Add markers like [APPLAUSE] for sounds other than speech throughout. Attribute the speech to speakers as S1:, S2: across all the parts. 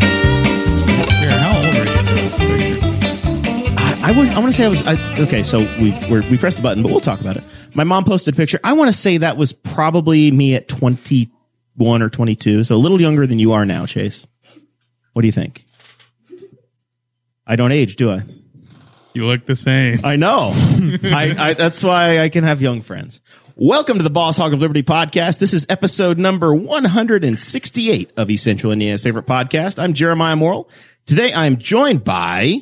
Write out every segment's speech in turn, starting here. S1: Here, how old are you?
S2: I was. I want to say I was. I, okay, so we we're, we pressed the button, but we'll talk about it. My mom posted a picture. I want to say that was probably me at twenty one or twenty two, so a little younger than you are now, Chase. What do you think? I don't age, do I?
S1: You look the same.
S2: I know. [LAUGHS] I, I, that's why I can have young friends. Welcome to the Boss Hog of Liberty podcast. This is episode number 168 of East Central Indiana's favorite podcast. I'm Jeremiah Morrill. Today I'm joined by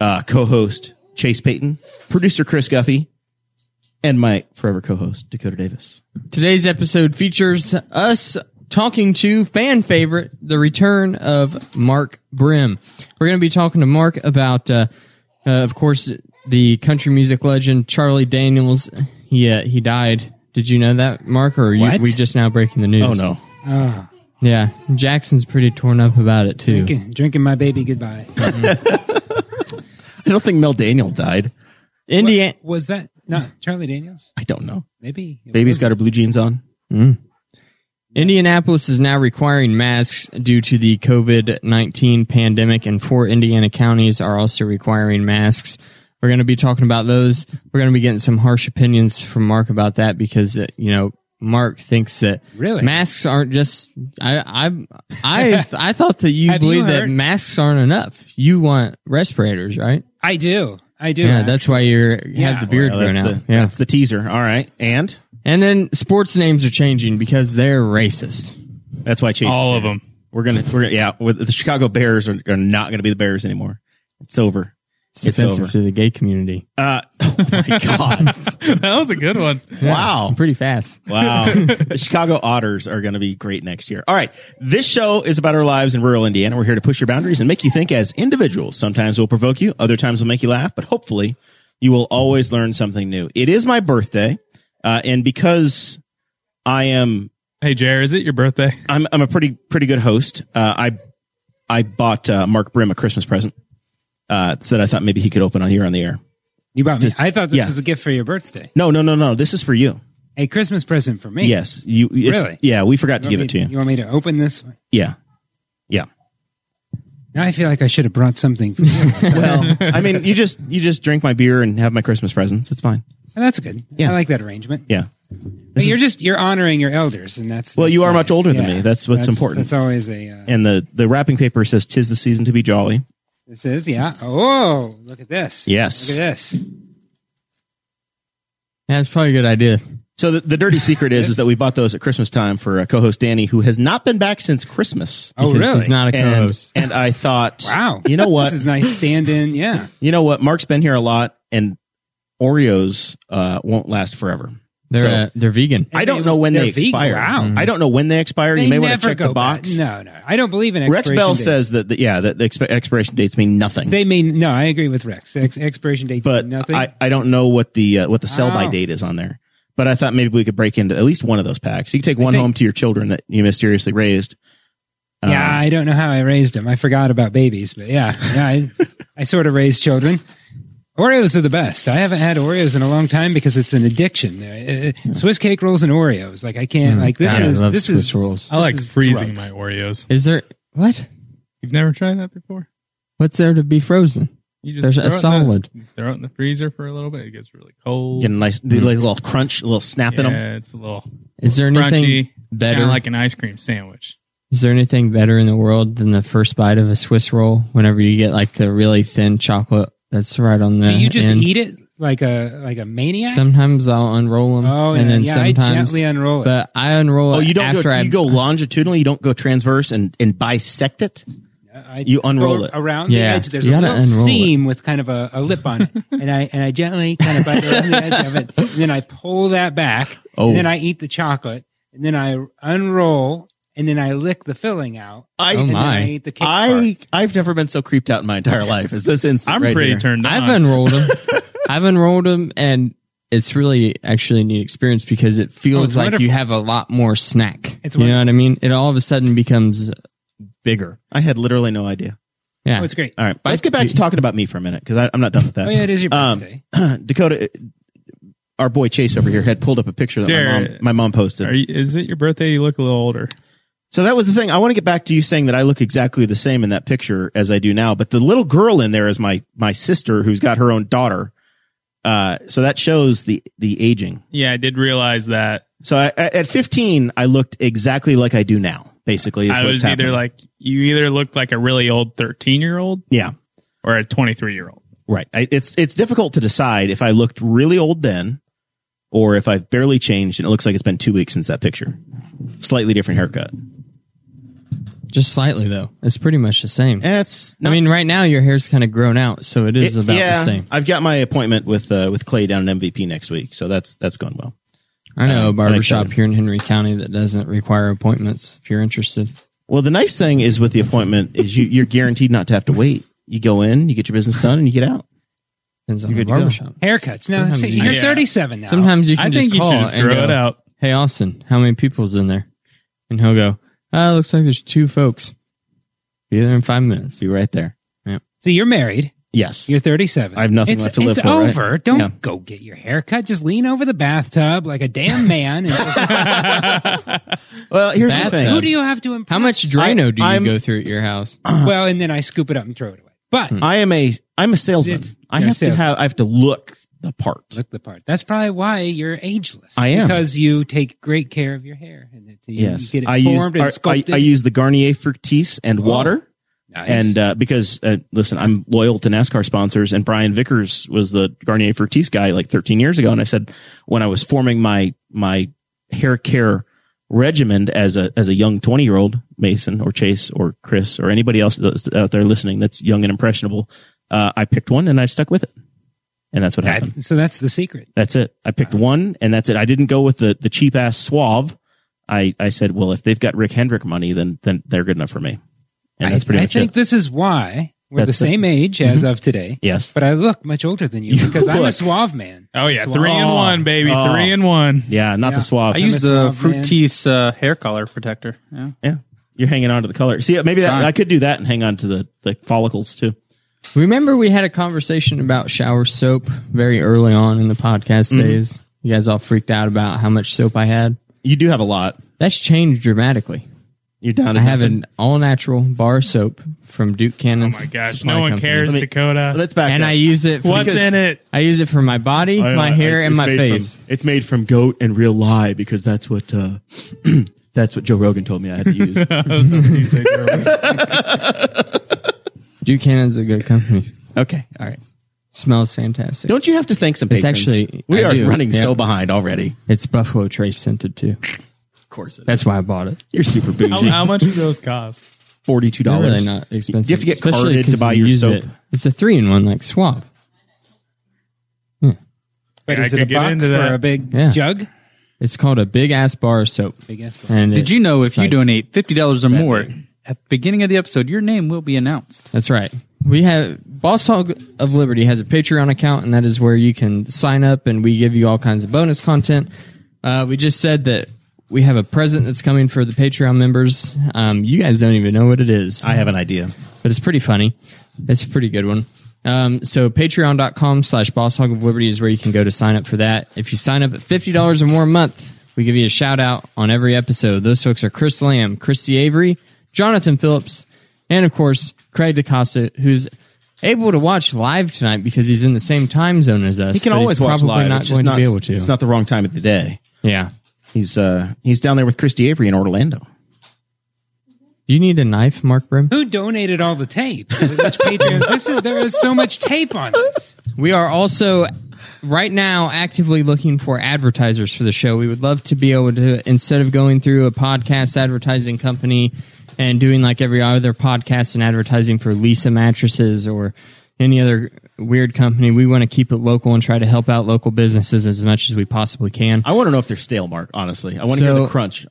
S2: uh, co-host Chase Payton, producer Chris Guffey, and my forever co-host Dakota Davis.
S3: Today's episode features us talking to fan favorite, the return of Mark Brim. We're going to be talking to Mark about, uh, uh, of course, the country music legend Charlie Daniels. He uh, he died. Did you know that, Mark? Or are you,
S2: What?
S3: we just now breaking the news?
S2: Oh no.
S3: Yeah, Jackson's pretty torn up about it too.
S4: Drinking, drinking my baby
S2: [LAUGHS]
S4: goodbye.
S2: I don't think Mel Daniels died.
S3: Indiana.
S4: Was that not Charlie Daniels?
S2: I don't know.
S4: Maybe. it
S2: Baby's
S4: was.
S2: got her blue jeans on.
S3: Indianapolis is now requiring masks due to the COVID 19 pandemic, and four Indiana counties are also requiring masks. We're going to be talking about those. We're going to be getting some harsh opinions from Mark about that because, uh, you know, Mark thinks that
S4: Really?
S3: masks aren't just. I I I, I thought that you
S4: Have you
S3: believe that
S4: heard-
S3: masks aren't enough. You want respirators, right?
S4: I do. I do.
S3: Yeah, that's why you have
S4: Yeah,
S3: the beard
S2: Well,
S3: grown
S2: Oh, that's,
S3: out.
S2: the,
S3: yeah,
S2: that's the teaser. All right. And
S3: and then sports names are changing because they're racist.
S2: that's why Chase is
S1: All
S2: here.
S1: of them. [LAUGHS]
S2: We're gonna, we're gonna, yeah. With the Chicago Bears are, are not gonna be the Bears anymore. It's over.
S3: It's,
S2: It's
S3: offensive
S2: over.
S3: to the gay community.
S2: Uh, oh my god!
S1: that was a good one.
S2: wow,
S3: pretty fast.
S2: wow. The Chicago Otters are gonna be great next year. All right, this show is about our lives in rural Indiana. We're here to push your boundaries and make you think as individuals. Sometimes we'll provoke you, other times we'll make you laugh, but hopefully, you will always learn something new. It is my birthday, uh, and because I am
S1: Hey, Jer, is it your birthday?
S2: I'm I'm a pretty pretty good host. Uh, I I bought uh, Mark Brim a Christmas present uh, so that I thought maybe he could open on here on the air.
S4: you bought me. I thought this
S2: yeah.
S4: was a gift for your birthday.
S2: No, no, no, no. This is for you.
S4: A Christmas present for me.
S2: Yes, you. It's,
S4: Really?
S2: Yeah, we forgot to
S4: You
S2: give
S4: want
S2: it to
S4: me-
S2: you.
S4: You want me to open this one?
S2: Yeah, yeah.
S4: Now I feel like I should have brought something.
S2: [LAUGHS]
S4: For you.
S2: Well, I mean, you just you just drink my beer and have my Christmas presents. It's fine.
S4: that's good.
S2: Yeah.
S4: I like that arrangement.
S2: Yeah.
S4: But you're just you're honoring your elders, and that's
S2: Well,
S4: that's
S2: you are
S4: nice.
S2: much older than me. That's what's important.
S4: That's always a. Uh,
S2: And the the wrapping paper says "Tis the season to be jolly."
S4: This is yeah. Oh, look at this.
S2: Yes.
S4: Look at this.
S3: That's probably a good idea.
S2: So the, the dirty secret is is that we bought those at Christmas time for uh, co-host Danny, who has not been back since Christmas.
S4: Oh,
S3: Because
S4: really?
S3: He's not a
S2: And,
S3: co-host.
S2: and I thought,
S4: wow.
S2: you know what?
S4: [LAUGHS] This is nice stand-in. Yeah.
S2: you know what? Mark's been here a lot, and Oreos uh, won't last forever.
S3: They're Mm-hmm.
S2: So-
S3: uh, they're vegan.
S2: I don't
S4: they-
S2: know when
S4: they're
S2: they
S4: vegan.
S2: expire.
S4: Wow.
S2: I don't know when they expire. you may want to
S4: never
S2: check the
S4: go back.
S2: box.
S4: No, no, I don't believe in
S2: Rex
S4: expiration
S2: Bell
S4: dates.
S2: says that, that yeah, that the expi- expiration dates mean nothing.
S4: they mean no. I agree with Rex. Ex- expiration dates
S2: but
S4: mean nothing.
S2: I, I don't know what the uh, what the sell by
S4: Wow.
S2: date is on there. But I thought maybe we could break into at least one of those packs. You can take one
S4: think-
S2: home to your children that you mysteriously raised.
S3: uh,
S4: yeah, I don't know how I raised them. I forgot about babies, but yeah,
S3: [LAUGHS]
S4: yeah I, I sort of raised children. Oreos are the best. I haven't had Oreos in a long time because it's an addiction. Uh, uh, Swiss cake rolls and Oreos, like I can't. Like this
S3: Mm. God, I
S4: is
S3: love
S4: this
S3: Swiss
S4: is
S3: rolls.
S1: I
S4: this
S1: like
S4: is
S1: freezing
S4: drugs.
S1: my Oreos.
S3: Is there what?
S1: You've never tried that before?
S3: What's there to be frozen?
S1: You
S3: There's
S1: throw
S3: a
S1: it in the-
S3: solid.
S1: throw it in the freezer for a little bit. It gets really cold.
S2: Get a nice the
S3: Mm-hmm.
S2: little crunch, a little snap in them.
S1: Yeah, it's a little
S3: Is there anything
S1: crunchy.
S3: better?
S1: Kind of like an ice cream sandwich.
S3: Is there anything better in the world than the first bite of a Swiss roll? Whenever you get like the really thin chocolate that's right on the.
S4: Do you just
S3: end.
S4: eat it like a like a maniac?
S3: Sometimes I'll unroll them.
S4: Oh,
S3: and
S4: yeah,
S3: then
S4: yeah, I
S3: sometimes
S4: gently unroll it.
S3: But I unroll.
S2: Oh,
S3: it
S2: you don't
S3: after
S2: go
S3: I,
S2: you go longitudinal. You don't go transverse and and bisect it.
S5: I
S2: You unroll
S5: go
S2: it.
S5: around
S3: Yeah.
S5: the edge. There's
S3: You
S5: a
S3: gotta
S5: little
S3: unroll it.
S5: seam with kind of a, a
S3: [LAUGHS]
S5: lip on it, and I and I gently kind of bite around the edge of it. And then I pull that back.
S2: Oh.
S5: And then I eat the chocolate, and then I unroll, and then I lick the filling out.
S2: I,
S3: Oh
S5: and then
S3: my.
S5: I eat the cake part.
S2: I, I've never been so creeped out in my entire life as this instant.
S1: I'm
S2: right
S1: pretty
S2: here.
S1: turned on.
S3: I've unrolled
S1: [LAUGHS]
S3: them. I've unrolled them, and it's really actually a neat experience because it feels
S5: Oh,
S3: like
S5: it's
S3: you
S5: wonderful.
S3: have a lot more snack.
S5: It's
S3: you know what I mean? It all of a sudden becomes bigger.
S2: I had literally no idea.
S3: Yeah,
S5: Oh, it's great.
S2: All right, let's get back to talking about me for a minute because I'm not done
S1: [LAUGHS]
S2: with that.
S5: Oh yeah, it is your
S2: Um,
S5: birthday.
S2: [CLEARS THROAT] Dakota, uh, our boy Chase over here had pulled up a picture that my mom,
S1: Jared.
S2: my mom posted.
S1: Are you, is it your birthday? You look a little older.
S2: So that was the thing. I want to get back to you saying that I look exactly the same in that picture as I do now, but the little girl in there is my my sister who's got her own daughter. Uh, so that shows the the aging.
S1: Yeah, I did realize that.
S2: So I, at at 15, I looked exactly like I do now. Basically, is
S1: I
S2: what's
S1: was
S2: happening.
S1: either like you either looked like a really old thirteen year old
S2: yeah,
S1: or a twenty three year old.
S2: right. I, it's it's difficult to decide if I looked really old then, or if I've barely changed and it looks like it's been two weeks since that picture. Slightly different haircut.
S3: just slightly though. It's pretty much the same.
S2: That's
S3: I mean, right now your hair's kind of grown out, so it is
S2: It-
S3: about
S2: yeah,
S3: the same.
S2: I've got my appointment with uh, with Clay down at MVP next week, so that's that's going well.
S3: I know a barbershop
S2: excited.
S3: here in Henry County that doesn't require appointments. If you're interested,
S2: Well, the nice thing is with the appointment is you you're guaranteed not to have to wait. You go in, you get your business done, and you get out.
S3: depends on
S2: You're
S3: the
S2: good to go.
S3: barbershop.
S5: Haircuts. No, that's
S3: Sometimes
S5: it.
S3: you
S5: you're
S1: just-
S5: 37 now.
S3: Sometimes you can
S1: I
S3: just
S1: think you
S3: call
S1: should just
S3: and
S1: grow
S3: go,
S1: it out.
S3: Hey, Austin, how many people's in there? And he'll go, uh, looks like there's two folks. Be there in five minutes.
S2: Be right there.
S5: So you're married.
S2: Yes.
S5: You're 37.
S2: I have nothing
S5: it's,
S2: left to live
S5: it's
S2: for, right?
S5: over. Don't
S2: Yeah.
S5: go get your hair cut. Just lean over the bathtub like a damn
S2: [LAUGHS]
S5: man. And just,
S2: well, here's the
S3: Bad
S2: thing.
S5: who do you have to
S3: How
S5: impress?
S3: much Drano do you
S2: I'm-
S3: go through at your house?
S5: well, and then I scoop it up and throw it away. But
S2: I am a I'm a salesman.
S5: It's-
S2: I
S5: you're a
S2: have to
S5: salesman.
S2: have I have to look the part.
S5: look the part. That's probably why you're ageless.
S2: I am.
S5: because you take great care of your hair and it, you,
S2: Yes.
S5: you get it
S2: I use
S5: formed and
S2: I- I,
S5: sculpted. Oh,
S2: I use the Garnier Fructis and water.
S5: Nice.
S2: And uh, because uh, listen, I'm loyal to NASCAR sponsors, and Brian Vickers was the Garnier Fructis guy like 13 years ago, and I said when I was forming my my hair care regimen as a as a young 20 year old Mason or Chase or Chris or anybody else that's out there listening that's young and impressionable, uh, I picked one and I stuck with it, and that's what happened.
S5: That's- so that's the secret.
S2: That's it. I picked one and that's it. I didn't go with the, the cheap ass suave. I, I said, well, if they've got Rick Hendrick money, then then they're good enough for me. And that's
S5: I,
S2: pretty
S5: I
S2: much
S5: think
S2: it.
S5: this is why we're
S2: That's it.
S5: the same age as of today.
S2: Yes.
S5: But I look much older than you,
S2: You
S5: because I'm a
S2: look-
S5: suave man.
S1: Oh yeah,
S5: Suave.
S1: three and one, baby,
S2: Oh.
S1: three and one.
S2: Yeah, not the
S5: Yeah.
S2: suave.
S4: I use
S5: missing
S4: the
S5: off, man.
S4: Fructis uh, hair color protector.
S1: Oh
S4: Yeah.
S2: yeah. You're hanging on to the color. See, maybe that, I could do that and hang on to the, the follicles too.
S3: Remember, we had a conversation about shower soap very early on in the podcast
S2: Mm-hmm.
S3: days. You guys all freaked out about how much soap I had.
S2: You do have a lot.
S3: That's changed dramatically.
S2: You're down to
S3: I have
S2: nothing.
S3: an all natural bar soap from Duke Cannon.
S1: Oh my gosh, no one cares,
S2: Let me-
S1: Dakota.
S2: Let's back
S3: And
S2: up.
S3: I use it for
S1: What's
S2: because-
S1: in it?
S3: I use it for my body,
S2: I-
S3: my
S2: I-
S3: hair, and
S2: it's
S3: my
S2: made from-
S3: face.
S2: it's made from goat and real lye because that's what uh, [CLEARS THROAT] that's what Joe Rogan told me
S3: [LAUGHS]
S2: I had to use.
S3: Duke Cannon's a good company.
S2: [LAUGHS] okay. All right.
S3: Smells fantastic.
S2: Don't you have to thank some patrons?
S3: actually-
S2: we
S3: I
S2: are
S3: do.
S2: running
S3: Yeah.
S2: so behind already.
S3: It's Buffalo Trace scented too.
S2: Of course, it is.
S3: That's why I bought it.
S2: You're
S3: [LAUGHS]
S2: super
S1: How,
S2: bougie.
S1: how much do those cost?
S2: Forty-two
S3: They're
S2: dollars.
S3: really not expensive.
S2: Oh, You have to get
S3: especially
S2: carded to
S3: 'cause
S2: buy
S3: you
S2: your
S3: use
S2: soap.
S3: it. It's a three in one, like Suave.
S5: But
S1: Yeah,
S5: is
S1: I
S5: it a
S1: could get
S5: buck
S1: into
S5: for
S1: that.
S5: a big
S3: Yeah.
S5: jug?
S3: It's called a big ass bar of soap.
S5: Big ass bar.
S3: And
S4: Did
S3: it-
S4: you know if
S3: it's
S4: you
S3: like-
S4: donate fifty dollars or more at the beginning of the episode, your name will be announced?
S3: That's right. We have Boss Hog of Liberty has a Patreon account, and that is where you can sign up, and we give you all kinds of bonus content. Uh, we just said that we have a present that's coming for the Patreon members. Um, you guys don't even know what it is.
S2: I have an idea.
S3: but it's pretty funny. It's a pretty good one. Um, so patreon.com slash boss hog of liberty is where you can go to sign up for that. If you sign up at $50 or more a month, we give you a shout out on every episode. Those folks are Chris Lamb, Christy Avery, Jonathan Phillips, and of course, Craig DaCosta, who's able to watch live tonight because he's in the same time zone as us.
S2: He can
S3: but he's
S2: always watch
S3: probably
S2: live.
S3: Not
S2: it's
S3: going
S2: just not,
S3: to be able to.
S2: It's not the wrong time of the day.
S3: yeah.
S2: He's uh he's down there with Christy Avery in Orlando.
S3: Do you need a knife, Mark Brim?
S5: Who donated all the tape? Which Patreon? this is, there is so much tape on this.
S3: We are also right now actively looking for advertisers for the show. We would love to be able to instead of going through a podcast advertising company and doing like every other podcast and advertising for Lisa mattresses or any other weird company. We want to keep it local and try to help out local businesses as much as we possibly can.
S2: I want to know if they're stale, Mark. Honestly, I want to hear
S3: So-
S2: the crunch.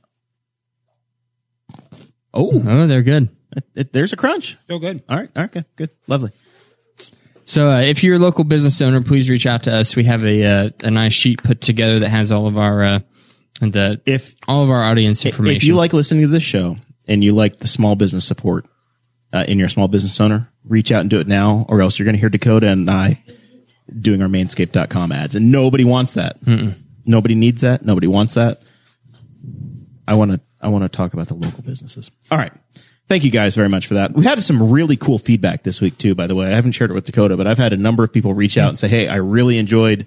S2: Oh,
S3: Oh, they're good.
S2: it, there's a crunch.
S5: So good.
S2: All right, all right, good, good, lovely.
S3: So, uh, if you're a local business owner, please reach out to us. We have a uh, a nice sheet put together that has all of our uh, the
S2: If
S3: all of our audience information.
S2: if you like listening to this show and you like the small business support uh, and you're a small business owner, reach out and do it now, or else you're going to hear Dakota and I doing our manscaped.com ads. And nobody wants that. Nobody needs that. Nobody wants that. I want to, I want to talk about the local businesses. All right. Thank you guys very much for that. We had some really cool feedback this week too, by the way. I haven't shared it with Dakota, but I've had a number of people reach out and say, Hey, I really enjoyed,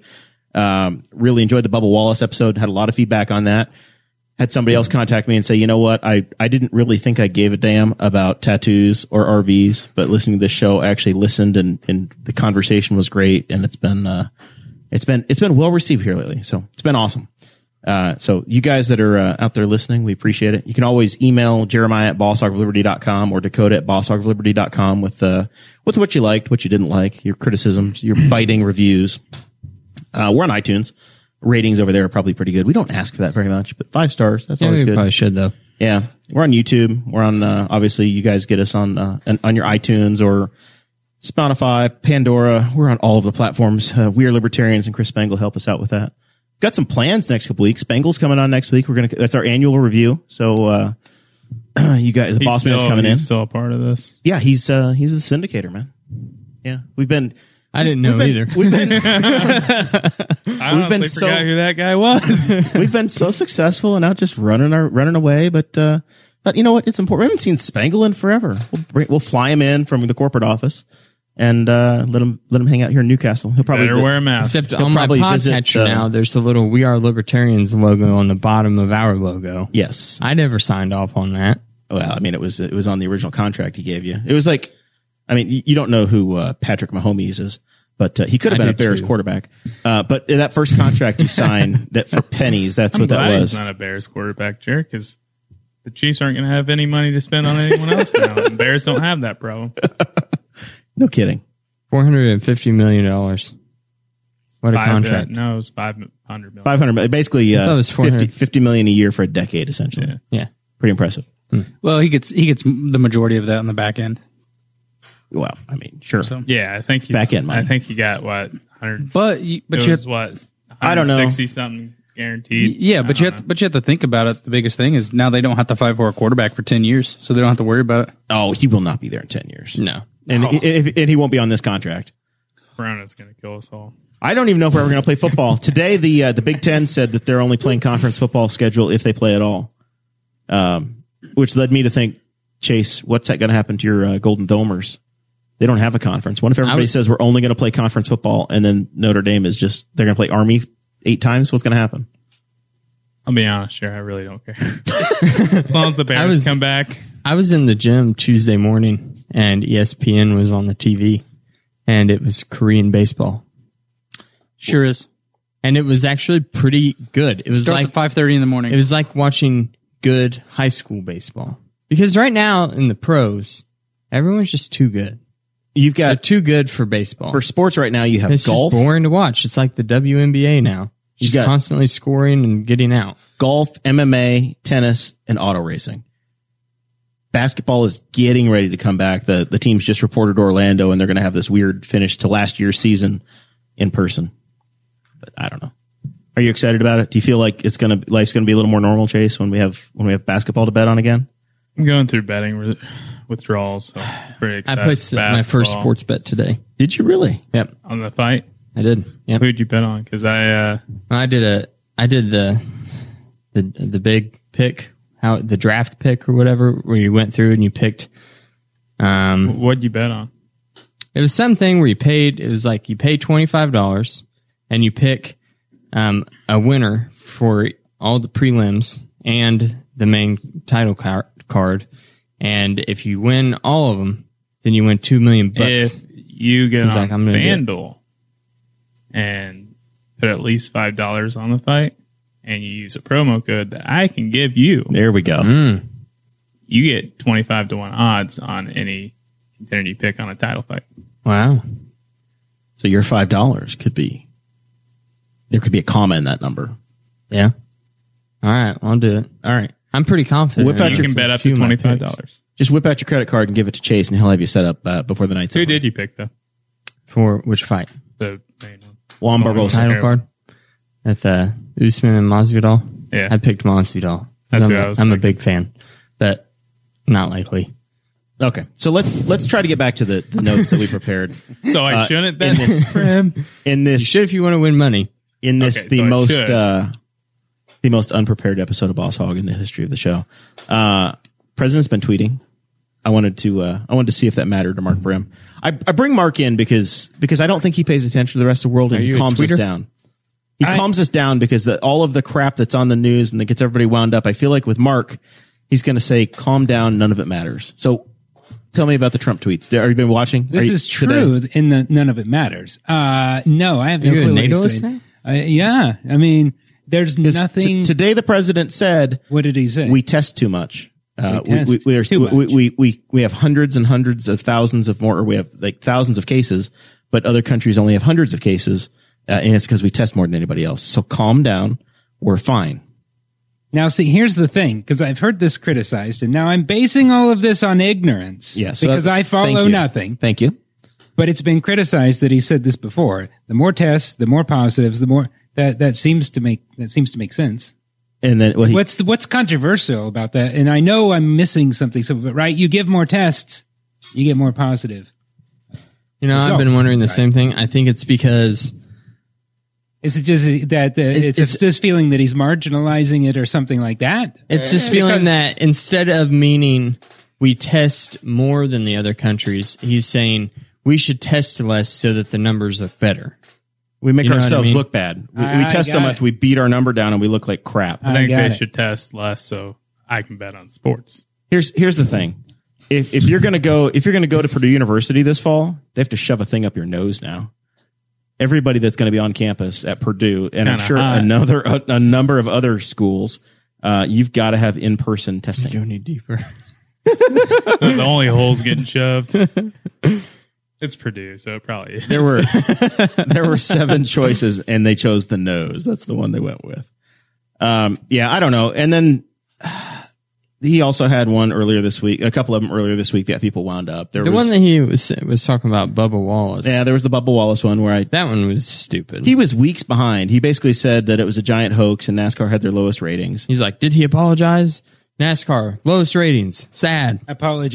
S2: um, really enjoyed the Bubble Wallace episode. Had a lot of feedback on that had somebody else contact me and say, you know what, I, I didn't really think I gave a damn about tattoos or RVs, but listening to this show, I actually listened and, and the conversation was great. And it's been, uh, it's been, it's been well received here lately. So it's been awesome. Uh, so you guys that are uh, out there listening, we appreciate it. You can always email Jeremiah at bosstalkofliberty.com or Dakota at bosstalkofliberty.com with, uh, with what you liked, what you didn't like, your criticisms,
S3: [CLEARS THROAT]
S2: your biting reviews. Uh, we're on iTunes. Ratings over there are probably pretty good. We don't ask for that very much, but five stars. That's
S3: yeah,
S2: always
S3: we
S2: good.
S3: probably should though.
S2: Yeah, we're on YouTube. We're on. Uh, obviously, you guys get us on uh, an- on your iTunes or Spotify, Pandora. We're on all of the platforms. Uh, we are libertarians, and Chris Spangle help us out with that. Got some plans next couple weeks. Spangle's coming on next week. We're gonna. That's our annual review. So uh, [CLEARS THROAT] you guys, the boss man's coming in.
S1: He's still a part of this.
S2: Yeah, he's uh, he's a syndicator, man. Yeah, we've been.
S3: I didn't know either.
S2: We've
S3: [LAUGHS]
S2: been.
S1: I honestly
S2: been so-
S1: forgot who that guy
S2: [LAUGHS]
S1: was.
S2: We've been so successful and not just running our running away, but uh, but you know what? It's important. We haven't seen Spangle in forever. We'll bring, we'll fly him in from the corporate office and uh, let him let him hang out here in Newcastle. He'll probably
S1: Better wear a mask.
S3: Except
S2: He'll
S3: on my
S2: probably visit,
S3: podcatcher
S2: uh,
S3: now, there's the little "We Are Libertarians" logo on the bottom of our logo.
S2: yes.
S3: I never signed off on that.
S2: Well, I mean, it was it was on the original contract he gave you. It was like, I mean, you- you don't know who uh, Patrick Mahomes is, but uh, he could have
S3: I
S2: been a
S3: do
S2: Bears
S3: too.
S2: quarterback. Uh, but that first contract you
S1: [LAUGHS]
S2: signed that for pennies, that's
S1: I'm
S2: what that
S1: glad
S2: was.
S1: He's not a Bears quarterback jerk because the Chiefs aren't going to have any money to spend on anyone else now. and Bears don't have that problem.
S2: no kidding.
S3: Four hundred and fifty million dollars. What a
S1: Five, uh,
S3: contract!
S1: no, it's five hundred million.
S2: Five hundred, basically
S3: thought it
S2: uh,
S3: was
S2: 50,
S3: 400.
S2: 50 million a year for a decade, essentially.
S3: Yeah,
S2: Pretty impressive.
S4: Well, he gets he gets the majority of that on the back end.
S2: Well, I mean, sure.
S1: Yeah, I think he's,
S2: Back end money.
S1: I think he got what hundred.
S4: But you,
S1: But
S4: but you
S1: it
S4: have,
S1: was what
S2: I don't know.
S1: sixty something guaranteed.
S4: yeah, but you have to, but you have to think about it. The biggest thing is now they don't have to fight for a quarterback for ten years, so they don't have to worry about it.
S2: Oh, he will not be there in 10 years.
S3: no.
S2: And, and, and he won't be on this contract.
S1: Corona's going to kill us all.
S2: I don't even know if we're ever going to play
S3: [LAUGHS]
S2: football. Today, the uh, the Big Ten said that they're only playing conference football schedule if they play at all, um, which led me to think, Chase, what's that going to happen to your uh, Golden Domers? They don't have a conference. What if everybody
S3: was-
S2: says we're only going to play conference football, and then Notre Dame is just they're going to play Army eight times? What's going to happen?
S1: I'll be honest, sure, I really don't
S3: [LAUGHS]
S1: care. as long as the Bears
S3: was-
S1: come back,
S3: I was in the gym Tuesday morning, and E ESPN was on the TV, and it was Korean baseball,
S4: Sure is.
S3: and it was actually pretty good. It was
S4: Starts
S3: like
S4: at five thirty in the morning.
S3: It was like watching good high school baseball. Because right now in the pros, everyone's just too good.
S2: You've
S3: They're
S2: got
S3: too good for baseball.
S2: for sports right now. You have
S3: it's
S2: golf.
S3: just boring to watch. It's like the WNBA now.
S2: You
S3: Just
S2: got-
S3: constantly scoring and getting out.
S2: golf, MMA, tennis, and auto racing. Basketball is getting ready to come back. The the teams just reported Orlando, and they're going to have this weird finish to last year's season in person. But I don't know. Are you excited about it? Do you feel like it's gonna life's gonna be a little more normal, Chase, when we have when we have basketball to bet on again?
S1: I'm going through betting re- withdrawals. So I'm pretty
S3: I
S1: excited.
S3: placed my first
S1: Basketball.
S3: sports bet today.
S2: Did you really?
S3: Yep.
S1: on the fight.
S3: I did. Yep.
S1: Who'd you bet on? Because I uh,
S3: I did a I did the the the big pick, how the draft pick or whatever, where you went through and you picked um
S1: what'd you bet on?
S3: It was something where you paid. It was like you pay twenty five dollars and you pick um, a winner for all the prelims and the main title car- card. And if you win all of them, then you win two million bucks.
S1: if you get
S3: Seems
S1: on
S3: like I'm gonna get-
S1: FanDuel and put at least five dollars on the
S2: Mm.
S1: fight, and you use a promo code that I can give you,
S2: There we go.
S1: you get 25 to 1 odds on any contender you pick on a title fight.
S3: Wow.
S2: So your five dollars could be there could be a comma in that number.
S3: Yeah. All right, I'll do it.
S2: All right.
S3: I'm pretty confident.
S2: Whip out
S1: You
S2: Just
S1: can bet
S3: a
S1: up
S3: few
S1: to
S3: of my picks.
S1: $25.
S2: Just whip out your credit card and give it to Chase, and he'll have you set up uh, before the night's
S1: Who
S2: over.
S1: did you pick, though?
S3: for which fight?
S1: The main one.
S2: Juan Barbosa.
S3: Title
S1: Terrible.
S3: card with uh, Usman and Masvidal.
S1: Yeah.
S3: I picked Masvidal. 'Cause
S1: That's
S3: I'm,
S1: who
S3: a-
S1: I was
S3: I'm a big fan, but not likely.
S2: Okay, so let's let's try to get back to the, the notes that we prepared
S1: So I
S2: Uh,
S1: shouldn't
S2: in
S1: then. [LAUGHS]
S2: this in
S3: You
S2: this
S3: should if you want to win money.
S2: in this
S1: Okay,
S2: the
S1: so I
S2: most
S1: should.
S2: uh, the most unprepared episode of Boss Hog in the history of the show. Uh, President's been tweeting. I wanted to uh, I wanted to see if that mattered to Mark Brim. I, I bring Mark in because because I don't think he pays attention to the rest of the world and he
S3: you a
S2: calms us
S3: tweeter?
S2: down. He
S5: I-
S2: calms us down because the, all of the crap that's on the news and that gets everybody wound up. I feel like with Mark, he's going to say, "Calm down, none of it matters." So, tell me about the Trump tweets. Have you been watching? Are
S5: This
S2: you-
S5: is
S2: today?
S5: true. In the none of it matters. Uh, no, I have no
S3: you a
S5: clue. what
S3: NATO
S5: he's doing.
S3: listener?
S5: Uh, yeah, I mean, there's
S2: Is- t-
S5: nothing.
S2: today, the president said,
S5: what did he say?
S2: we test too much. Uh,
S5: We
S2: we, we,
S5: test
S2: we, are,
S5: too
S2: we,
S5: much.
S2: we, we, we have hundreds and hundreds of thousands of more, or we have like thousands of cases, but other countries only have hundreds of cases. Uh, and it's because we test more than anybody else. So calm down. We're fine.
S5: Now, see, here's the thing, because I've heard this criticized, and now I'm basing all of this on ignorance.
S2: Yeah. so
S5: because
S2: that-
S5: I
S2: thank
S5: follow
S2: you.
S5: nothing.
S2: Thank you.
S5: But it's been criticized that he said this before. The more tests, the more positives, the more that that seems to make that seems to make sense.
S2: And then, well, he,
S5: What's the, what's controversial about that? And I know I'm missing something. So, but right, you give more tests, you get more positive.
S3: You know, I've been
S5: Results,
S3: wondering the
S5: right.
S3: same thing. I think it's because
S5: Is it just that uh, it's,
S3: it's-
S5: it's this feeling that he's marginalizing it or something like that?
S3: it's this feeling that instead of meaning we test more than the other countries, he's saying we should test less so that the numbers look better.
S2: we make
S3: you know what I
S2: ourselves
S3: mean?
S2: look bad. We, we
S5: I- I
S2: test so
S5: got
S2: much,
S5: it.
S2: we beat our number down and we look like crap.
S1: I think
S5: got
S1: they
S5: it.
S1: should test less so I can bet on sports.
S2: here's, here's the thing. If, if you're going to go, if you're going to go to Purdue University this fall, they have to shove a thing up your nose now. Everybody that's going to be on campus at Purdue, and I'm
S1: Kinda
S2: sure
S1: hot.
S2: another a, a number of other schools, uh, you've got to have in person testing.
S3: any deeper.
S1: the only hole's
S5: [LAUGHS]
S1: getting shoved. It's Purdue, so it probably is.
S2: [LAUGHS] There were there were seven choices, and they chose the nose. That's the one they went with. Um, yeah, I don't know. And then [SIGHS] he also had one earlier this week, a couple of them earlier this week that people wound up. There
S3: The
S2: was
S3: one that he was was talking about, Bubba Wallace.
S2: yeah, there was the Bubba Wallace one where I
S3: that one was stupid.
S2: he was weeks behind. He basically said that it was a giant hoax, and NASCAR had their lowest ratings.
S3: He's like, did he apologize? NASCAR lowest ratings. Sad.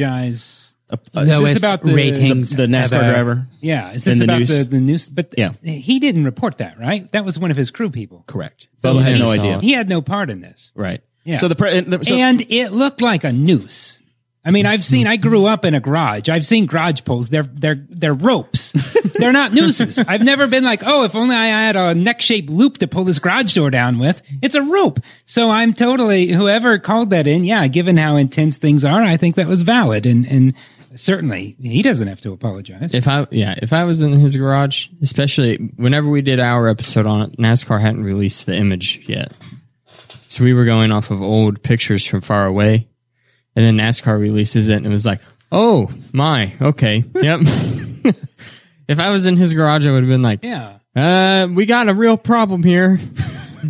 S5: Apologize.
S2: the-
S5: Is this about the ratings?
S2: Uh, the NASCAR driver.
S5: Yeah, is this
S2: In the
S5: about
S2: news?
S5: the the news? But
S2: Yeah.
S5: he didn't report that, right? That was one of his crew people.
S2: Correct. Bubba had
S3: he
S2: no
S3: saw
S2: idea.
S3: it.
S5: He had no part in this,
S2: Right.
S5: Yeah.
S2: So the pre- and the- so,
S5: and it looked like a noose. I mean, I've seen. I grew up in a garage. I've seen garage poles. They're they're
S2: [LAUGHS]
S5: they're ropes. they're not nooses. I've never been like, oh, if only I had a neck shaped loop to pull this garage door down with. It's a rope. So I'm totally whoever called that in. Yeah, given how intense things are, I think that was valid. And and certainly he doesn't have to apologize.
S3: If I yeah, if I was in his garage, especially whenever we did our episode on it, NASCAR hadn't released the image yet. So we were going off of old pictures from far away. And then NASCAR releases it and it was like, Oh my, okay. Yep. if I was in his garage, I would have been like,
S5: Yeah.
S3: uh, we got a real problem here.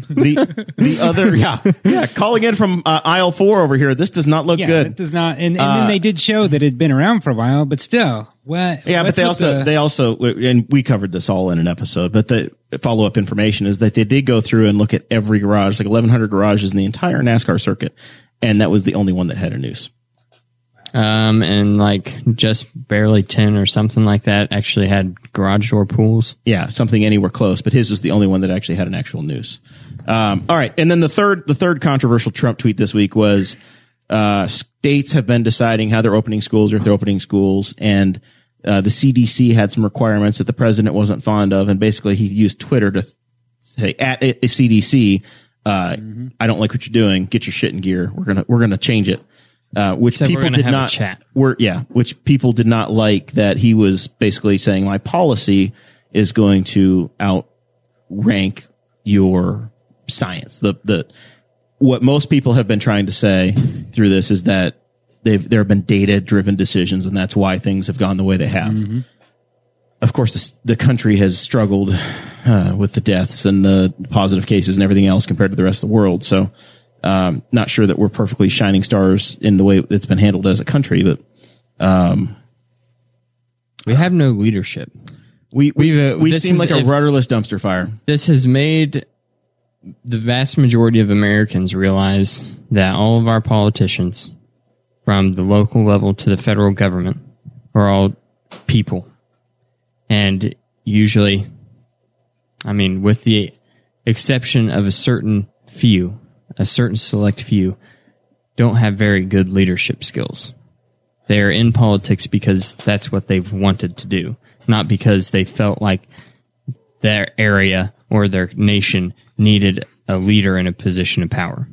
S2: the
S5: [LAUGHS]
S2: the other yeah yeah calling in from uh, aisle four over here. This does not look
S5: Yeah,
S2: good. Uh,
S5: it does not. And, and then they did show that it had been around for a while, but still, what?
S2: yeah, but
S5: what's
S2: they
S5: with
S2: also
S5: the-
S2: they also and we covered this all in an episode. But the follow up information is that they did go through and look at every garage, like 1,100 garages in the entire NASCAR circuit, and that was the only one that had a noose.
S3: Um, and like just barely 10 or something like that actually had garage door pools.
S2: yeah, something anywhere close, but his was the only one that actually had an actual noose. Um, all right, and then the third the third controversial Trump tweet this week was uh, states have been deciding how they're opening schools or if they're opening schools, and uh, the CDC had some requirements that the president wasn't fond of, and basically he used Twitter to th- say at a, a CDC, uh,
S3: Mm-hmm.
S2: I don't like what you're doing. Get your shit in gear. We're gonna we're gonna change it. Uh, which
S3: we're
S2: people
S3: gonna
S2: did
S3: have a
S2: not
S3: chat.
S2: were yeah, which people did not like that he was basically saying my policy is going to outrank your science. The the what most people have been trying to say through this is that They've, there have been data driven decisions, and that's why things have gone the way they have.
S3: Mm-hmm.
S2: Of course, the, s- the country has struggled uh, with the deaths and the positive cases and everything else compared to the rest of the world. So, um, not sure that we're perfectly shining stars in the way it's been handled as a country, but
S3: We have no leadership.
S2: we we,
S3: We've, uh,
S2: we
S3: this
S2: seem
S3: is
S2: like a
S3: if-
S2: rudderless dumpster fire.
S3: This has made the vast majority of Americans realize that all of our politicians, from the local level to the federal government, are all people. And usually, I mean, with the exception of a certain few, a certain select few, don't have very good leadership skills. They are in politics because that's what they've wanted to do, not because they felt like their area or their nation needed a leader in a position of power.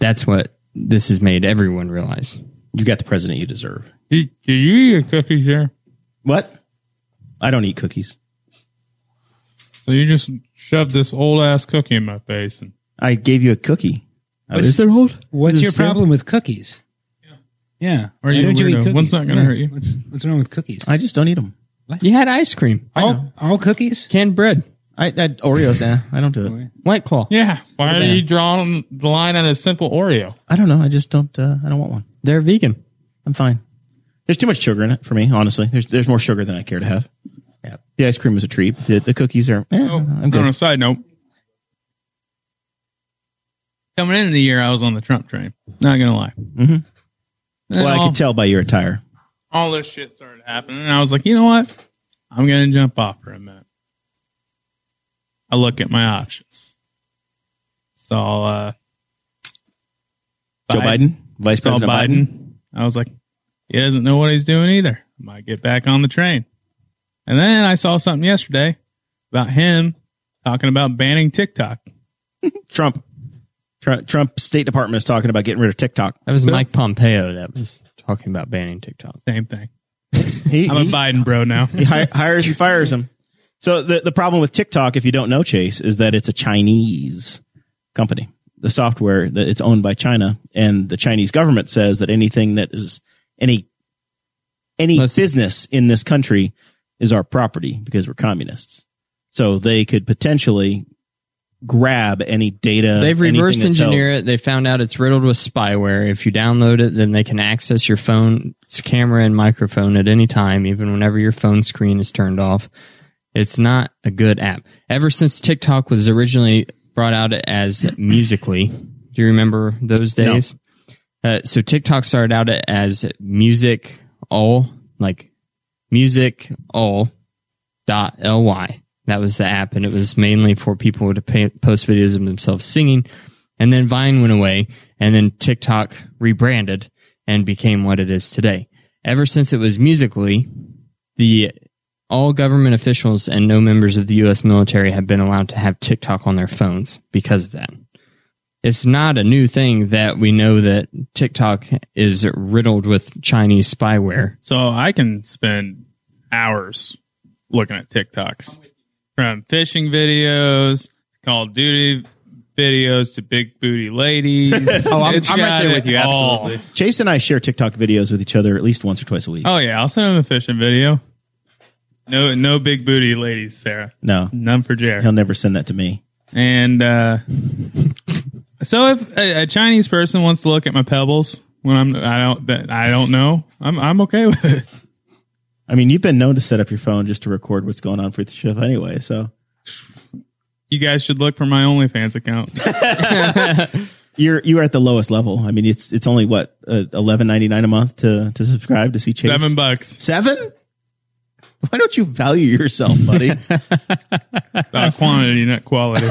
S3: That's what this has made everyone realize.
S2: You got the president you deserve.
S1: Do, do you eat cookies there?
S2: What? I don't eat cookies.
S1: So you just shoved this old ass cookie in my face, and
S2: I gave you a cookie.
S3: Is there hold?
S5: What's your problem with cookies? Yeah.
S1: Are you
S5: Why
S1: a
S5: don't
S1: weirdo?
S5: cookies?
S1: What's not gonna
S5: Yeah.
S1: hurt you?
S5: What's, what's wrong with cookies?
S2: I just don't eat them.
S3: You had ice cream,
S5: All, all cookies?
S3: canned bread,
S2: I, I Oreos. eh, I don't do it.
S3: white claw.
S1: yeah, why are you drawing the line on a simple Oreo?
S2: I don't know. I just don't. Uh, I don't want one.
S3: They're vegan.
S2: I'm fine. There's too much sugar in it for me, honestly. There's there's more sugar than I care to have.
S3: Yeah.
S2: The ice cream was a treat. The, the cookies are. eh, I'm
S1: Oh, On a
S2: good.
S1: side note, coming into the year, I was on the Trump train. Not gonna lie. Mm-hmm.
S2: Mm-hmm. Well, I
S1: all,
S2: can tell by your attire.
S1: all this shit started happening, and I was like, you know what? I'm gonna jump off for a minute. I look at my options. So uh,
S2: Joe Biden, Vice
S1: saw
S2: President Biden.
S1: Biden. I was like, he doesn't know what he's doing either. I might get back on the train. And then I saw something yesterday about him talking about banning TikTok.
S2: Trump. Trump. Trump State Department is talking about getting rid of TikTok. [LAUGHS]
S3: That was Mike Pompeo that was talking about banning TikTok.
S1: Same thing.
S2: He,
S1: I'm a
S2: he-
S1: Biden bro
S2: [LAUGHS]
S1: now.
S2: he hi- hires and fires him. So the, the problem with TikTok, if you don't know Chase, is that it's a Chinese company. The software that it's owned by China, and the Chinese government says that anything that is any any
S3: Listen.
S2: business in this country is our property because we're communists. So they could potentially grab any data.
S3: They've
S2: anything
S3: reverse
S2: that's held.
S3: engineered it. They found out it's riddled with spyware. If you download it, then they can access your phone's camera and microphone at any time, even whenever your phone screen is turned off. It's not a good app. Ever since TikTok was originally brought out as Musically, do you remember those days? Uh, so TikTok started out as Music All, like Music All dot ly. That was the app, and it was mainly for people to pay, post videos of themselves singing. And then Vine went away, and then TikTok rebranded and became what it is today. Ever since it was Musically, the all government officials and no members of the U.S. military have been allowed to have TikTok on their phones because of that. It's not a new thing that we know that TikTok is riddled with Chinese spyware.
S1: So I can spend hours looking at TikToks from fishing videos, Call of Duty videos to big booty ladies. oh,
S4: I'm- I'm right there with you, absolutely.
S2: Chase and I share TikTok videos with each other at least once or twice a week.
S1: Oh yeah, I'll send him a fishing video. No, no big booty ladies, Sarah.
S2: No,
S1: None for Jared.
S2: he'll never send that to me.
S1: And uh, so, if a, a Chinese person wants to look at my pebbles when I'm, I don't, that I don't know. I'm, I'm okay with it.
S2: I mean, you've been known to set up your phone just to record what's going on for the show anyway. So
S1: You guys should look for my OnlyFans account.
S2: you're you're at the lowest level. I mean, it's it's only what uh, eleven ninety nine a month to to subscribe to see Chase.
S1: Seven bucks.
S2: Seven? Why don't you value yourself, buddy?
S1: About quantity, not quality.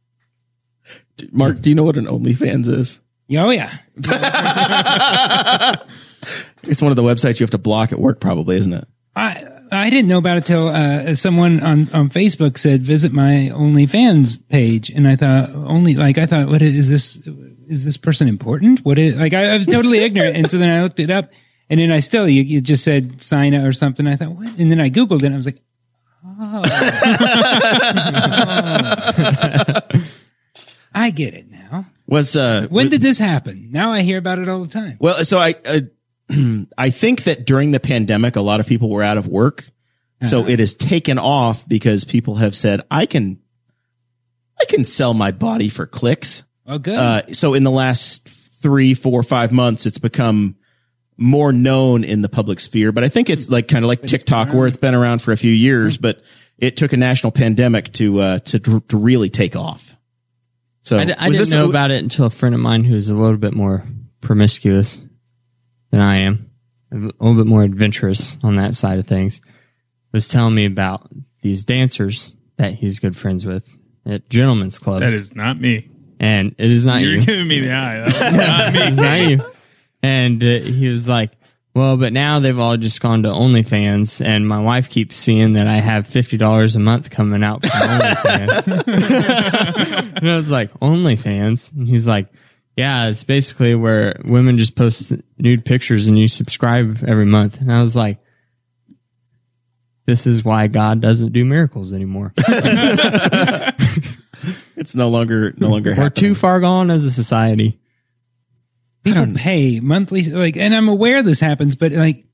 S2: [LAUGHS] Mark, do you know what an OnlyFans is?
S5: Yeah, Oh, yeah.
S2: It's one of the websites you have to block at work, probably, isn't it?
S5: I, I didn't know about it till uh, someone on, on Facebook said, visit my OnlyFans page. And I thought, only, like, I thought, what i- is this? Is this person important? What is, like, I, I was totally ignorant. And so then I looked it up. And then I still, you, you just said sign up or something. I thought, what? And then I Googled it and I was like, oh. [LAUGHS] I get it now.
S2: Was uh,
S5: When did this happen? Now I hear about it all the time.
S2: Well, so I, uh, [CLEARS THROAT] I think that during the pandemic, a lot of people were out of work.
S3: Uh-huh.
S2: So it has taken off because people have said, I can, I can sell my body for clicks.
S5: Well, good.
S2: Uh, so in the last three, four, five months, it's become more known in the public sphere, but I think it's like kind of like TikTok where it's been around for a few years, but it took a national pandemic to, uh, to, dr- to really take off. So
S3: I, d- I
S2: was
S3: didn't
S2: this-
S3: know about it until a friend of mine who's a little bit more promiscuous than I am, a little bit more adventurous on that side of things, was telling me about these dancers that he's good friends with at gentlemen's clubs.
S1: That is not me.
S3: and it is not
S1: You're
S3: you.
S1: giving me the eye. That was not
S3: [LAUGHS]
S1: me.
S3: It is not you. And uh, he was like, well, but now they've all just gone to OnlyFans, and my wife keeps seeing that I have fifty dollars a month coming out from OnlyFans. [LAUGHS] and I was like, OnlyFans, and he's like, yeah, it's basically where women just post nude pictures and you subscribe every month. And I was like, this is why God doesn't do miracles anymore.
S2: it's no longer, no longer
S3: We're
S2: happening.
S3: too far gone as a society. [LAUGHS]
S5: people pay monthly like and i'm aware this happens but like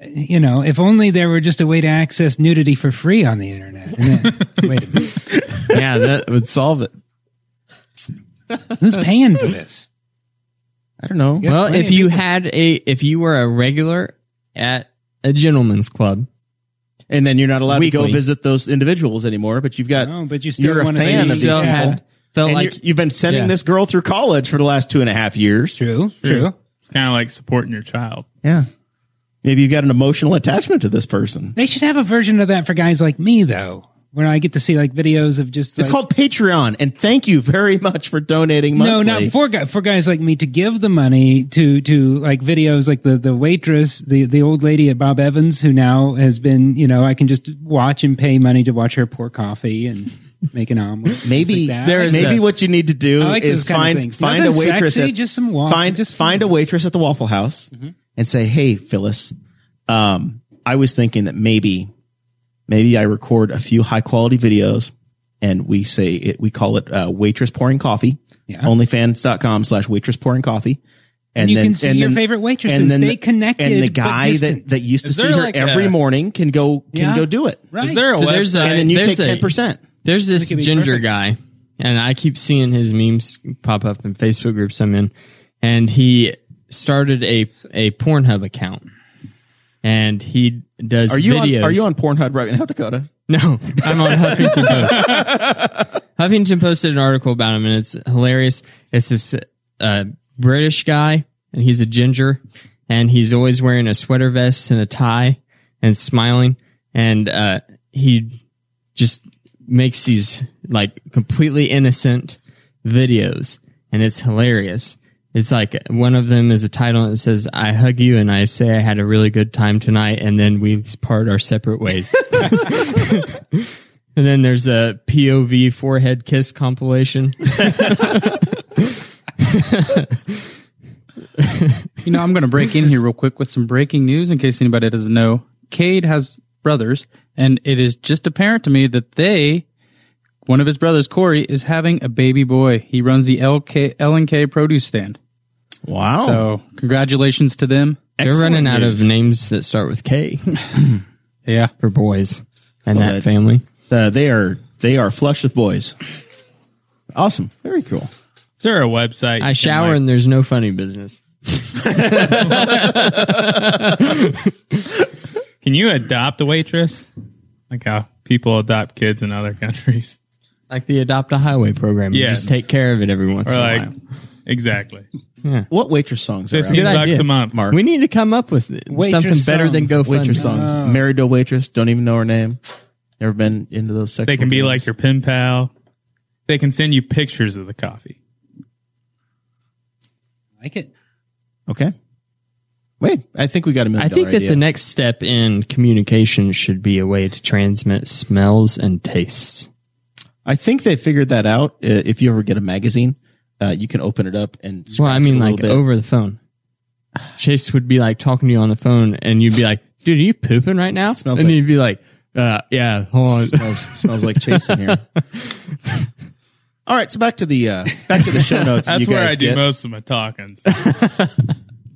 S5: you know if only there were just a way to access nudity for free on the internet And then- wait a minute
S3: Yeah, that would solve it.
S5: who's paying for this
S2: I don't know.
S5: Yes,
S3: well,
S5: plenty
S3: if
S5: of
S3: you had a, if you were a regular at a gentleman's club,
S2: and then you're not allowed to
S3: Weekly.
S2: go visit those individuals anymore. But you've got
S5: No, but you still
S2: are a
S5: wanna
S2: fan
S5: be-
S2: of
S3: you
S2: these
S3: still
S2: people,
S5: Yeah.
S3: had felt
S2: and
S3: like
S2: you're- you've been sending
S3: Yeah.
S2: this girl through college for the last two and a half years.
S5: true
S1: True.
S5: true
S1: It's kind of like supporting your child.
S2: Yeah, maybe you've got an emotional attachment to this person.
S5: they should have a version of that for guys like me though where i get to see like videos of just like,
S2: It's called Patreon, and thank you very much for donating money.
S5: no, not for guys, for guys like me to give the money to to like videos like the the waitress, the the old lady at Bob Evans who now has been, you know, I can just watch and pay money to watch her pour coffee and make an omelet. and things
S2: Maybe
S5: like that.
S3: there is
S2: maybe
S3: a-
S2: what you need to do
S5: I like
S2: is
S5: those kind of
S2: find
S5: things.
S2: find
S5: Nothing
S2: a waitress
S5: sexy,
S2: at
S5: just some walk-
S2: find
S5: just- Mm-hmm.
S2: find a waitress at the Waffle House and say, "Hey, Phyllis, um, I was thinking that maybe maybe I record a few high quality videos and we say it we call it uh, waitress pouring coffee.
S5: Yeah.
S2: Onlyfans.com slash waitress pouring coffee. And,
S5: you can see your favorite waitress and stay connected,
S2: And the
S5: but
S2: guy that,
S5: distant.
S2: that used to
S1: Is
S2: see
S1: there
S2: her
S1: like
S2: every
S1: a-
S2: morning can go can
S5: Yeah.
S2: go do it.
S5: Right.
S1: Is there a
S3: So
S1: website?
S3: there's a-
S2: And then you
S3: There's
S2: take
S3: a-
S2: ten percent.
S3: there's this
S5: could be
S3: ginger
S5: perfect.
S3: guy, and I keep seeing his memes pop up in Facebook groups I'm in, and he started a a Pornhub account, and he does
S2: Are you
S3: videos.
S2: on, are you on Pornhub right now, Dakota?
S3: [LAUGHS] No, I'm on Huffington Post. Huffington posted an article about him, and it's hilarious. It's this uh, British guy, and he's a ginger, and he's always wearing a sweater vest and a tie, and smiling, and uh, he just makes these like completely innocent videos, and it's hilarious. It's like one of them is a title that says "I hug you" and I say I had a really good time tonight, and then we part our separate ways. And then there's a POV forehead kiss [LAUGHS] compilation.
S4: You know, I'm going to break in here real quick with some breaking news in case anybody doesn't know. Cade has brothers, and it is just apparent to me that they, one of his brothers, Corey, is having a baby boy. He runs the LK, LNK produce stand.
S2: Wow.
S4: So, congratulations to them.
S3: They're running out of
S2: news.
S3: names that start with [LAUGHS] K
S4: Yeah.
S3: for boys and
S2: that-
S3: that family.
S2: Uh, they are they are flush with boys. Awesome. Very cool.
S1: Is there a website?
S3: I shower
S1: and
S3: and there's no funny business.
S1: can you adopt a waitress? Like how people adopt kids in other [LAUGHS] countries.
S3: Like the Adopt a Highway program. You
S1: Yes.
S3: just take care of it every once
S1: Or
S3: in a
S1: like,
S3: while.
S1: exactly.
S2: What waitress songs are out?
S1: Fifteen
S3: Good
S1: bucks
S3: idea.
S1: a month.
S2: Mark.
S3: We need to come up with something better than GoFundMe.
S5: songs.
S2: waitress songs?
S3: Oh.
S2: Married to a waitress. Don't even know her name. Never been into those. Sexual
S1: They can be
S2: games.
S1: like your pen pal. They can send you pictures of the coffee.
S5: like it.
S2: Okay. Wait, I think we got a million.
S3: I think
S2: dollar
S3: that
S2: idea.
S3: the next step in communication should be a way to transmit smells and tastes.
S2: I think they figured that out. Uh, if you ever get a magazine, uh, you can open it up and.
S3: Well, I
S2: scratch
S3: mean,
S2: a little
S3: like
S2: bit.
S3: over the phone. Chase would be like talking to you on the phone, and you'd be like, "Dude, are you pooping right now?"
S2: smells
S3: and
S2: like-
S3: you'd be like, uh, "Yeah, hold on." [LAUGHS]
S2: smells, smells like Chase in here. All right, so back to the uh, back to the show notes.
S1: [LAUGHS]
S2: that
S1: That's
S2: you
S1: where
S2: guys
S1: I do
S2: get.
S1: most of my talking.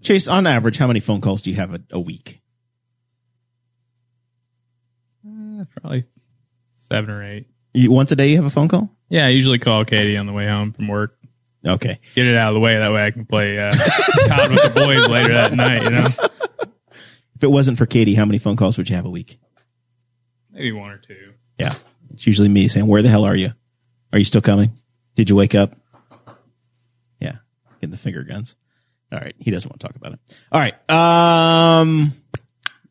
S2: Chase, on average, how many phone calls do you have a, a week?
S1: Probably seven or eight.
S2: You, once a day, you have a phone call.
S1: Yeah, I usually call Katie on the way home from work.
S2: Okay,
S1: Get it out of the way. That way I can play uh, COD with the boys later that night. You know,
S2: if it wasn't for Katie, how many phone calls would you have a week?
S1: maybe one or two.
S2: Yeah, it's usually me saying, "Where the hell are you? Are you still coming? Did you wake up?" Yeah, getting the finger guns. All right, he doesn't want to talk about it. All right, um,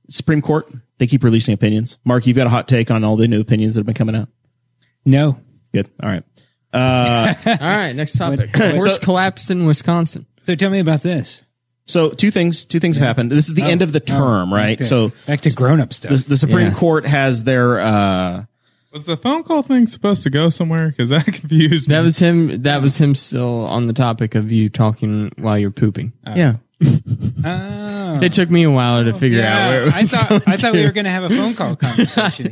S2: Supreme Court. They keep releasing opinions. Mark, you've got a hot take on all the new opinions that have been coming out.
S5: No.
S2: Good. All right.
S3: All right, next [LAUGHS] topic. Worst collapse in Wisconsin.
S5: So tell me about this.
S2: So two things. Two things happened. This is the end of the term, right?
S5: Okay.
S2: So
S5: back to grown up
S2: the,
S5: stuff.
S2: the Supreme
S3: Yeah.
S2: Court has their. uh
S1: Was the phone call thing supposed to go somewhere? Because that [LAUGHS] confused me.
S3: That was him. That was him still on the topic of you talking while you're pooping.
S2: Yeah.
S5: Oh.
S3: It took me a while to figure out where it
S5: Yeah,
S3: was
S5: I thought I thought we were going to have a phone call conversation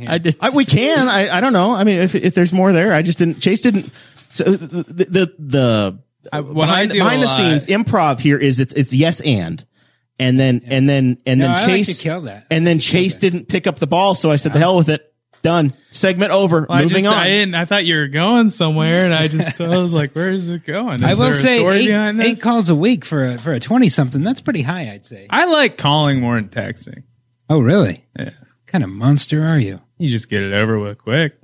S2: [LAUGHS]
S3: [LAUGHS]
S5: here.
S3: I did.
S2: I, we can. I, I don't know. I mean, if, if there's more there, I just didn't. Chase didn't. So uh, the the, the
S1: what
S2: behind,
S1: I do
S2: behind
S1: a
S2: the
S1: lot-
S2: scenes improv here is it's it's yes and and then and then and
S5: No,
S2: then
S5: I like to
S2: Chase
S5: kill that.
S2: and then Chase didn't pick up the ball, so I said the hell with it. Done. Segment over.
S1: Well, I
S2: Moving
S1: just-
S2: on.
S1: I didn't. I thought you were going somewhere, and I just I was like, "Where is it going?" Is
S5: I
S1: there
S5: will
S1: a
S5: say
S1: story
S5: eight,
S1: behind
S5: eight
S1: this?
S5: calls a week for a for a twenty something. That's pretty high, I'd say.
S1: I like calling more than texting.
S5: Oh, really?
S1: Yeah.
S5: kind of monster are you?
S1: You just get it over with quick.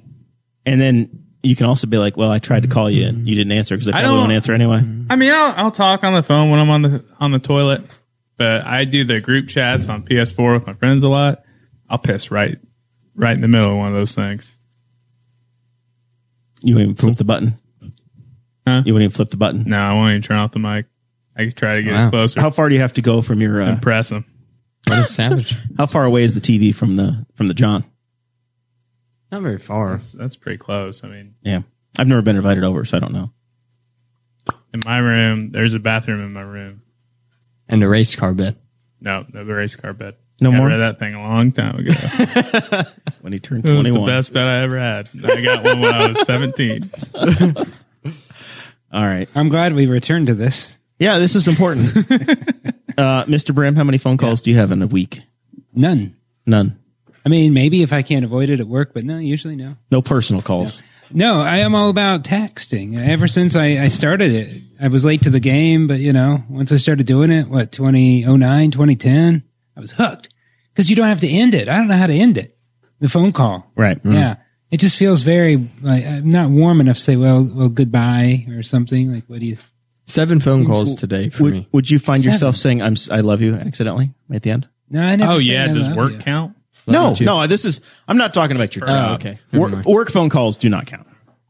S2: and then you can also be like, well, I tried to call you and you didn't answer because I probably
S1: don't-
S2: won't answer anyway.
S1: I mean, I'll, I'll talk on the phone when I'm on the on the toilet, but I do the group chats on PS4 with my friends a lot. I'll piss right right in the middle of one of those things.
S2: You wouldn't even flip the button.
S1: Huh?
S2: You wouldn't even flip the button.
S1: No, I won't even turn off the mic. I could try to get
S3: Wow.
S1: it closer.
S2: How far do you have to go from your? Uh,
S1: Press them.
S3: [LAUGHS] What a savage.
S2: how far away is the TV from the from the John?
S3: Not very far.
S1: That's, that's pretty close. I mean,
S2: Yeah, I've never been invited over, so I don't know.
S1: in my room, there's a bathroom in my room.
S3: And a race car bed.
S1: No, no, the race car bed.
S2: No
S1: Got
S2: more?
S1: rid of that thing a long time ago. [LAUGHS]
S2: When he turned
S1: It was
S2: twenty
S1: the
S2: one.
S1: best bet I ever had. And I got one when I was 17.
S2: All right.
S5: I'm glad we returned to this.
S2: Yeah, this is important.
S1: [LAUGHS]
S2: uh, Mr. Brim, how many phone calls do you have in a week?
S5: None.
S2: None.
S5: I mean, maybe if I can't avoid it at work, but no, usually no.
S2: No personal calls.
S5: No, I am all about texting. Ever since I, I started it, I was late to the game, but you know, once I started doing it, what, 2009, 2010, I was hooked because you don't have to end it. I don't know how to end it. The phone call.
S2: Right.
S1: Mm.
S2: Mm.
S5: Yeah. It just feels very like I'm not warm enough to say, well, well, goodbye or something. Like, what do you,
S3: Seven phone calls today for
S2: Would,
S3: me.
S2: would you find
S5: Seven.
S2: yourself saying "I'm s- I love you" accidentally at the end?
S5: no, I never.
S1: Oh,
S5: say
S1: yeah.
S5: I
S1: Does
S5: love
S1: work
S5: you.
S1: count?
S2: No,
S3: you.
S2: no. This is. I'm not talking about your job.
S3: okay. Never
S2: Work, work phone calls do not count.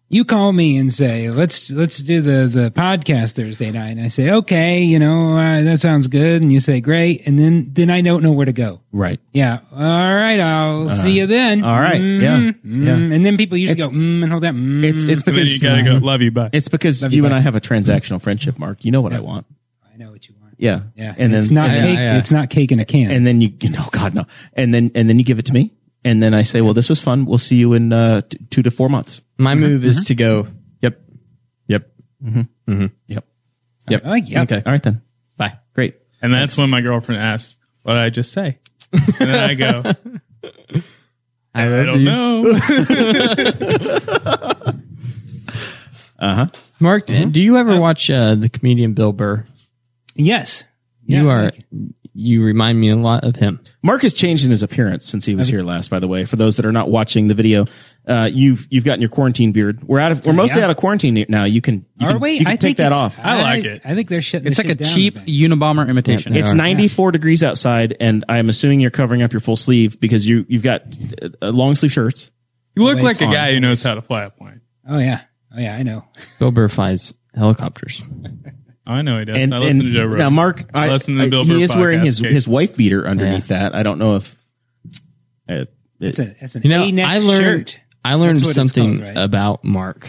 S5: you call me and say let's let's do the the podcast Thursday night, and I say okay, you know uh, that sounds good, and you say great, and then then I don't know where to go.
S2: Right.
S5: Yeah, all right, I'll see you then.
S2: Uh-huh. All right.
S5: Mm,
S2: Yeah.
S5: mm.
S2: Yeah.
S5: And then people usually
S2: It's-
S5: go mm, and hold that. Mm.
S2: It's it's
S1: And then
S2: because
S1: you gotta go. Love you, bye.
S2: It's because you and I have a transactional friendship, Mark. You know what I want.
S5: I know what you want.
S2: Yeah.
S5: Yeah,
S2: And then
S5: it's not
S3: Yeah,
S5: cake.
S3: yeah.
S5: It's not cake in a can.
S2: and then you [LAUGHS] no god no. And then and then you give it to me and then I say, "Well, this was fun. We'll see you in uh, t- 2 to 4 months."
S3: My move is
S2: Uh-huh.
S3: to go, yep, yep,
S2: Yep.
S5: oh, yeah.
S3: Okay.
S2: All right then.
S3: bye.
S2: Great.
S1: And that's when my girlfriend asks, What did I just say? And then I go,
S3: I,
S1: I don't know.
S3: Mark,
S5: Mm-hmm.
S3: do you ever watch uh, the comedian Bill Burr?
S5: Yes.
S3: you
S5: Yeah,
S3: are,
S5: like-
S3: you remind me a lot of him.
S2: Mark has changed in his appearance since he was here last. By the way, for those that are not watching the video, uh, you've you've gotten your quarantine beard. We're out of we're mostly
S5: Yeah.
S2: out of quarantine now. You can you
S5: Are
S2: can,
S5: we?
S2: you can
S5: I
S2: take
S5: think
S2: that
S5: it's-
S2: off.
S1: I like it.
S5: I think they're shutting.
S4: It's
S5: the
S4: like a
S5: shit down
S4: cheap
S5: back.
S4: Unabomber imitation.
S3: Yeah,
S2: It's
S3: are.
S2: 94 degrees outside, and I am assuming you're covering up your full sleeve because you you've got uh, uh, long sleeve shirts.
S1: You look like a
S5: Always.
S1: guy who knows how to fly a plane.
S5: Oh yeah. Oh yeah. I know.
S3: Bill Burr flies helicopters.
S1: Oh, I know he does.
S2: And,
S1: I listen
S2: and
S1: to Joe Rogan.
S2: now Mark, I,
S1: I listen to
S2: I-
S1: Bill Burr
S2: he is wearing
S1: podcast,
S2: his
S1: Kate.
S2: his wife beater underneath that. I don't know if uh,
S5: It's a it's an
S3: You know,
S5: A neck
S3: I learned,
S5: shirt.
S3: I learned
S5: That's what it's
S3: something
S5: called, right?
S3: about Mark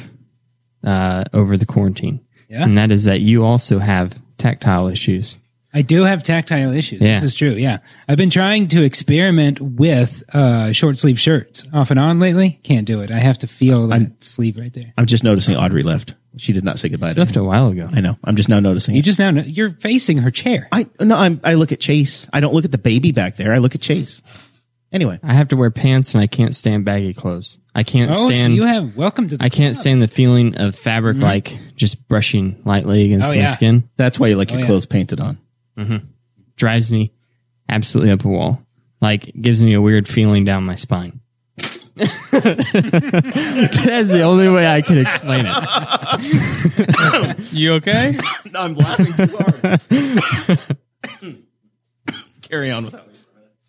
S3: uh, over the quarantine.
S5: Yeah?
S3: And that is that you also have tactile issues.
S5: I do have tactile issues.
S3: Yeah.
S5: This is true. Yeah. I've been trying to experiment with uh, short sleeve shirts off and on lately. Can't do it. I have to feel that sleeve right there.
S2: I'm just noticing Audrey left. She did not say goodbye to me.
S3: Left a while ago.
S2: I know. I'm just now noticing.
S5: You
S2: it.
S5: just now know you're facing her chair.
S2: I no. I'm, I look at Chase. I don't look at the baby back there. I look at Chase. Anyway,
S3: I have to wear pants and I can't stand baggy clothes. I can't
S5: Oh, so
S3: stand.
S5: you have welcome to the
S3: I can't stand the feeling of fabric like just brushing lightly against
S5: Oh,
S3: my
S5: yeah.
S3: skin.
S2: that's why you like your
S5: Oh, yeah.
S2: clothes painted on.
S3: Drives me absolutely up a wall. Like it gives me a weird feeling down my spine. [LAUGHS] That's the only way I can explain it.
S1: You okay?
S2: [LAUGHS] I'm laughing too hard. [LAUGHS] Carry on with that.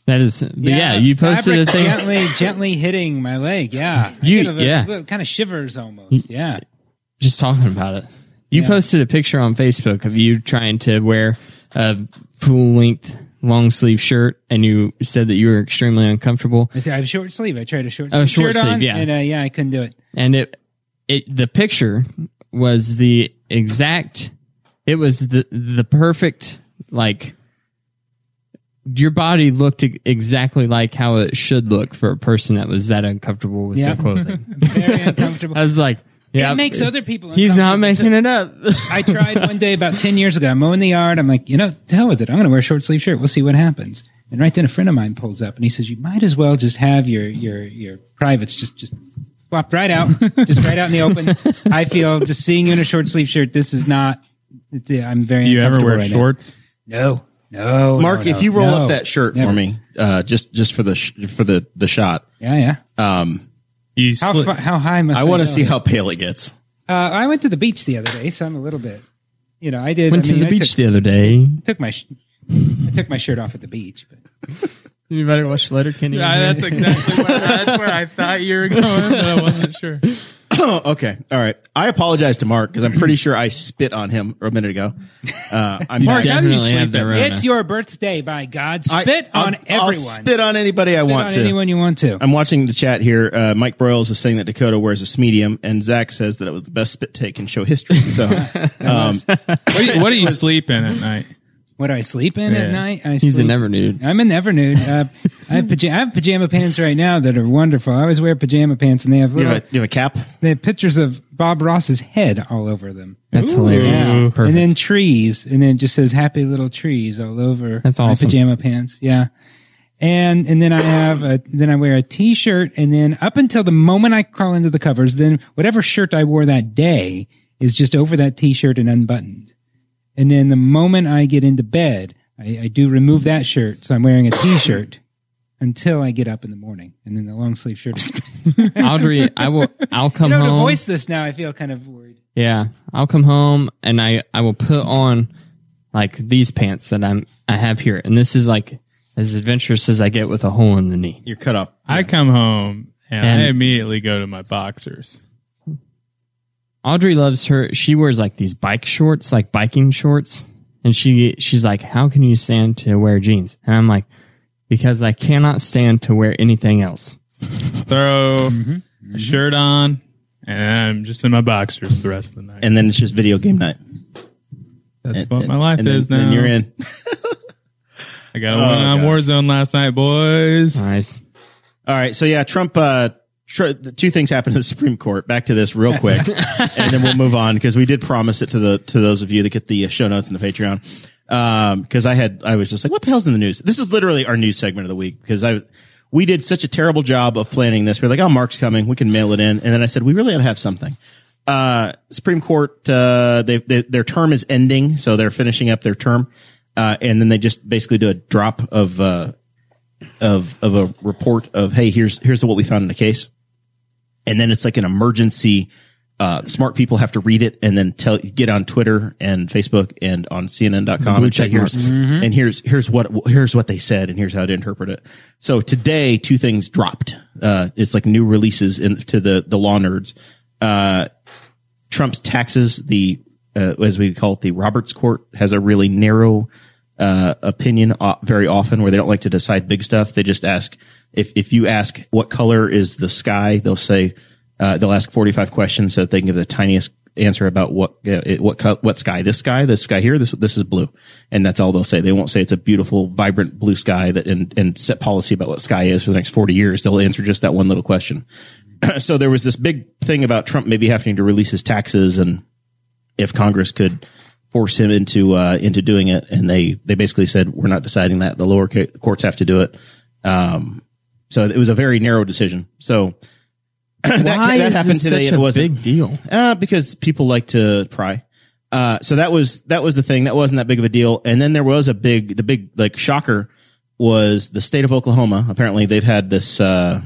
S3: That is, but [LAUGHS] yeah, you posted a
S5: fabric
S3: thing.
S5: gently, gently hitting my leg. Yeah, I
S3: You-
S5: get a-
S3: yeah.
S5: little- kind of shivers almost. Yeah,
S3: just talking about it. You posted a picture on Facebook of you trying to wear a full length long sleeve shirt, and you said that you were extremely uncomfortable.
S5: I have short sleeve. I tried a short sleeve
S3: Oh, short
S5: shirt
S3: sleeve,
S5: on,
S3: yeah.
S5: and uh, yeah, I couldn't do it.
S3: And it, it, the picture was the exact. It was the the perfect like. Your body looked e- exactly like how it should look for a person that was that uncomfortable with
S5: Yeah.
S3: their
S5: [LAUGHS]
S3: clothing. [LAUGHS]
S5: Very uncomfortable.
S3: I was like, yeah,
S5: it makes other people.
S3: He's not
S5: uncomfortable.
S3: making it up.
S5: I tried one day about 10 years ago. I'm mowing the yard. I'm like, you know, to hell with it. I'm going to wear a short sleeve shirt. We'll see what happens. And right then a friend of mine pulls up and he says, you might as well just have your, your, your privates just, just flopped right out, just right out in the open. I feel just seeing you in a short sleeve shirt. This is not, it's- yeah, I'm very
S1: Do you ever
S5: uncomfortable
S1: wear
S5: right now.
S1: shorts?
S5: No, no.
S2: Mark,
S5: no,
S2: if you roll
S5: no.
S2: up that shirt
S5: Never.
S2: for me, uh, just just for the sh- for the the shot,
S5: Yeah. Yeah.
S1: You
S5: How,
S1: sli-
S5: fu- how high must I,
S2: I want
S5: go?
S2: to see how pale it gets.
S5: Uh, I went to the beach the other day, so I'm a little bit, you know, I did.
S3: Went
S5: I mean,
S3: to the
S5: I
S3: beach
S5: took,
S3: the other day.
S5: took my, sh- I took my shirt off at the beach, but
S3: You better watch Letterkenny.
S1: Yeah, Uh, that's exactly where, that's where I thought you were going, but I wasn't sure.
S2: Oh, okay, all right. I apologize to Mark because I'm pretty sure I spit on him a minute ago. Uh,
S5: [LAUGHS]
S2: I'm Mark.
S1: how do you
S3: definitely have
S1: sleep
S3: that
S1: at
S3: right.
S5: It's your birthday, by God.
S2: I-
S5: Spit
S2: I'll-
S5: on everyone.
S2: I'll spit on anybody I
S5: on
S2: want to. Um,
S5: anyone you want to.
S2: I'm watching the chat here. Uh, Mike Broyles is saying that Dakota wears a medium, and Zach says that it was the best spit take in show history. So, um,
S1: What do you, what do you sleep in at night?
S5: What do I sleep in at
S1: Yeah.
S5: night? I
S3: He's a
S5: sleep-
S3: never nude.
S5: I'm a never nude.
S3: [LAUGHS]
S5: Uh, I, have paja- I have pajama pants right now that are wonderful. I always wear pajama pants, and they have
S2: you,
S5: little,
S2: have a, you have a cap.
S5: they have pictures of Bob Ross's head all over them.
S1: [LAUGHS]
S3: That's hilarious.
S5: Yeah.
S3: Mm, Perfect.
S5: And then trees, and then it just says "Happy Little Trees" all over
S3: That's
S5: my
S3: awesome.
S5: pajama pants. Yeah, and and then I have a, then I wear a t-shirt, and then up until the moment I crawl into the covers, then whatever shirt I wore that day is just over that t-shirt and unbuttoned. And then the moment I get into bed, I, I do remove that shirt, so I'm wearing a t-shirt [LAUGHS] until I get up in the morning, and then the long sleeve shirt is. [LAUGHS]
S3: Audrey, I will. I'll come
S5: you know, to
S3: home.
S5: voice this now, I feel kind of worried.
S3: Yeah, I'll come home and I I will put on like these pants that I'm I have here, and this is like as adventurous as I get with a hole in the knee.
S2: You're cut off.
S1: I come home and, I
S3: And-
S1: immediately go to my boxers.
S3: Audrey loves her. She wears like these bike shorts, like biking shorts, and she she's like, "How can you stand to wear jeans?" And I'm like, "Because I cannot stand to wear anything else."
S1: Throw
S2: Mm-hmm.
S1: a shirt on, and I'm just in my boxers the rest of the night.
S2: and then it's just video game night.
S1: That's
S2: And-
S1: what
S2: and-
S1: my life
S2: and then-
S1: is now.
S2: Then you're in. Oh,
S1: I got a one on
S2: gosh.
S1: Warzone last night, boys.
S3: Nice.
S2: All right. So yeah, Trump. Uh, tr- two things happened to the Supreme Court. Back to this real quick, and then we'll move on because we did promise it to the to those of you that get the uh, show notes and the Patreon. Um, because I had I was just like, what the hell's in the news? This is literally our news segment of the week because I we did such a terrible job of planning this. We are like, oh, Mark's coming, we can mail it in, and then I said we really ought to have something. Uh, Supreme Court, uh, they, they, their term is ending, so they're finishing up their term, uh, and then they just basically do a drop of uh, of of a report of hey here's here's what we found in the case and then it's like an emergency uh, smart people have to read it and then tell get on Twitter and Facebook and on CNN.com and say here's and here's here's what here's what they said and here's how to interpret it. So today, two things dropped. Uh, it's like new releases in, to the the law nerds. Uh, Trump's taxes, the uh, as we call it, the Roberts Court has a really narrow uh, opinion uh, very often where they don't like to decide big stuff. They just ask if if you ask what color is the sky, they'll say uh, they'll ask forty five questions so that they can give the tiniest answer about what uh, it- what co- what sky this sky this sky here this this is blue and that's all they'll say they won't say it's a beautiful vibrant blue sky that and and set policy about what sky is for the next 40 years they'll answer just that one little question so there was this big thing about Trump maybe having to release his taxes and if Congress could force him into uh, into doing it, and they they basically said we're not deciding that. The lower ca- courts have to do it. Um, so it was a very narrow decision. So [CLEARS THROAT] that,
S3: Why
S2: that
S3: is
S2: happened
S3: this
S2: today.
S3: such
S2: it
S3: a
S2: wasn't
S3: big deal?
S2: uh, because people like to pry. Uh, so that was that was the thing. That wasn't that big of a deal. And then there was a big, the big like shocker was the state of Oklahoma. Apparently, they've had this uh,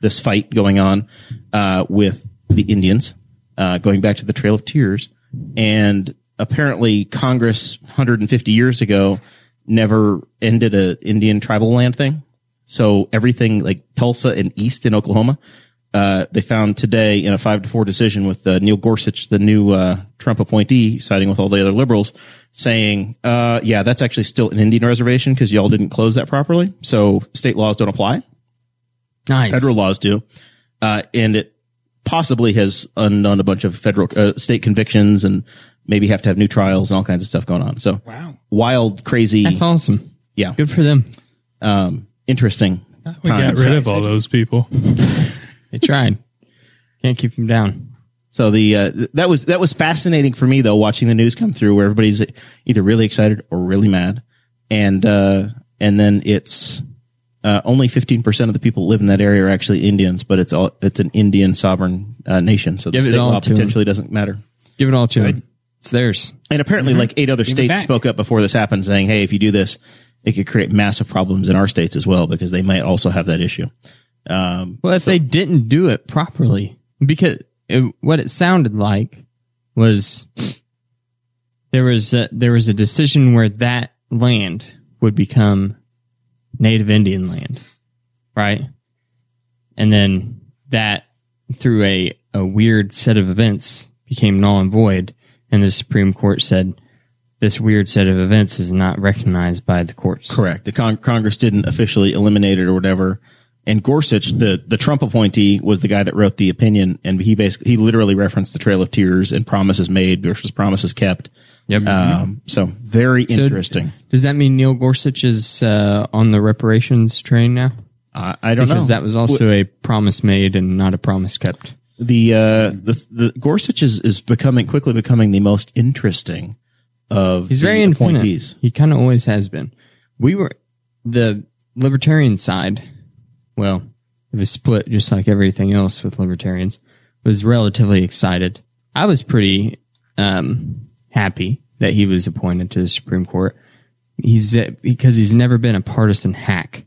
S2: this fight going on uh, with the Indians, uh, going back to the Trail of Tears. And apparently, Congress 150 years ago never ended a Indian tribal land thing. So everything like Tulsa and East in Oklahoma, uh, they found today in a five to four decision with uh, Neil Gorsuch, the new uh, Trump appointee, siding with all the other liberals, saying, uh, "Yeah, that's actually still an Indian reservation because y'all didn't close that properly, so state laws don't apply."
S3: Nice.
S2: federal laws do, uh, and it possibly has undone a bunch of federal uh, state convictions and maybe have to have new trials and all kinds of stuff going on. So
S5: Wow.
S2: wild, crazy,
S3: That's awesome.
S2: Yeah.
S3: Good for them.
S2: um, interesting.
S1: We got
S2: times.
S1: rid of all those people.
S3: They tried. Can't keep them down.
S2: So the uh, that was that was fascinating for me though watching the news come through where everybody's either really excited or really mad, and uh, and then it's uh, only fifteen percent of the people who live in that area are actually Indians, but it's all it's an Indian sovereign uh, nation, so the
S3: Give it
S2: state
S3: all
S2: law
S3: to 'em.
S2: potentially doesn't matter.
S3: Give it all to them. It's theirs.
S2: And apparently,
S3: Mm-hmm.
S2: like eight other states
S5: back.
S2: spoke up before this happened, saying, "Hey, if you do this, it could create massive problems in our states as well because they might also have that issue."
S3: Well, if they didn't do it properly, because it, what it sounded like was there was a, there was a decision where that land would become Native Indian land, right? And then that through a a weird set of events became null and void, and the Supreme Court said this weird set of events is not recognized by the courts.
S2: Correct. The con- Congress didn't officially eliminate it or whatever. And Gorsuch, the, the Trump appointee, was the guy that wrote the opinion, and he basically he literally referenced the Trail of Tears and promises made versus promises kept.
S3: Yep. Mm-hmm.
S2: Um, so very
S3: So,
S2: interesting.
S3: Does that mean Neil Gorsuch is uh, on the reparations train now?
S2: I, I don't
S3: Because
S2: know
S3: that was also a promise made and not a promise kept.
S2: the uh, the the Gorsuch is, is becoming quickly becoming the most interesting of
S3: He's
S2: the
S3: very
S2: appointees.
S3: infinite. He kind of always has been. We were the libertarian side. Well, it was split just like everything else with libertarians. Was relatively excited. I was pretty um, happy that he was appointed to the Supreme Court. He's uh, because he's never been a partisan hack.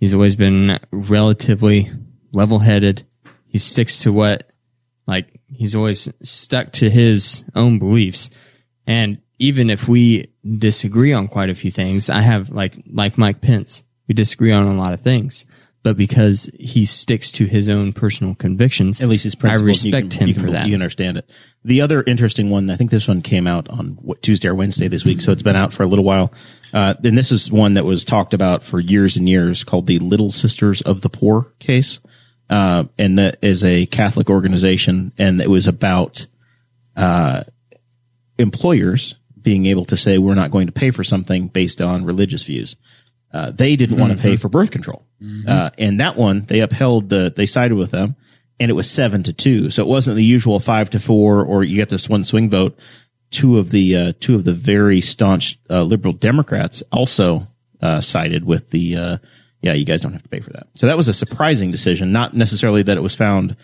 S3: He's always been relatively level-headed. He sticks to what like he's always stuck to his own beliefs and even if we disagree on quite a few things i have like like mike pence we disagree on a lot of things but because he sticks to his own personal convictions
S2: At least his
S3: i
S2: principles. you
S3: respect
S2: can-
S3: him
S2: you can
S3: for
S2: bel-
S3: that
S2: You understand it. The other interesting one, I think this one came out on what, Tuesday or Wednesday this week, so it's been out for a little while. Uh, and this is one that was talked about for years and years called the Little Sisters of the Poor case. Uh, and that is a Catholic organization, and it was about uh, employers being able to say we're not going to pay for something based on religious views. Uh, they didn't want to pay for birth control, uh, and that one they upheld the they sided with them, and it was seven to two. So it wasn't the usual five to four, or you get this one swing vote. Two of the uh, two of the very staunch uh, liberal Democrats also uh, sided with the uh, yeah, you guys don't have to pay for that. So that was a surprising decision, not necessarily that it was found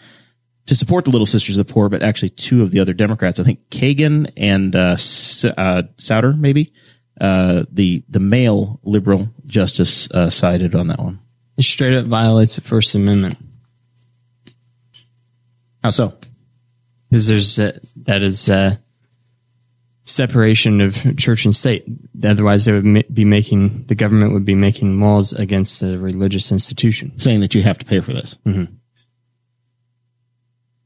S2: to support the Little Sisters of the Poor, but actually two of the other Democrats, I think Kagan and uh, S- uh, Souter, maybe uh, the the male liberal justice uh, sided on that one.
S3: it straight up violates the first amendment
S2: How so?
S3: because there's uh, that is uh, separation of church and state. Otherwise, they would ma- be making the government would be making laws against the religious institution.
S2: Saying that you have to pay for this.
S3: Mm-hmm.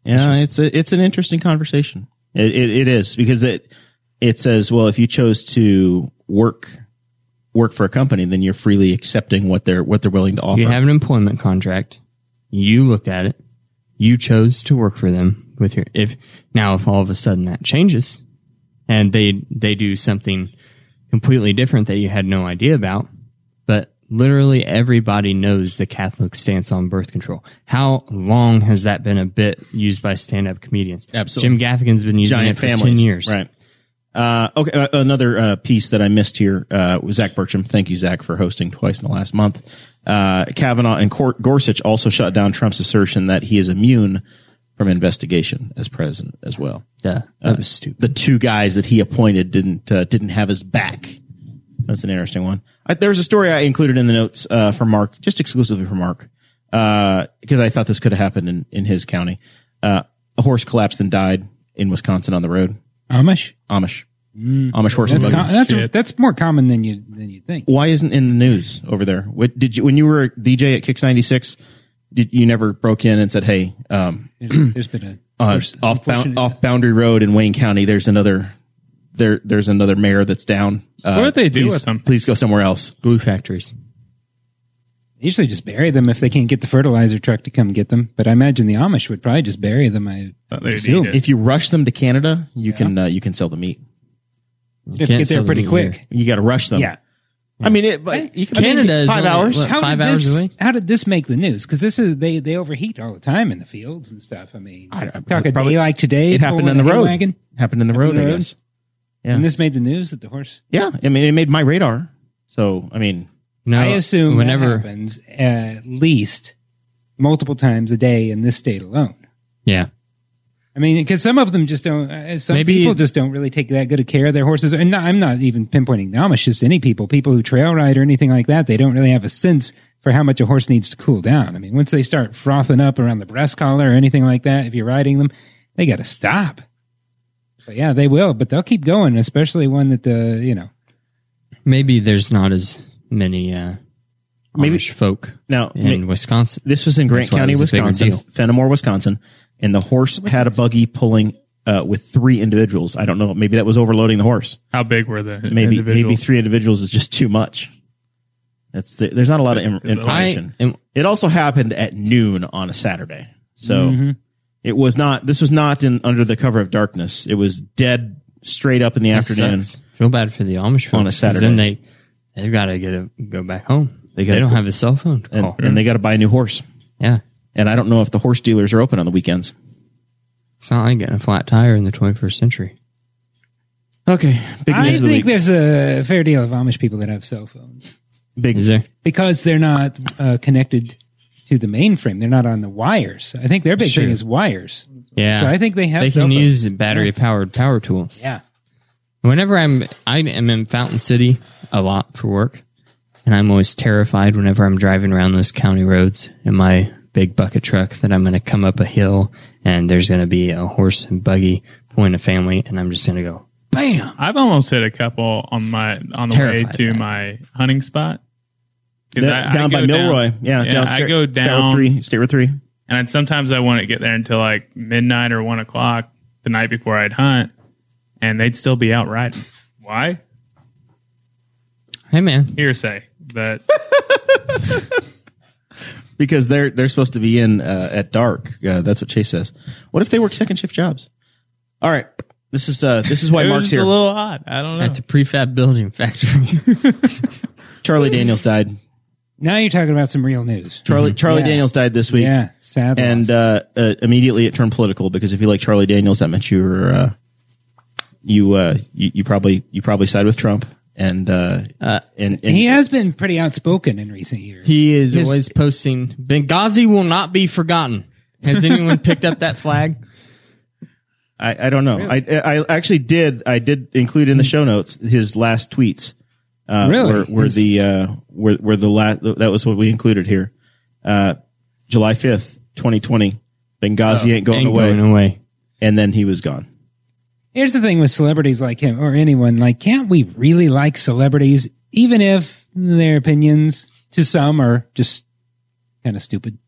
S2: Yeah, it's a, it's an interesting conversation. It, it, it is because it it says, well, if you chose to work work for a company, then you're freely accepting what they're what they're willing to offer.
S3: You have an employment contract. You looked at it. You chose to work for them with your if now if all of a sudden that changes and they they do something completely different that you had no idea about, but literally everybody knows the Catholic stance on birth control. How long has that been a bit used by stand up comedians?
S2: Absolutely.
S3: Jim Gaffigan's been using
S2: giant
S3: it for
S2: families.
S3: 10 years.
S2: Right. Uh, okay. Uh, another uh, piece that I missed here uh, was Zach Bertram. Thank you, Zach, for hosting twice in the last month. Uh, Kavanaugh and Cor- Gorsuch also shut down Trump's assertion that he is immune from investigation as president as well. Uh,
S3: Yeah. That was stupid.
S2: The two guys that he appointed didn't uh, didn't have his back. That's an interesting one. I, there was a story I included in the notes uh, for Mark, just exclusively for Mark, uh, because I thought this could have happened in, in his county. Uh, a horse collapsed and died in Wisconsin on the road.
S5: Amish.
S2: Amish.
S1: Mm.
S2: Amish horse and
S5: That's
S2: buggy.
S5: com- that's
S1: Shit.
S5: that's more common than you than you think.
S2: Why isn't it in the news over there? What did you when you were a DJ at Kicks ninety six? Did you never broke in and said, "Hey, um,
S5: There's there's been a
S2: [CLEARS THROAT] uh,
S5: there's
S2: off bound,
S5: unfortunate-
S2: off Boundary Road in Wayne County, there's another there there's another mayor that's down. Uh,
S1: What did they do
S2: please,
S1: with them?
S2: Please go somewhere else."
S3: Glue factories.
S5: They usually just bury them if they can't get the fertilizer truck to come get them. But I imagine the Amish would probably just bury them. I
S1: Thought they'd
S5: assume.
S1: eat it.
S2: If you rush them to Canada, you can uh, you can sell the meat.
S5: You have to
S3: Can't
S5: get there
S3: sell
S5: pretty
S3: them here.
S5: quick.
S2: You got to rush them.
S5: Yeah.
S2: I mean, it, but you can,
S3: Canada
S2: I mean,
S3: is
S2: five
S3: only,
S2: hours.
S3: what,
S5: How
S3: five
S5: did
S3: hours
S5: this,
S3: away?
S5: How did this make the news? Because this is they they overheat all the time in the fields and stuff. I mean,
S2: I- I-
S5: talk a
S2: probably-
S5: day like today.
S2: It happened
S5: pulling
S2: on the
S5: a hay
S2: road.
S5: wagon,
S2: Happened in the
S5: Happened
S2: road,
S5: on the
S2: I
S5: road.
S2: guess. Yeah.
S5: and this made the news that the horse.
S2: yeah, I mean, it made my radar. So, I mean,
S3: No,
S5: I assume whenever
S3: whenever.
S5: that happens at least multiple times a day in this state alone.
S3: yeah.
S5: I mean, because some of them just don't. Uh, some
S3: Maybe-
S5: people just don't really take that good of care of their horses. And not, I'm not even pinpointing the Amish; just any people, people who trail ride or anything like that. They don't really have a sense for how much a horse needs to cool down. I mean, once they start frothing up around the breast collar or anything like that, if you're riding them, they got to stop. But yeah, they will, but they'll keep going, especially one that the you know.
S3: Maybe there's not as many uh,
S2: Maybe-
S3: Amish folk
S2: now
S3: in
S2: ma-
S3: Wisconsin.
S2: This was in Grant
S3: That's why it
S2: County,
S3: was a bigger
S2: Wisconsin,
S3: deal.
S2: Fenimore, Wisconsin, and the horse had a buggy pulling uh, with three individuals. I don't know. Maybe that was overloading the horse.
S1: How big were the
S2: Maybe
S1: individuals?
S2: maybe three individuals is just too much. That's the, there's not a lot of im-
S1: Is it-
S2: information.
S3: I am-
S2: it also happened at noon on a Saturday, so
S3: Mm-hmm.
S2: it was not. This was not in under the cover of darkness. It was dead straight up in the
S3: That
S2: afternoon.
S3: sucks. Feel bad for the Amish folks
S2: On a
S3: 'cause
S2: Saturday.
S3: Then they they've got to get a, go back home.
S2: They
S3: They,
S2: gotta
S3: don't
S2: go-
S3: have a cell phone to
S2: And,
S3: call.
S2: and they got to buy a new horse.
S3: yeah,
S2: And I don't know if the horse dealers are open on the weekends.
S3: it's not like getting a flat tire in the 21st century.
S2: Okay, big
S5: I
S2: news of the week.
S5: think there's a fair deal of Amish people that have cell phones
S2: Big
S3: Is there?
S5: because they're not uh, connected to the mainframe. They're not on the wires. I think their big
S3: Sure.
S5: thing is wires.
S3: Yeah,
S5: So I think they have
S3: they
S5: cell
S3: can
S5: phones.
S3: use battery powered power tools.
S5: Yeah.
S3: Whenever I'm I am in Fountain City a lot for work, and I'm always terrified whenever I'm driving around those county roads in my big bucket truck that I'm going to come up a hill and there's going to be a horse and buggy pulling a family, and I'm just going to go
S1: I've almost hit a couple on my on the way
S3: Terrified
S1: to
S3: that.
S1: my hunting spot. 'Cause
S2: That- down by
S1: go
S2: Milroy. Yeah,
S1: yeah.
S2: down
S1: I
S2: stair-
S1: go
S2: stair
S1: down,
S2: three, stair three.
S1: and I'd, sometimes I wouldn't get there until like midnight or one o'clock the night before I'd hunt, and they'd still be out riding. Why?
S3: Hey man,
S1: Hearsay, but
S2: because they're they're supposed to be in uh, at dark. Uh, that's what Chase says. What if they work second shift jobs? All right, this is uh, this is why
S1: it was
S2: Mark's
S1: just
S2: here.
S1: a little odd. I don't know.
S3: that's a prefab building factory.
S2: Charlie Daniels died.
S5: Now you're talking about some real news.
S2: Charlie Charlie
S5: Yeah.
S2: Daniels died this week.
S5: Yeah, sad.
S2: and
S5: loss.
S2: uh, uh, immediately it turned political because if you like Charlie Daniels, that meant you were uh, you, uh, you you probably you probably side with Trump and uh, and, and
S5: he has been pretty outspoken in recent
S3: [LAUGHS]
S5: years.
S3: He is always posting Benghazi will not be forgotten. Has [LAUGHS] anyone picked up that flag?
S2: I, I don't know. I, I actually did. I did include in the show notes his last tweets. Uh,
S5: Really?
S2: Were, were the uh, were, were the last that was what we included here. Uh, July fifth, twenty twenty. Benghazi
S5: Oh,
S2: ain't going
S3: Ain't
S2: away,
S3: Going away.
S2: and then he was gone.
S5: Here's the thing with celebrities like him or anyone like, can't we really like celebrities, even if their opinions to some are just kind of stupid?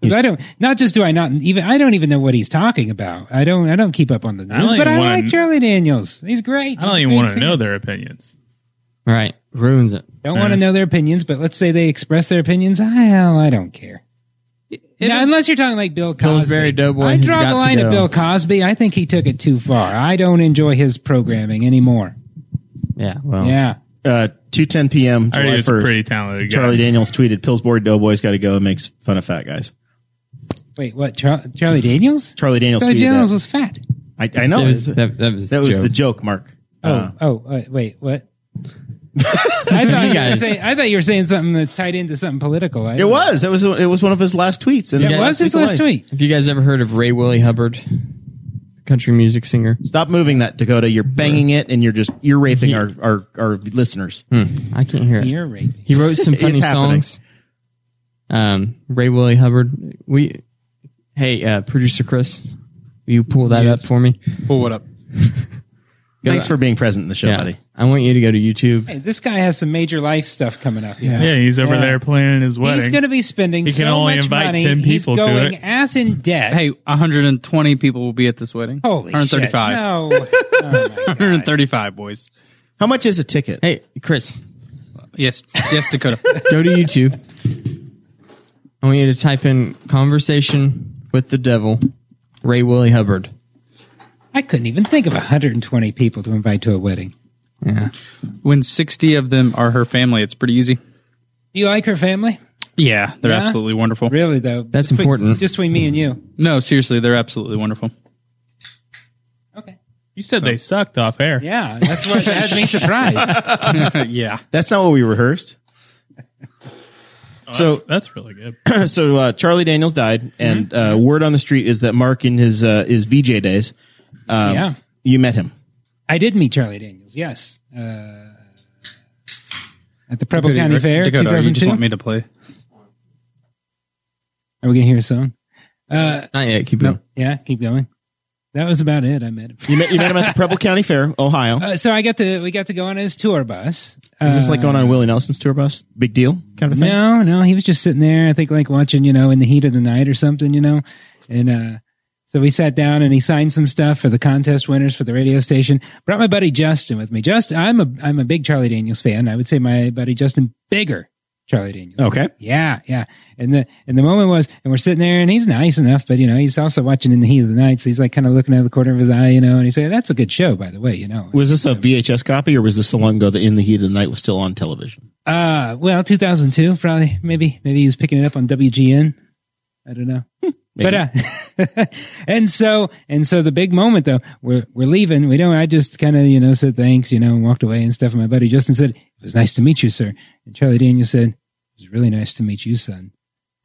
S5: Because I don't, not just do I not even, I don't even know what he's talking about. I don't, I don't keep up on the
S1: don't
S5: news,
S1: even
S5: but I
S1: wanna-
S5: like Charlie Daniels. He's great.
S1: I don't even want to know their opinions.
S3: All right, ruins it.
S5: Don't want to know their opinions, but let's say they express their opinions. Ah, Hell, I don't care. Now, unless you're talking like Bill Cosby,
S3: Pillsbury Doughboy
S5: I
S3: has
S5: draw
S3: got
S5: the
S3: to
S5: line
S3: go.
S5: at Bill Cosby. I think he took it too far. I don't enjoy his programming anymore.
S3: Yeah, well,
S5: Yeah,
S2: Uh, 2:10 p.m.
S1: I heard
S2: July
S1: he was a
S2: 1st.
S1: pretty talented guy.
S2: Charlie Daniels tweeted, "Pillsbury Doughboys got to go and makes fun of fat guys."
S5: Wait, what? Char- Charlie Daniels?
S2: Charlie Daniels
S5: Charlie
S2: tweeted
S5: Daniels
S2: that.
S5: was fat.
S2: I, I know
S3: That was,
S2: that,
S3: that, that was,
S2: was
S3: Joe.
S2: the joke, Mark.
S5: Oh, oh, uh, wait,
S3: [LAUGHS]
S5: what? I thought you were
S3: guys.
S5: saying, I thought you were saying something that's tied into something political. I
S2: It was. It was. It was one of his last tweets. And
S5: It was his last tweet.
S3: Have you guys ever heard of Ray Willie Hubbard, country music singer?
S2: Stop moving that, Dakota. You're banging it, and you're just you're raping our, our our listeners.
S3: I can't hear it.
S5: You're right.
S3: He wrote [LAUGHS] some
S2: It's
S3: funny
S2: happening.
S3: songs. Um, Ray Willie Hubbard. We, hey, uh, producer Chris, will you pull that up for me?
S4: Pull what up?
S2: [LAUGHS] Thanks for being present in the show, buddy.
S3: I want you to go to YouTube.
S5: Hey, this guy has some major life stuff coming up. Yeah.
S1: Yeah, he's over
S5: Yeah.
S1: there planning his wedding.
S5: He's going to be spending
S1: He
S5: so
S1: can only
S5: much
S1: invite
S5: money.
S1: 10
S5: He's
S1: people to
S5: going
S1: it.
S5: ass in
S4: [LAUGHS]
S5: debt.
S4: Hey, 120 people will be at this wedding.
S5: holy
S4: 135.
S5: Shit. No. Oh, my God.
S4: 135 boys.
S2: How much is a ticket?
S3: Hey, Chris,
S4: Yes, yes, Dakota. [LAUGHS]
S3: go to YouTube. I want you to type in "conversation with the devil," Ray Willie Hubbard.
S5: I couldn't even think of 120 people to invite to a wedding.
S4: when 60 of them are her family, it's pretty easy.
S5: Do you like her family?
S4: Yeah, they're
S5: Yeah?
S4: absolutely wonderful.
S5: Really, though.
S3: That's
S5: Between-
S3: important.
S5: Just between me and you.
S4: No, seriously, they're absolutely wonderful.
S5: Okay.
S1: you said they sucked off air.
S5: Yeah, that's what that had
S4: [LAUGHS]
S5: me surprised.
S4: yeah.
S2: That's not what we rehearsed. So [CLEARS THROAT]
S1: That's really good.
S2: so uh, Charlie Daniels died, and uh, word on the street is that Mark in his uh, his VJ days,
S4: Um,
S5: yeah.
S2: you met him.
S5: I did meet Charlie Daniels, yes. Uh, at the Preble
S4: Dakota,
S5: County
S4: you-
S5: Fair,
S4: Dakota, you just
S5: 2002.
S4: want me to play?
S5: Are we going to hear a song?
S3: Not yet. Keep going.
S5: Yeah, keep going. That was about it. I met him.
S2: You met you met him at the Preble County Fair, Ohio.
S5: Uh, so I got to we got to go on his tour bus. Uh,
S2: is this like going on Willie Nelson's tour bus? Big deal, kind of a thing.
S5: no, no, he was just sitting there. I think like watching, you know, in the heat of the night or something, you know. And uh, so we sat down and he signed some stuff for the contest winners for the radio station. Brought my buddy Justin with me. Justin, I'm a I'm a big Charlie Daniels fan. I would say my buddy Justin bigger Charlie Daniels.
S2: Okay.
S5: Yeah, yeah. And the and the moment was, and we're sitting there, and he's nice enough, but you know, he's also watching in the heat of the night, so he's like kind of looking out of the corner of his eye, you know, and he said, "That's a good show, by the way," you know.
S2: Was this a VHS copy, or was this so long ago that In the Heat of the Night was still on television?
S5: Uh, well, 2002, probably, maybe, maybe he was picking it up on WGN. I don't know. But, uh, [LAUGHS] and so, and so the big moment though, we're, we're leaving. We don't, I just kind of, you know, said thanks, you know, and walked away and stuff. And my buddy Justin said, it was nice to meet you, sir. And Charlie Daniels said, it was really nice to meet you, son.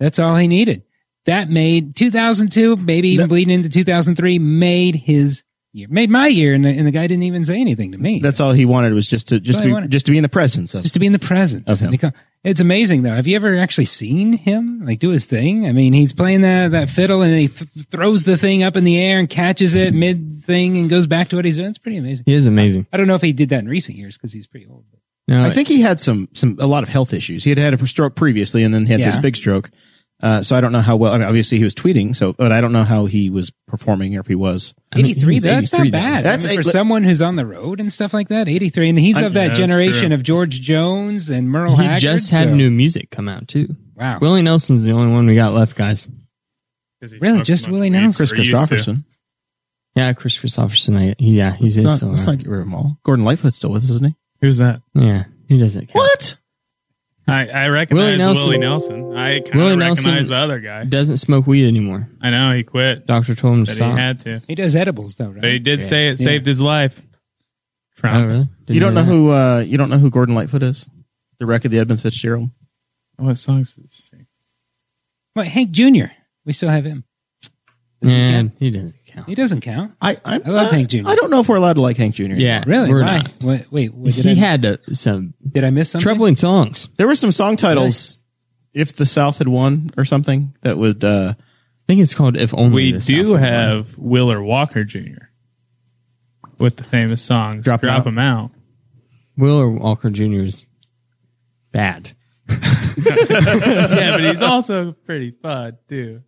S5: That's all he needed. That made 2002, maybe even bleeding into 2003, made his year, made my year. And the, and the guy didn't even say anything to me
S2: That's all he wanted was just to just
S5: All he
S2: be,
S5: wanted.
S2: just to be in the presence of.
S5: just to be in the presence
S2: Of him.
S5: Nico- It's amazing though. Have you ever actually seen him like do his thing? I mean, he's playing that that fiddle and he th- throws the thing up in the air and catches it mid thing and goes back to what he's doing. It's pretty amazing.
S3: He is amazing.
S5: I don't know if he did that in recent years because he's pretty old.
S3: No,
S2: I think he had some some a lot of health issues. He had had a stroke previously, and then he had this
S5: Yeah.
S2: big stroke. Uh, so I don't know how well. I mean, obviously he was tweeting, so but I don't know how he was performing or if he was.
S3: I mean,
S5: Eighty three.
S3: he's
S5: That's
S3: 83 then.
S5: not bad.
S2: That's
S5: That's I mean,
S2: eight-
S5: for someone who's on the road and stuff like that. Eighty three, and he's of
S1: yeah,
S5: that
S1: that's
S5: generation
S1: true.
S5: of George Jones and Merle.
S3: He
S5: Haggard,
S3: just had
S5: so-
S3: new music come out too.
S5: Wow.
S3: Willie Nelson's the only one we got left, guys.
S1: 'Cause he
S5: Really,
S1: smokes
S5: just
S1: much
S5: Willie
S1: weed,
S5: Nelson.
S1: or
S2: Chris
S1: used to.
S2: Christopherson.
S3: Yeah, Chris Christopherson. I, yeah, he's
S2: Let's not,
S3: so,
S2: let's not get rid of them all. Gordon Lightfoot's still with us, isn't he?
S1: Who's that?
S3: yeah, he doesn't. Count.
S2: What?
S1: I, I recognize
S3: Willie
S1: Willie
S3: Nelson.
S1: Nelson. I kind
S3: Willie
S1: of recognize
S3: Nelson-
S1: the other guy.
S3: Doesn't smoke weed anymore.
S1: I know he quit,
S3: Doctor told him to
S1: but
S3: stop.
S1: he had to.
S5: He does edibles though,
S1: But he
S5: right?
S1: did say it saved his life.
S3: oh,
S1: Trump.
S3: really? Didn't
S2: You don't know
S3: that.
S2: who uh, you don't know who Gordon Lightfoot is? The wreck of the Edmonds Fitzgerald.
S1: What songs did he sing?
S5: Well, Hank Jr. We still have him.
S3: Yeah, he doesn't count.
S5: He doesn't count.
S2: I I,
S5: I love Hank Jr..
S2: I don't know if we're allowed to like Hank Jr.
S3: Yeah,
S5: Really?
S3: We're
S5: Why?
S3: not.
S5: What, wait, what, did,
S3: He
S5: I,
S3: had uh, some
S5: did I miss something?
S3: troubling songs.
S2: There were some song titles. If the South had won or something, that would. Uh,
S3: I think it's called "If Only."
S1: We
S3: the
S1: do
S3: South Would Run.
S1: have Willer Walker Jr. with the famous songs.
S2: Drop
S1: Drop, him
S2: 'em out. [LAUGHS]
S1: out.
S3: Will or Walker Jr. is bad.
S1: yeah, but he's also pretty fun too.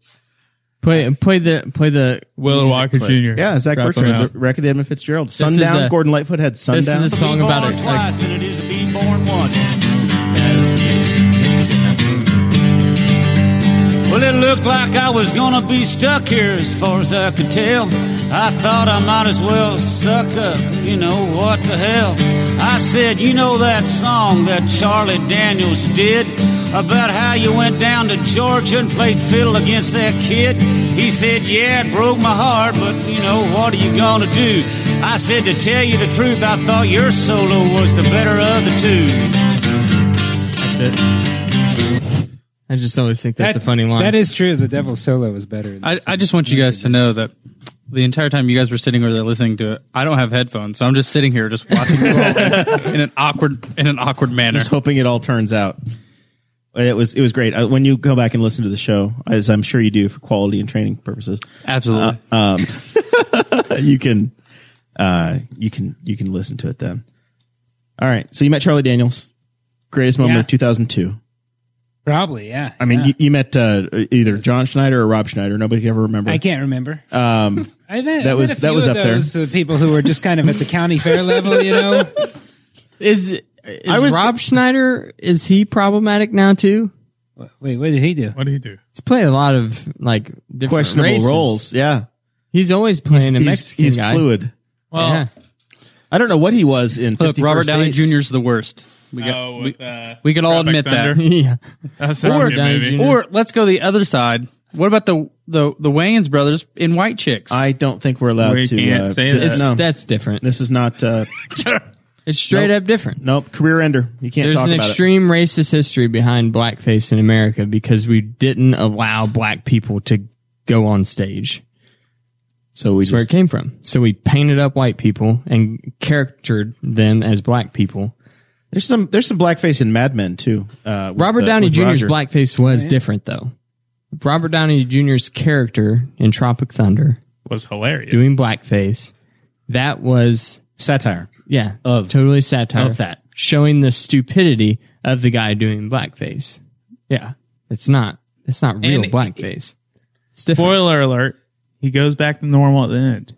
S3: Play play the play the
S1: Willer
S3: music
S1: Walker
S3: clip.
S1: Jr.
S2: yeah, Zach
S3: Drop 'em
S2: Bertrand,
S1: out.
S2: the wreck of the Edmund Fitzgerald.
S3: is
S2: Sundown.
S3: a-
S2: Gordon Lightfoot had Sundown.
S3: This is a song about it. Like,
S6: it is being born once. Well, it looked like I was gonna be stuck here as far as I could tell. I thought I might as well suck up, you know, what the hell. I said, you know that song that Charlie Daniels did about how you went down to Georgia and played fiddle against that kid? He said, yeah, it broke my heart, but you know, what are you gonna do? I said, to tell you the truth, I thought your solo was the better of the two.
S3: I just always think that's
S5: That-
S3: a funny line.
S5: That is true. The devil's solo is better. than-
S4: I, I just want you guys to know that the entire time you guys were sitting over there listening to it, I don't have headphones, so I'm just sitting here just watching you all [LAUGHS] in, in an awkward in an awkward manner.
S2: Just hoping it all turns out. It was it was great. Uh, When you go back and listen to the show, as I'm sure you do for quality and training purposes,
S4: Absolutely.
S2: you can uh, you can you can listen to it then. All right. So you met Charlie Daniels, greatest moment
S5: Yeah.
S2: of 2002.
S5: Probably, yeah.
S2: I mean,
S5: yeah.
S2: you, you met uh, either John Schneider or Rob Schneider. Nobody can ever remember.
S5: I can't remember. Um, [LAUGHS] I met,
S2: that was-
S5: met a
S2: that
S5: few
S2: was
S5: of
S2: up there.
S5: those, uh, people who were just kind of at the county fair level,
S2: [LAUGHS]
S5: you know.
S3: is, is
S2: I was-
S3: Rob Schneider is he problematic now too?
S5: Wait, what did he do?
S1: What do you do?
S3: He's played a lot of like different
S2: Questionable
S3: races.
S2: roles. Yeah,
S3: He's always playing a
S2: he's,
S3: Mexican
S2: he's
S3: guy.
S2: fluid. Oh.
S1: Well,
S3: Yeah.
S2: I don't know what he was in.
S4: Look,
S2: 51st
S4: Robert Downey
S2: Dates.
S4: Jr.'s the worst. We got
S1: oh,
S4: we,
S1: with, uh,
S4: we could all
S1: Tropic
S4: admit that.
S2: [LAUGHS]
S1: Thunder.
S3: [LAUGHS] yeah.
S1: That's not
S3: Or
S1: a good
S3: Downey
S1: movie.
S3: Jr.
S4: Or let's go the other side. What about the the the Wayans brothers in White Chicks?
S2: I don't think we're allowed
S1: We
S2: to
S1: can't
S2: uh,
S1: say
S2: th-
S1: that.
S3: It's,
S2: No,
S3: That's different.
S2: this is not. Uh,
S3: It's straight up different.
S2: nope, career ender. You can't
S3: There's
S2: talk
S3: an
S2: about
S3: extreme racist history behind blackface in America because we didn't allow black people to go on stage.
S2: it. So we
S3: That's where it
S2: just
S3: came from. So we painted up white people and charactered them as black people.
S2: there's some there's some blackface in Mad Men too. Uh, with,
S3: Robert
S2: uh,
S3: Downey
S2: with
S3: Jr.'s
S2: Roger.
S3: blackface was different though. Robert Downey Jr.'s character in Tropic Thunder
S1: was hilarious.
S3: doing blackface, that was
S2: satire.
S3: yeah,
S2: Of-
S3: totally satire
S2: of that.
S3: showing the stupidity of the guy doing blackface. Yeah, it's not it's not real
S4: And-
S3: blackface. It's different.
S1: Spoiler alert: He goes back to normal at the end.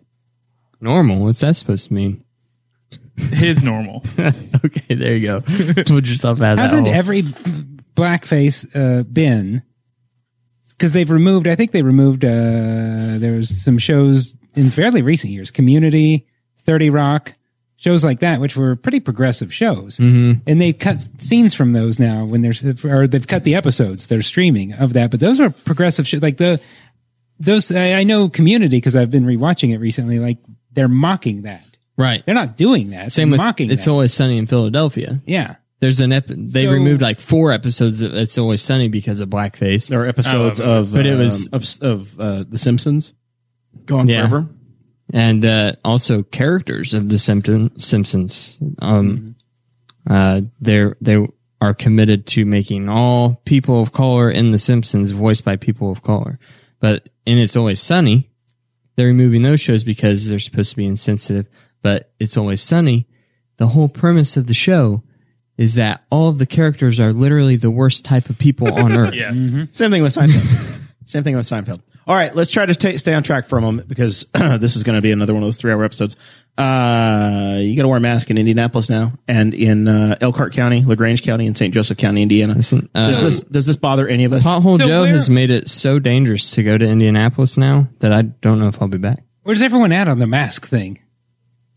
S3: Normal. What's that supposed to mean? [LAUGHS]
S2: [LAUGHS]
S1: His normal.
S3: Okay, there you go. Put yourself out of that
S5: Hasn't
S3: hole.
S5: every blackface uh, been? Because they've removed. I think they removed. Uh, there was some shows in fairly recent years, Community, Thirty Rock, shows like that, which were pretty progressive shows,
S3: Mm-hmm.
S5: and they've cut scenes from those now when there's or they've cut the episodes they're streaming of that. But those were progressive shows, like the those. I, I know Community because I've been rewatching it recently. Like they're mocking that.
S3: right.
S5: They're not doing that.
S3: Same
S5: they're
S3: with
S5: mocking.
S3: It's
S5: that.
S3: Always Sunny in Philadelphia.
S5: yeah.
S3: There's an ep- they
S5: So-
S3: removed like four episodes of It's Always Sunny because of blackface.
S2: There are episodes of
S3: But it was-
S2: um, of of uh, the Simpsons gone
S3: Yeah.
S2: forever.
S3: and uh, also characters of the Simpson, Simpsons. Um,
S5: Mm-hmm.
S3: uh, they they are committed to making all people of color in the Simpsons voiced by people of color. But in It's Always Sunny, they're removing those shows because they're supposed to be insensitive. But It's Always Sunny, the whole premise of the show is that all of the characters are literally the worst type of people
S5: [LAUGHS]
S3: on earth.
S1: Yes.
S2: Same thing with Seinfeld. [LAUGHS] Same thing with Seinfeld. All right, let's try to ta stay on track for a moment because [CLEARS THROAT] this is going to be another one of those three-hour episodes. Uh, you got to wear a mask in Indianapolis now, and in uh, Elkhart County, Lagrange County, and St. Joseph County, Indiana. does, this, does this bother any of us?
S3: Pothole
S5: So
S3: Joe
S5: where-
S3: has made it so dangerous to go to Indianapolis now that I don't know if I'll be back.
S5: Where's everyone at on the mask thing?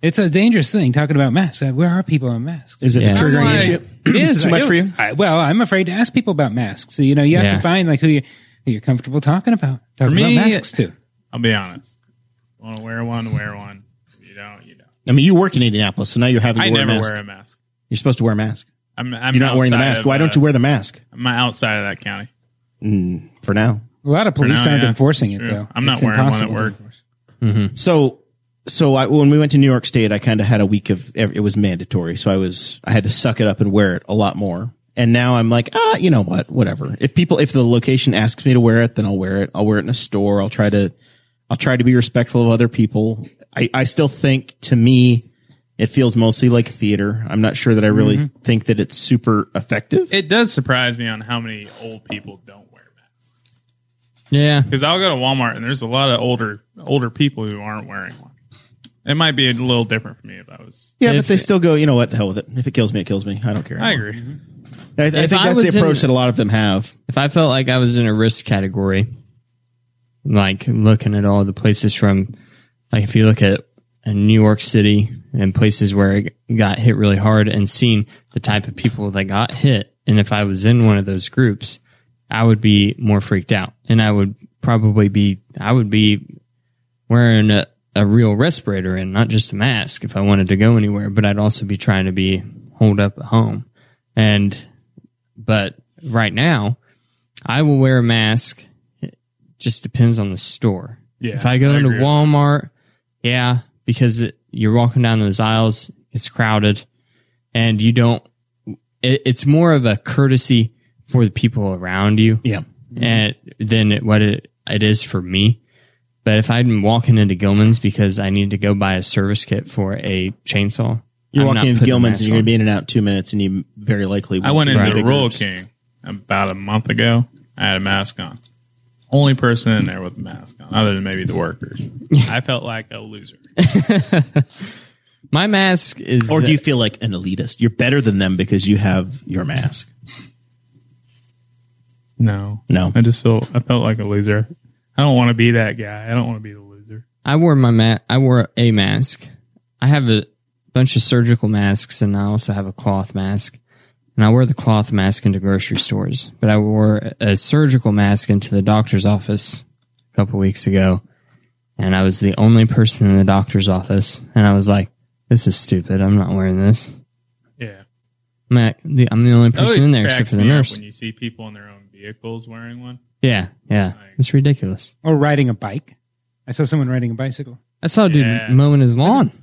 S5: It's a dangerous thing talking about masks. Uh, Where are people on masks?
S2: Is it
S3: Yeah.
S2: a
S5: That's
S2: triggering
S5: why-
S2: issue?
S5: It is
S2: too
S5: I
S2: much
S5: don't-
S2: for you?
S5: I, well, I'm afraid to ask people about masks. So, you know, you have
S3: Yeah.
S5: to find like who you who you're comfortable talking about talking
S1: me,
S5: about masks to.
S1: I'll be honest. Want to wear one? Wear one. If you don't, you don't.
S2: I mean, you work in Indianapolis, so now you're having to
S1: I
S2: wear a
S1: never
S2: mask.
S1: wear a mask.
S2: You're supposed to wear a mask.
S1: I'm, I'm
S2: You're not wearing the
S1: outside
S2: mask.
S1: of,
S2: Why don't
S1: uh,
S2: you wear the mask
S1: I'm outside of that county.
S2: for now?
S5: A lot of police
S1: now,
S5: aren't
S1: yeah.
S5: enforcing it
S1: True.
S5: though.
S1: I'm not
S5: It's
S1: wearing one at
S5: impossible to
S1: work.
S5: enforce.
S2: So, so I, when we went to New York State, I kind of had a week of ev- it was mandatory, so I was I had to suck it up and wear it a lot more. And now I'm like, ah, you know what? Whatever. If people, if the location asks me to wear it, then I'll wear it. I'll wear it in a store. I'll try to, I'll try to be respectful of other people. I, I still think to me, it feels mostly like theater. I'm not sure that I really
S3: Mm-hmm.
S2: think that it's super effective.
S1: It does surprise me on how many old people don't wear masks.
S3: Yeah.
S1: Because I'll go to Walmart and there's a lot of older older people who aren't wearing one. It might be a little different for me if I was.
S2: yeah,
S3: if-
S2: but they still go, you know what? The hell with it. If it kills me, it kills me. I don't care.
S1: I
S2: anymore.
S1: agree.
S3: Mm-hmm.
S2: I, I think
S3: If I
S2: that's
S3: was
S2: the
S3: in-
S2: approach that a lot of them have.
S3: If I felt like I was in a risk category, like looking at all the places from like if you look at uh, New York City and places where it got hit really hard and seeing the type of people that got hit, and if I was in one of those groups, I would be more freaked out, and I would probably be I would be wearing a, a real respirator and not just a mask if I wanted to go anywhere, but I'd also be trying to be holed up at home. And but right now, I will wear a mask. It just depends on the store.
S1: Yeah,
S3: if I go
S1: I
S3: into
S1: agree with
S3: Walmart, yeah, because it, you're walking down those aisles, it's crowded, and you don't. It, it's more of a courtesy for the people around you
S2: Yeah.
S3: and than it, what it, it is for me. But if I'm walking into Gilman's because I need to go buy a service kit for a chainsaw,
S2: You're
S3: I'm not
S2: walking into
S3: putting
S2: Gilman's
S3: masks
S2: and you're going
S3: on.
S2: to be in and out two minutes, and you very likely
S1: I went
S2: won't be
S1: into
S2: in big
S1: Royal
S2: groups.
S1: King about a month ago. I had a mask on. Only person in there with a mask on, other than maybe the [LAUGHS] workers. I felt like a loser.
S3: My mask is.
S2: Or do you feel like an elitist? You're better than them because you have your mask.
S1: No,
S2: No.
S1: I just felt I felt like a loser. I don't want to be that guy. I don't want to be the loser.
S3: I wore my ma- I wore a mask. I have a bunch of surgical masks, and I also have a cloth mask. And I wear the cloth mask into grocery stores, but I wore a surgical mask into the doctor's office a couple weeks ago, and I was the only person in the doctor's office, and I was like, "This is stupid. I'm not wearing this."
S1: Yeah,
S3: I'm like, the, I'm the only person in there except
S1: cracks
S3: for the
S1: me up
S3: nurse.
S1: When you see people in their own vehicles wearing one,
S3: yeah, yeah, it's ridiculous.
S5: Or riding a bike. I saw someone riding a bicycle.
S3: I saw a dude
S1: Yeah.
S3: mowing his lawn.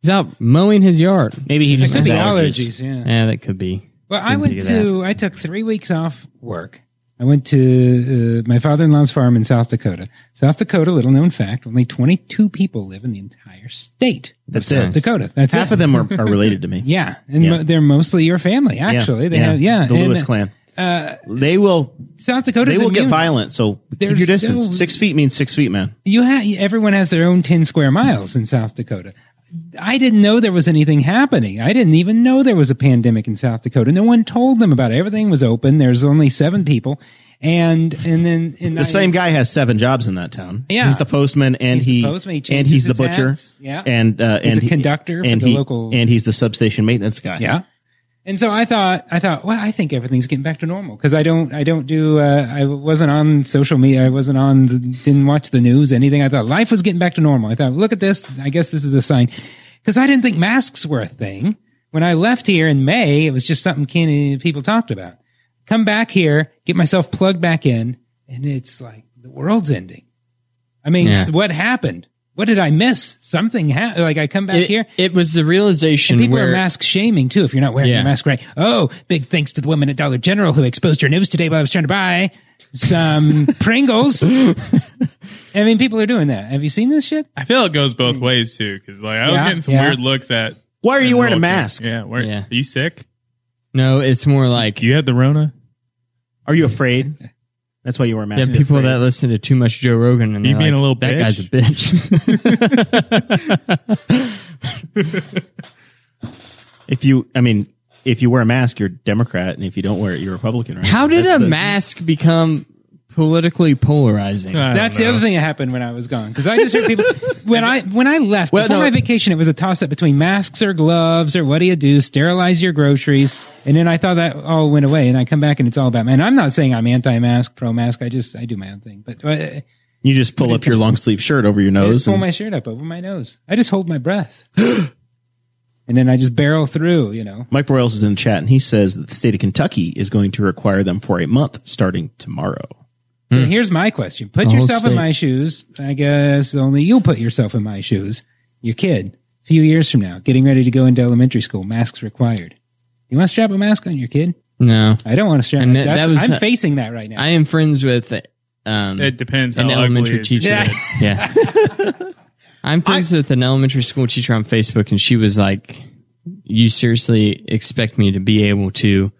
S3: He's out mowing his yard.
S2: Maybe he just has
S5: Could be
S2: allergies.
S5: allergies, yeah.
S3: Yeah, that could be.
S5: Well, I
S3: Didn't
S5: went
S3: think of
S5: to, I took three weeks off work. I went to uh, my father in law's farm in South Dakota. South Dakota, little known fact, only 22 people live in the entire state.
S2: That's
S5: South
S2: it.
S5: Dakota. That's
S2: Half
S5: it.
S2: of them are, are related to me.
S5: [LAUGHS] Yeah. And
S2: Yeah.
S5: Mo- they're mostly your family, actually. They have, yeah.
S2: The
S5: and uh,
S2: Lewis clan. they will.
S5: South Dakota.
S2: They will get violent. So keep
S5: There's
S2: your distance.
S5: still-
S2: six feet means six feet, man.
S5: you ha- everyone has their own 10 square miles in South Dakota. I didn't know there was anything happening. I didn't even know there was a pandemic in South Dakota. No one told them about it. Everything was open. There's only seven people. And, and then, and
S2: The same guy has seven jobs in that town.
S5: Yeah.
S2: he's the postman and
S5: He's the
S2: he,
S5: postman, he
S2: and
S5: changes
S2: he's the
S5: his
S2: butcher.
S5: hats. Yeah.
S2: and uh,
S5: He's
S2: and
S5: a conductor for
S2: and
S5: the
S2: he,
S5: local-
S2: and he's the substation maintenance guy.
S5: Yeah. And so I thought, I thought, well, I think everything's getting back to normal because I don't, I don't do, uh, I wasn't on social media. I wasn't on, the, didn't watch the news, anything. I thought life was getting back to normal. I thought, look at this. I guess this is a sign because I didn't think masks were a thing. When I left here in May, it was just something Kenny people talked about. Come back here, get myself plugged back in. And it's like the world's ending. I mean,
S3: Yeah.
S5: what happened? What did I miss? Something happened. Like I come back
S3: It,
S5: here.
S3: it was the realization
S5: People
S3: where
S5: are mask shaming too if you're not wearing
S3: Yeah.
S5: your mask right. Oh, big thanks to the women at Dollar General who exposed your nose today while I was trying to buy some Pringles. I mean, people are doing that. Have you seen this shit?
S1: I feel it goes both
S2: Mm.
S1: ways too. Because like I was
S5: Yeah,
S1: getting some
S5: yeah.
S1: weird looks at.
S2: Why are you wearing a
S1: Royal King.
S2: mask?
S1: Yeah, where,
S3: Yeah.
S1: Are you sick?
S3: No, it's more like
S1: Do you have the Rona?
S2: Are you afraid? That's why you wear a
S3: the
S2: mask.
S3: people
S2: Afraid.
S3: that listen to too much Joe Rogan and
S1: You
S3: they're
S1: being
S3: like,
S1: a little
S3: that
S1: bitch."
S3: guy's a
S1: [LAUGHS]
S3: bitch.
S2: if you, I mean, if you wear a mask, you're Democrat, and if you don't wear it, you're Republican. Right?
S3: How did
S2: That's
S3: a
S2: the-
S3: mask become politically polarizing?
S1: I don't
S5: That's the
S1: know.
S5: other thing that happened when I was gone because I just heard people when I when I left
S2: Well,
S5: before
S2: no.
S5: my vacation. It was a toss up between masks or gloves or what do you do? Sterilize your groceries, and then I thought that all went away, and I come back and it's all about. And I'm not saying I'm anti-mask, pro-mask. I just I do my own thing, but. Uh,
S2: You just pull up your long sleeve shirt over your
S5: I
S2: nose.
S5: just pull
S2: and-
S5: my shirt up over my nose. I just hold
S3: [GASPS]
S5: my breath. and then I just barrel through, you know.
S2: Mike Royals is in the chat and he says that the state of Kentucky is going to require them for a month starting tomorrow.
S5: So here's my question. Put
S3: Hmm. The whole
S5: yourself in
S3: state.
S5: my shoes. I guess only you'll put yourself in my shoes. Your kid, a few years from now, getting ready to go into elementary school, masks required. You want to strap a mask on your kid?
S3: No,
S5: I don't want to strap.
S3: And that-
S5: That's,
S3: that was-
S5: I'm facing that right now.
S3: I am friends with um,
S1: It depends how
S3: an
S1: ugly
S3: elementary
S1: it is.
S3: teacher.
S5: Yeah.
S3: [LAUGHS] Yeah. [LAUGHS] I'm friends with an elementary school teacher on Facebook, and she was like, You seriously expect me to be able to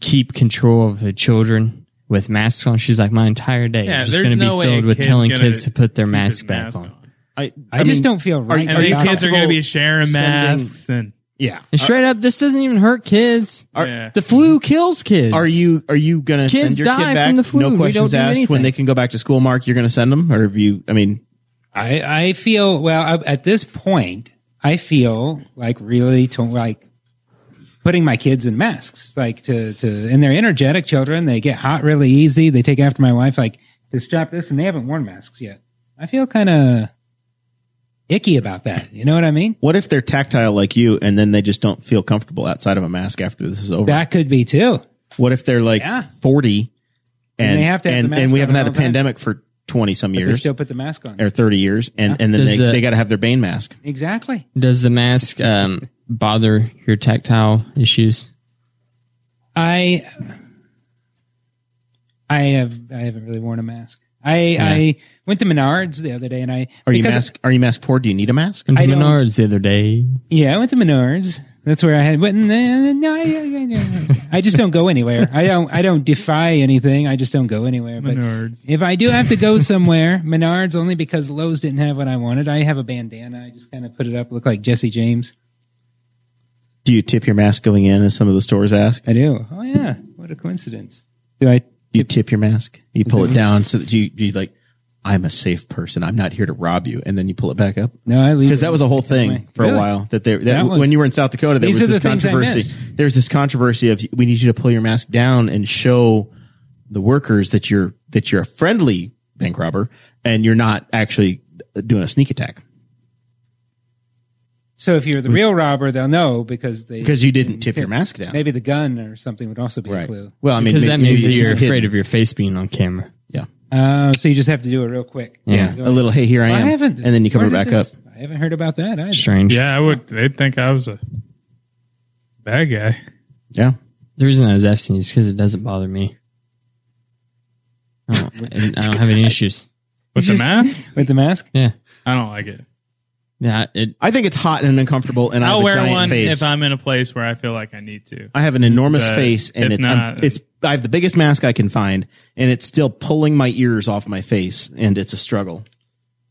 S3: keep control of the children with masks on? She's like, My entire day
S1: Yeah,
S3: is just
S1: there's
S3: going to
S1: no
S3: be
S1: way
S3: filled
S1: a
S3: with
S1: kid's
S3: telling
S1: gonna
S3: kids to put their
S1: keep his
S3: mask back
S1: mask
S3: on.
S2: I,
S5: I, just don't feel right.
S1: And then
S5: about
S1: kids are going to
S2: comfortable
S1: be sharing
S2: sending-
S1: masks and
S2: Yeah.
S3: And straight up, this doesn't even hurt kids.
S1: yeah.
S3: The flu kills kids.
S2: Are you are you gonna
S3: Kids
S2: send your
S3: die
S2: kid back?
S3: from the flu. We
S2: No
S3: don't
S2: questions
S3: do
S2: asked when
S3: anything.
S2: they can go back to school. Mark, you're gonna send them, or have you? I mean,
S5: I, I feel well I- at this point. I feel like really to, like putting my kids in masks, like to to, and they're energetic children. They get hot really easy. They take after my wife. Like to strap this, and they haven't worn masks yet. I feel kind of icky about that. You know what I mean?
S2: What if they're tactile like you and then they just don't feel comfortable outside of a mask after this is over?
S5: That could be too.
S2: what if they're like
S5: Yeah.
S2: 40 and,
S5: they have to have
S2: and,
S5: the mask
S2: and we
S5: on
S2: haven't
S5: at
S2: had a
S5: all times.
S2: pandemic for 20 some
S5: They
S2: years Er-
S5: still put the mask on.
S2: or 30 years and, and then
S3: Does
S2: they,
S3: the-
S2: they got to have their Bane mask.
S5: Exactly.
S3: Does the mask um, bother your tactile issues?
S5: I I have I haven't really worn a mask. I I went to Menards the other day and I
S2: Are you
S5: because-
S2: mask? Are you mask poor? Do you need a mask?
S3: Went to
S5: I don't-
S3: Menards the other day.
S5: Yeah, I went to Menards. That's where I had. Went, and then- no, I, I- I- I just don't go anywhere. I don't. I don't defy anything. I just don't go anywhere. But
S1: Menards.
S5: if I do have to go somewhere, [LAUGHS] Menards only because Lowe's didn't have what I wanted. I have a bandana. I just kind of put it up, look like Jesse James.
S2: Do you tip your mask going in as some of the stores ask?
S5: I do. Oh yeah, what a coincidence. Do I?
S2: Do you tip your mask? You pull it down so that you, you like, I'm a safe person. I'm not here to rob you. And then you pull it back up.
S5: No, I leave
S2: Because that was a whole thing
S5: Really?
S2: for a while that they, that,
S5: That was-
S2: when you were in South Dakota, there
S5: These
S2: was
S5: are
S2: this
S5: the things I
S2: controversy.
S5: missed.
S2: There was this controversy of we need you to pull your mask down and show the workers that you're, that you're a friendly bank robber and you're not actually doing a sneak attack
S5: So if you're the real robber, they'll know because they
S2: because you didn't tip your mask down.
S5: maybe the gun or something would also be a
S2: Right.
S5: clue.
S2: Well, I mean,
S3: Because that
S2: maybe
S3: means
S2: you
S3: that
S2: keep
S3: you're
S2: it hidden.
S3: afraid of your face being on camera.
S2: Yeah.
S5: Uh, so you just have to do it real quick.
S2: Yeah. A little, hey, here I
S5: I
S2: am.
S5: haven't.
S2: and then you cover
S5: where
S2: it back
S5: did this-
S2: up.
S5: I haven't heard about that either.
S3: Strange.
S1: Yeah, I would. They'd think I was a bad guy.
S2: Yeah.
S3: The reason I was asking you is because it doesn't bother me. I don't, I don't have any issues.
S1: With the mask,
S5: With the mask?
S3: Yeah.
S1: I don't
S2: [LAUGHS]
S1: like it.
S3: Yeah. It,
S2: I think it's hot and uncomfortable and I have
S1: I'll
S2: a
S1: wear
S2: giant
S1: one
S2: face.
S1: if I'm in a place where I feel like I need to.
S2: I have an enormous
S1: But
S2: face, and
S1: if
S2: it's I'm-
S1: not-
S2: it's I have the biggest mask I can find, and it's still pulling my ears off my face, and it's a struggle.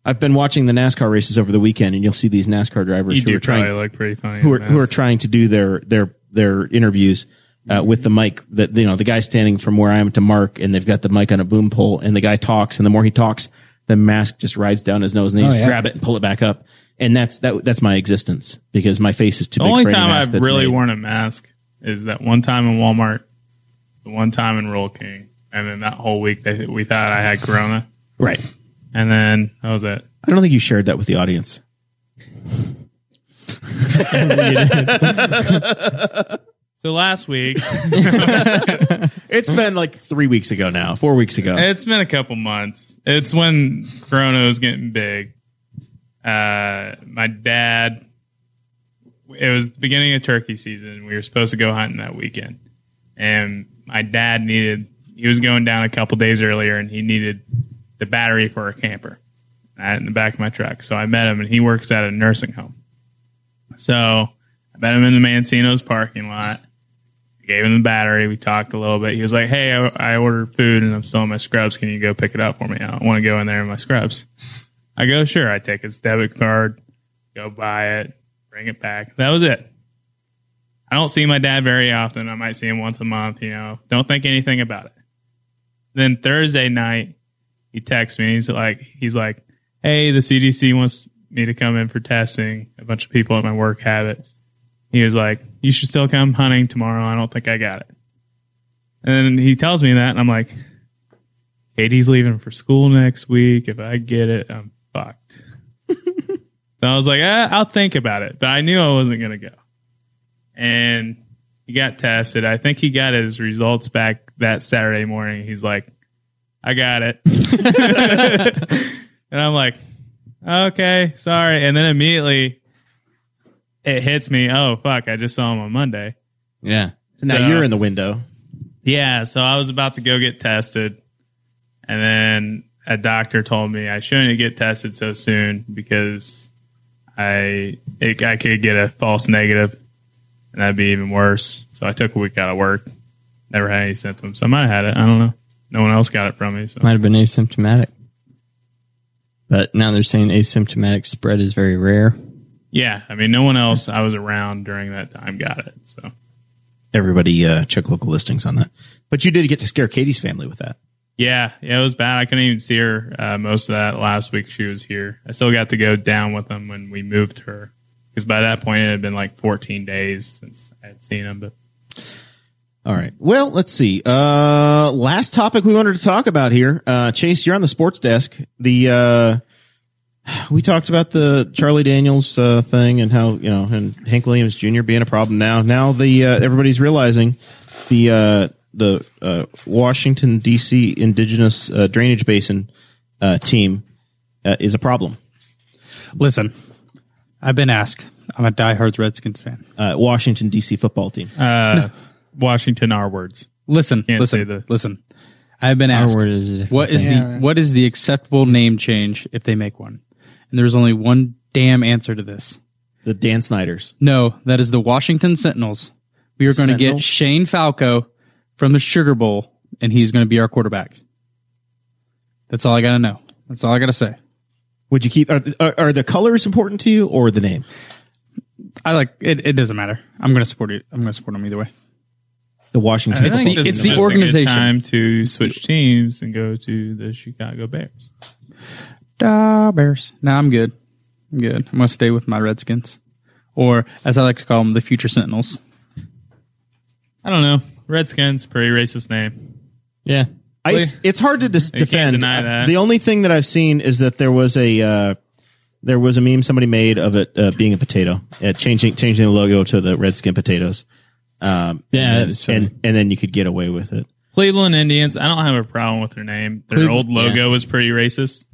S2: I've been watching the NASCAR races over the weekend, and you'll see these NASCAR drivers
S1: You
S2: who
S1: do
S2: are trying
S1: probably look pretty funny.
S2: who are
S1: in a
S2: who are
S1: mask.
S2: trying to do their their their interviews uh, with the mic that you know the guy standing from where I am to Mark, and they've got the mic on a boom pole, and the guy talks, and the more he talks, the mask just rides down his nose, and they just
S5: yeah.
S2: grab it and pull it back up, and that's that that's my existence because my face is too
S1: the
S2: big.
S1: only
S2: for any
S1: time
S2: mask
S1: I've
S2: that's
S1: really
S2: made.
S1: worn a mask is that one time in Walmart, the one time in Roll King, and then that whole week they, we thought I had Corona,
S2: right.
S1: and then that was it.
S2: I don't think you shared that with the audience.
S1: So last week,
S2: It's been like three weeks ago now, four weeks ago.
S1: it's been a couple months. It's when Corona was getting big. Uh, my dad, it was the beginning of turkey season. We were supposed to go hunting that weekend. And my dad needed, he was going down a couple days earlier and he needed the battery for a camper I had it in the back of my truck. So I met him and he works at a nursing home. So I met him in the Mancino's parking lot gave him the battery. We talked a little bit. He was like, "Hey, I, I ordered food and I'm still in my scrubs. Can you go pick it up for me? I want to go in there in my scrubs." I go, "Sure." I take his debit card, go buy it, bring it back. That was it. I don't see my dad very often. I might see him once a month. You know, don't think anything about it. Then Thursday night, he texts me. He's like, he's like, "Hey, the CDC wants me to come in for testing. A bunch of people at my work have it." he was like, "You should still come hunting tomorrow. I don't think I got it." And then he tells me that, and I'm like, "Katie's leaving for school next week. If I get it, I'm fucked." so I was like, eh, "I'll think about it," but I knew I wasn't gonna go. And he got tested. I think he got his results back that Saturday morning. He's like, "I got it," [LAUGHS] and I'm like, "Okay, sorry." And then immediately it hits me. Oh fuck! I just saw him on Monday.
S3: yeah.
S2: So now
S1: So-
S2: you're in the window.
S1: Yeah, so I was about to go get tested, and then a doctor told me I shouldn't get tested so soon because I it, I could get a false negative, and that'd be even worse. So I took a week out of work. Never had any symptoms. I might have had it. I don't know. No one else got it from me. So
S3: Might have been asymptomatic. But now they're saying asymptomatic spread is very rare.
S1: yeah, I mean, no one else I was around during that time got it. So
S2: Everybody uh, check local listings on that. But you did get to scare Katie's family with that.
S1: Yeah, yeah, it was bad. I couldn't even see her uh, most of that last week she was here. I still got to go down with them when we moved her because by that point it had been like 14 days since I had seen them. But
S2: All right. Well, let's see. Uh, last topic we wanted to talk about here. Uh, Chase, you're on the sports desk. The, uh, [SIGHS] we talked about the Charlie Daniels, uh, thing and how, you know, and Hank Williams Jr. being a problem now. Now the, uh, everybody's realizing the, uh, the, uh, Washington DC indigenous, uh, drainage basin, uh, team, uh, is a problem.
S4: Listen, I've been asked. I'm a diehard Redskins fan.
S2: Uh, Washington DC football team.
S1: Washington, our words.
S4: Listen,
S1: Can't
S4: listen,
S1: say the-
S4: listen. I've been asked.
S3: word is a different
S4: what is
S5: thing.
S4: the
S5: Yeah.
S4: what is the acceptable name change if they make one? And there's only one damn answer to this.
S2: the Dan Snyders.
S4: No, that is the Washington Sentinels. We are going to
S2: Sentinel?
S4: get Shane Falco from the Sugar Bowl, and he's going to be our quarterback. That's all I got to know. That's all I got to say.
S2: Would you keep, are, are, are the colors important to you or the name?
S4: I like it. It doesn't matter. I'm going to support it. I'm going to support him either way.
S2: The Washington.
S4: It's the-
S2: football team.
S4: it's the
S1: Just a good
S4: organization.
S1: time to switch teams and go to the Chicago Bears.
S4: Da Bears. Nah, I'm good. I'm good. I'm going to stay with my Redskins, or as I like to call them, the future Sentinels.
S1: I don't know. Redskins, pretty racist name.
S3: Yeah.
S2: I, it's, it's hard to dis-
S1: can't
S2: defend.
S1: deny
S2: Uh,
S1: that.
S2: The only thing that I've seen is that there was a uh, there was a meme somebody made of it uh, being a potato, uh, changing changing the logo to the redskin potatoes, Um,
S3: Yeah. that
S2: and,
S3: was funny.
S2: and and then you could get away with it.
S1: Cleveland Indians. I don't have a problem with their name. Their
S3: Cleveland-
S1: old logo was pretty racist,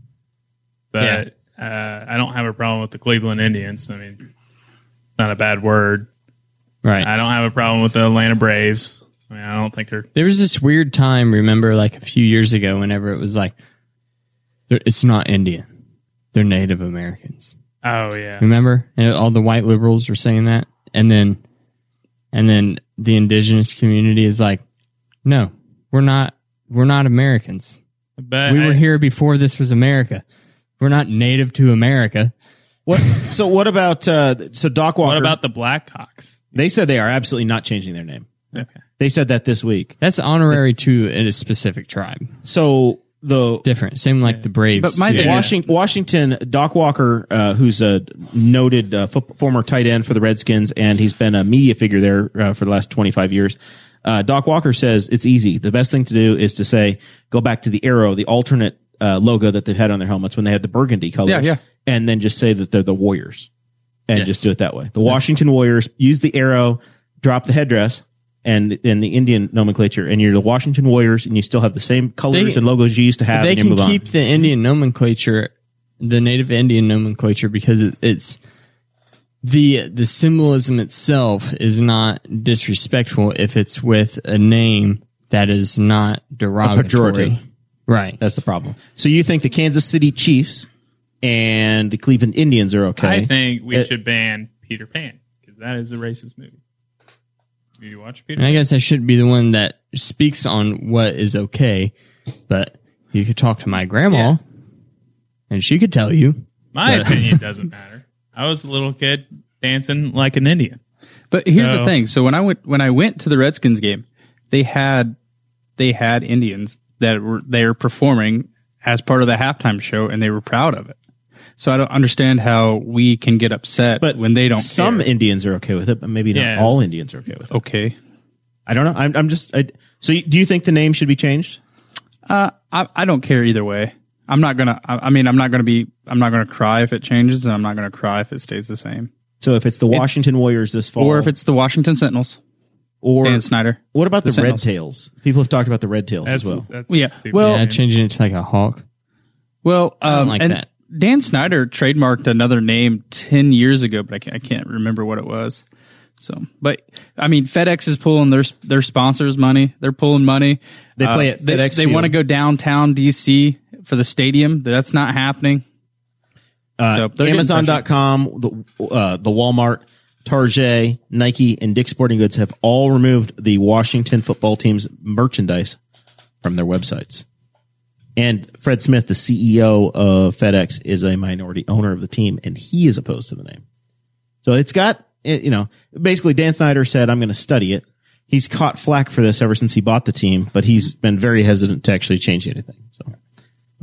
S1: but uh, I don't have a problem with the Cleveland Indians. I mean, not a bad word.
S3: right.
S1: I don't have a problem with the Atlanta Braves. I mean, I don't think they're
S3: There was this weird time, remember, like a few years ago, whenever it was like, they're- it's not Indian, they're Native Americans.
S1: Oh yeah.
S3: Remember, and all the white liberals were saying that, and then, and then the indigenous community is like, no, we're not, we're not Americans.
S1: But
S3: We were
S1: I-
S3: here before this was America. We're not native to America.
S2: What? so what about uh, so Doc Walker?
S1: What about the Blackhawks?
S2: they said they are absolutely not changing their name.
S1: Okay.
S2: They said that this week.
S3: That's honorary to a specific tribe.
S2: So the
S3: Different, same like the Braves.
S4: But my
S3: too.
S4: thing- Yeah.
S2: Washington, Washington, Doc Walker, uh, who's a noted uh, fo- former tight end for the Redskins, and he's been a media figure there uh, for the last 25 years. Uh, Doc Walker says it's easy. The best thing to do is to say, go back to the arrow, the alternate uh, logo that they've had on their helmets when they had the burgundy colors.
S4: Yeah, yeah.
S2: And then just say that they're the Warriors and
S3: Yes.
S2: just do it that way. The Washington Warriors use the arrow, drop the headdress. And, and the Indian nomenclature, and you're the Washington Warriors, and you still have the same colors
S3: They-
S2: and logos you used to have.
S3: they
S2: and you
S3: can
S2: move on.
S3: keep the Indian nomenclature, the native Indian nomenclature, because it, it's the the symbolism itself is not disrespectful if it's with a name that is not derogatory.
S2: pejorative.
S3: Right.
S2: That's the problem. So you think the Kansas City Chiefs and the Cleveland Indians are okay?
S1: I think we
S2: It-
S1: should ban Peter Pan because that is a racist movie. Do you watch Peter?
S3: And I guess I should be the one that speaks on what is okay, but you could talk to my grandma, and she could tell you.
S1: My
S2: [LAUGHS]
S1: opinion doesn't matter. I was a little kid dancing like an Indian.
S4: But here's the
S1: So-
S4: thing. So when I went when I went to the Redskins game, they had they had Indians that were they were performing as part of the halftime show, and they were proud of it. So I don't understand how we can get upset
S2: but
S4: when they don't.
S2: some
S4: care.
S2: Indians are okay with it, but maybe not
S1: Yeah.
S2: all Indians are okay with it.
S4: okay.
S2: I don't know. I'm, I'm just. I, so you, do you think the name should be changed?
S4: I, I don't care either way. I'm not gonna. I, I mean, I'm not gonna be. I'm not gonna cry if it changes, and I'm not gonna cry if it stays the same.
S2: So if it's the Washington Warriors this fall,
S4: Or if it's the Washington Sentinels,
S2: or
S4: Dan Snyder.
S2: what about the,
S4: the
S2: Red
S4: Sentinels.
S2: Tails? People have talked about the Red Tails
S1: That's
S2: as well.
S1: that's
S4: Yeah.
S1: stupid.
S4: Well-
S3: Yeah, changing it to like a hawk.
S4: Well, um,
S3: don't like
S4: and
S3: that.
S4: Dan Snyder trademarked another name ten years ago, but I can't, I can't remember what it was. So, but I mean, FedEx is pulling their their sponsors' money. They're pulling money. Uh,
S2: They play at
S4: they,
S2: FedEx
S4: They
S2: Field.
S4: want to go downtown DC for the stadium. That's not happening. Uh,
S2: Amazon.com, the uh, the Walmart, Target, Nike, and Dick's Sporting Goods have all removed the Washington football team's merchandise from their websites. And Fred Smith, the CEO of FedEx, is a minority owner of the team, and he is opposed to the name. So it's got, it, you know, basically Dan Snyder said, I'm going to study it. he's caught flack for this ever since he bought the team, but he's been very hesitant to actually change anything. So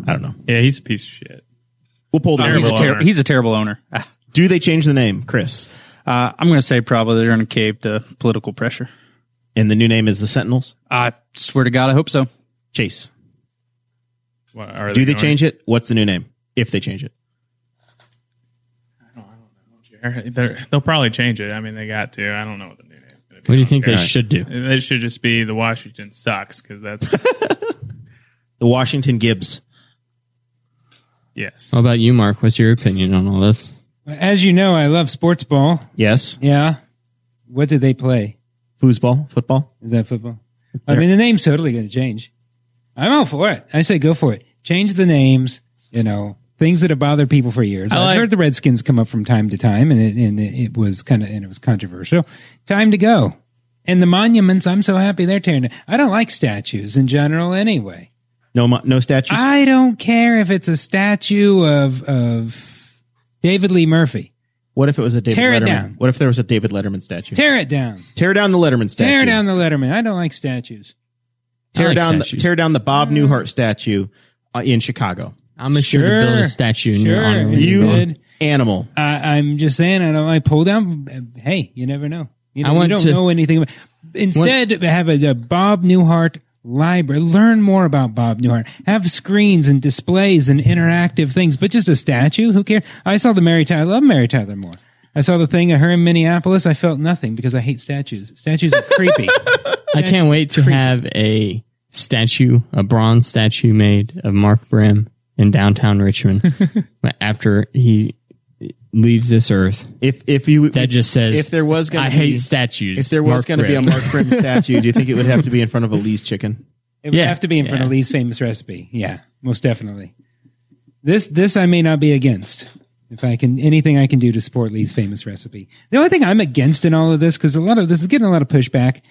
S2: I don't know.
S1: Yeah, he's a piece of shit.
S2: We'll pull the
S1: Terrible.
S4: He's a, ter-
S1: owner.
S4: he's a terrible owner. [LAUGHS] Ah.
S2: Do they change the name, Chris?
S4: Uh, I'm going to say probably they're going to cave to political pressure.
S2: And the new name is the Sentinels.
S4: I swear to God, I hope so.
S2: Chase.
S1: What, are
S2: Do they
S1: going-
S2: change it? What's the new name? If they change it,
S1: They're, they'll probably change it. I mean, they got to. I don't know what the new name's going to
S3: What
S1: be.
S3: do you think they should do?
S1: It should just be the Washington sucks because that's [LAUGHS]
S2: the Washington Gibbs.
S1: yes.
S3: How about you, Mark? What's your opinion on all this?
S5: As you know, I love sports ball.
S2: Yes.
S5: Yeah. What do they play?
S2: Foosball, football.
S5: Is that football? I mean, the name's totally going to change. I'm all for it. I say go for it. Change the names, you know, things that have bothered people for years. I
S4: like-
S5: have heard the Redskins come up from time to time and it, and it, it was kind of, and it was controversial. Time to go. And the monuments, I'm so happy they're tearing it. I don't like statues in general anyway.
S2: No, mo- no statues.
S5: I don't care if it's a statue of, of David Lee Murphy.
S2: what if it was a David
S5: Tear it
S2: Letterman?
S5: down.
S2: What if there was a David Letterman statue? Tear,
S5: Tear it down.
S2: down the Letterman statue.
S5: Tear down the Letterman. I don't like statues.
S2: tear
S3: I like
S2: down the,
S3: statues.
S2: tear down the Bob Newhart statue uh, in Chicago.
S3: I'm sure, to build a
S5: Sure.
S3: statue in your
S5: Sure,
S3: honor. when
S5: it's
S3: he's
S2: You
S3: gone.
S5: good.
S2: animal.
S5: I, I'm just saying, I don't like pull down. Hey, you never know. You, know,
S3: I want
S5: you don't
S3: to-
S5: know anything. About, instead, have a, a Bob Newhart library. Learn more about Bob Newhart. Have screens and displays and interactive things, but just a statue. Who cares? I saw the Mary Tyler. I love Mary Tyler Moore. I saw the thing of her in Minneapolis. I felt nothing because I hate statues. Statues
S3: [LAUGHS]
S5: are creepy.
S3: I can't wait to have a statue, a bronze statue made of Mark Brim in downtown Richmond
S5: [LAUGHS]
S3: after he leaves this earth.
S2: If if you
S3: That just says
S2: if there was going
S3: I
S2: to be
S3: hate statues.
S2: if there was going to be a Mark Grimm statue, do you think it would have to be in front of a Lee's chicken?
S5: It would
S3: Yeah,
S5: have to be in front of
S3: yeah.
S5: Lee's famous recipe. Yeah, most definitely. This this I may not be against. If I can anything I can do to support Lee's famous recipe. The only thing I'm against in all of this because a lot of this is getting a lot of pushback.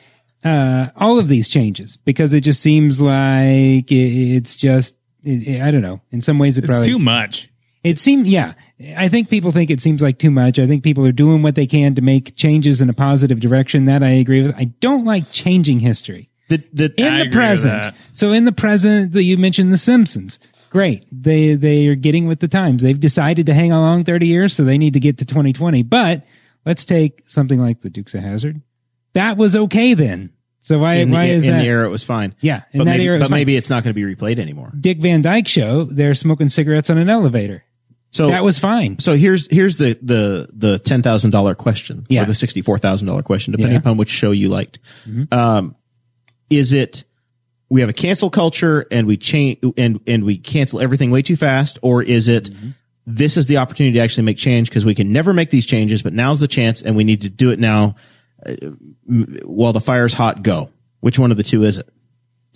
S5: Uh, all of these changes because it just seems like it, it's just it, it- I don't know. In some ways, it
S1: It's
S5: probably
S1: too much.
S5: it seems, yeah. I think people think it seems like too much. I think people are doing what they can to make changes in a positive direction. That I agree with. I don't like changing history
S2: The the
S5: in
S1: I agree
S5: the
S1: with
S5: present.
S1: that.
S5: So in the present, that you mentioned the Simpsons. Great, they they are getting with the times. They've decided to hang along thirty years, so they need to get to twenty twenty. But let's take something like the Dukes of Hazard. That was okay then. So why
S2: in, the, e,
S5: why is
S2: in
S5: that?
S2: the era it was fine.
S5: Yeah, in
S2: but
S5: that
S2: maybe,
S5: era it was
S2: but
S5: fine.
S2: maybe it's not going to be replayed anymore.
S5: Dick Van Dyke show? They're smoking cigarettes on an elevator.
S2: So
S5: That was fine.
S2: So here's here's the the the ten thousand dollar question
S5: Yeah.
S2: or the sixty four thousand dollar question, depending
S5: Yeah. Mm-hmm.
S2: upon which show you liked. Um, is it we have a cancel culture and we change and and we cancel everything way too fast, or is it
S5: Mm-hmm.
S2: this is the opportunity to actually make change because we can never make these changes, but now's the chance and we need to do it now uh, m- while the fire's hot. Go. Which one of the two is it?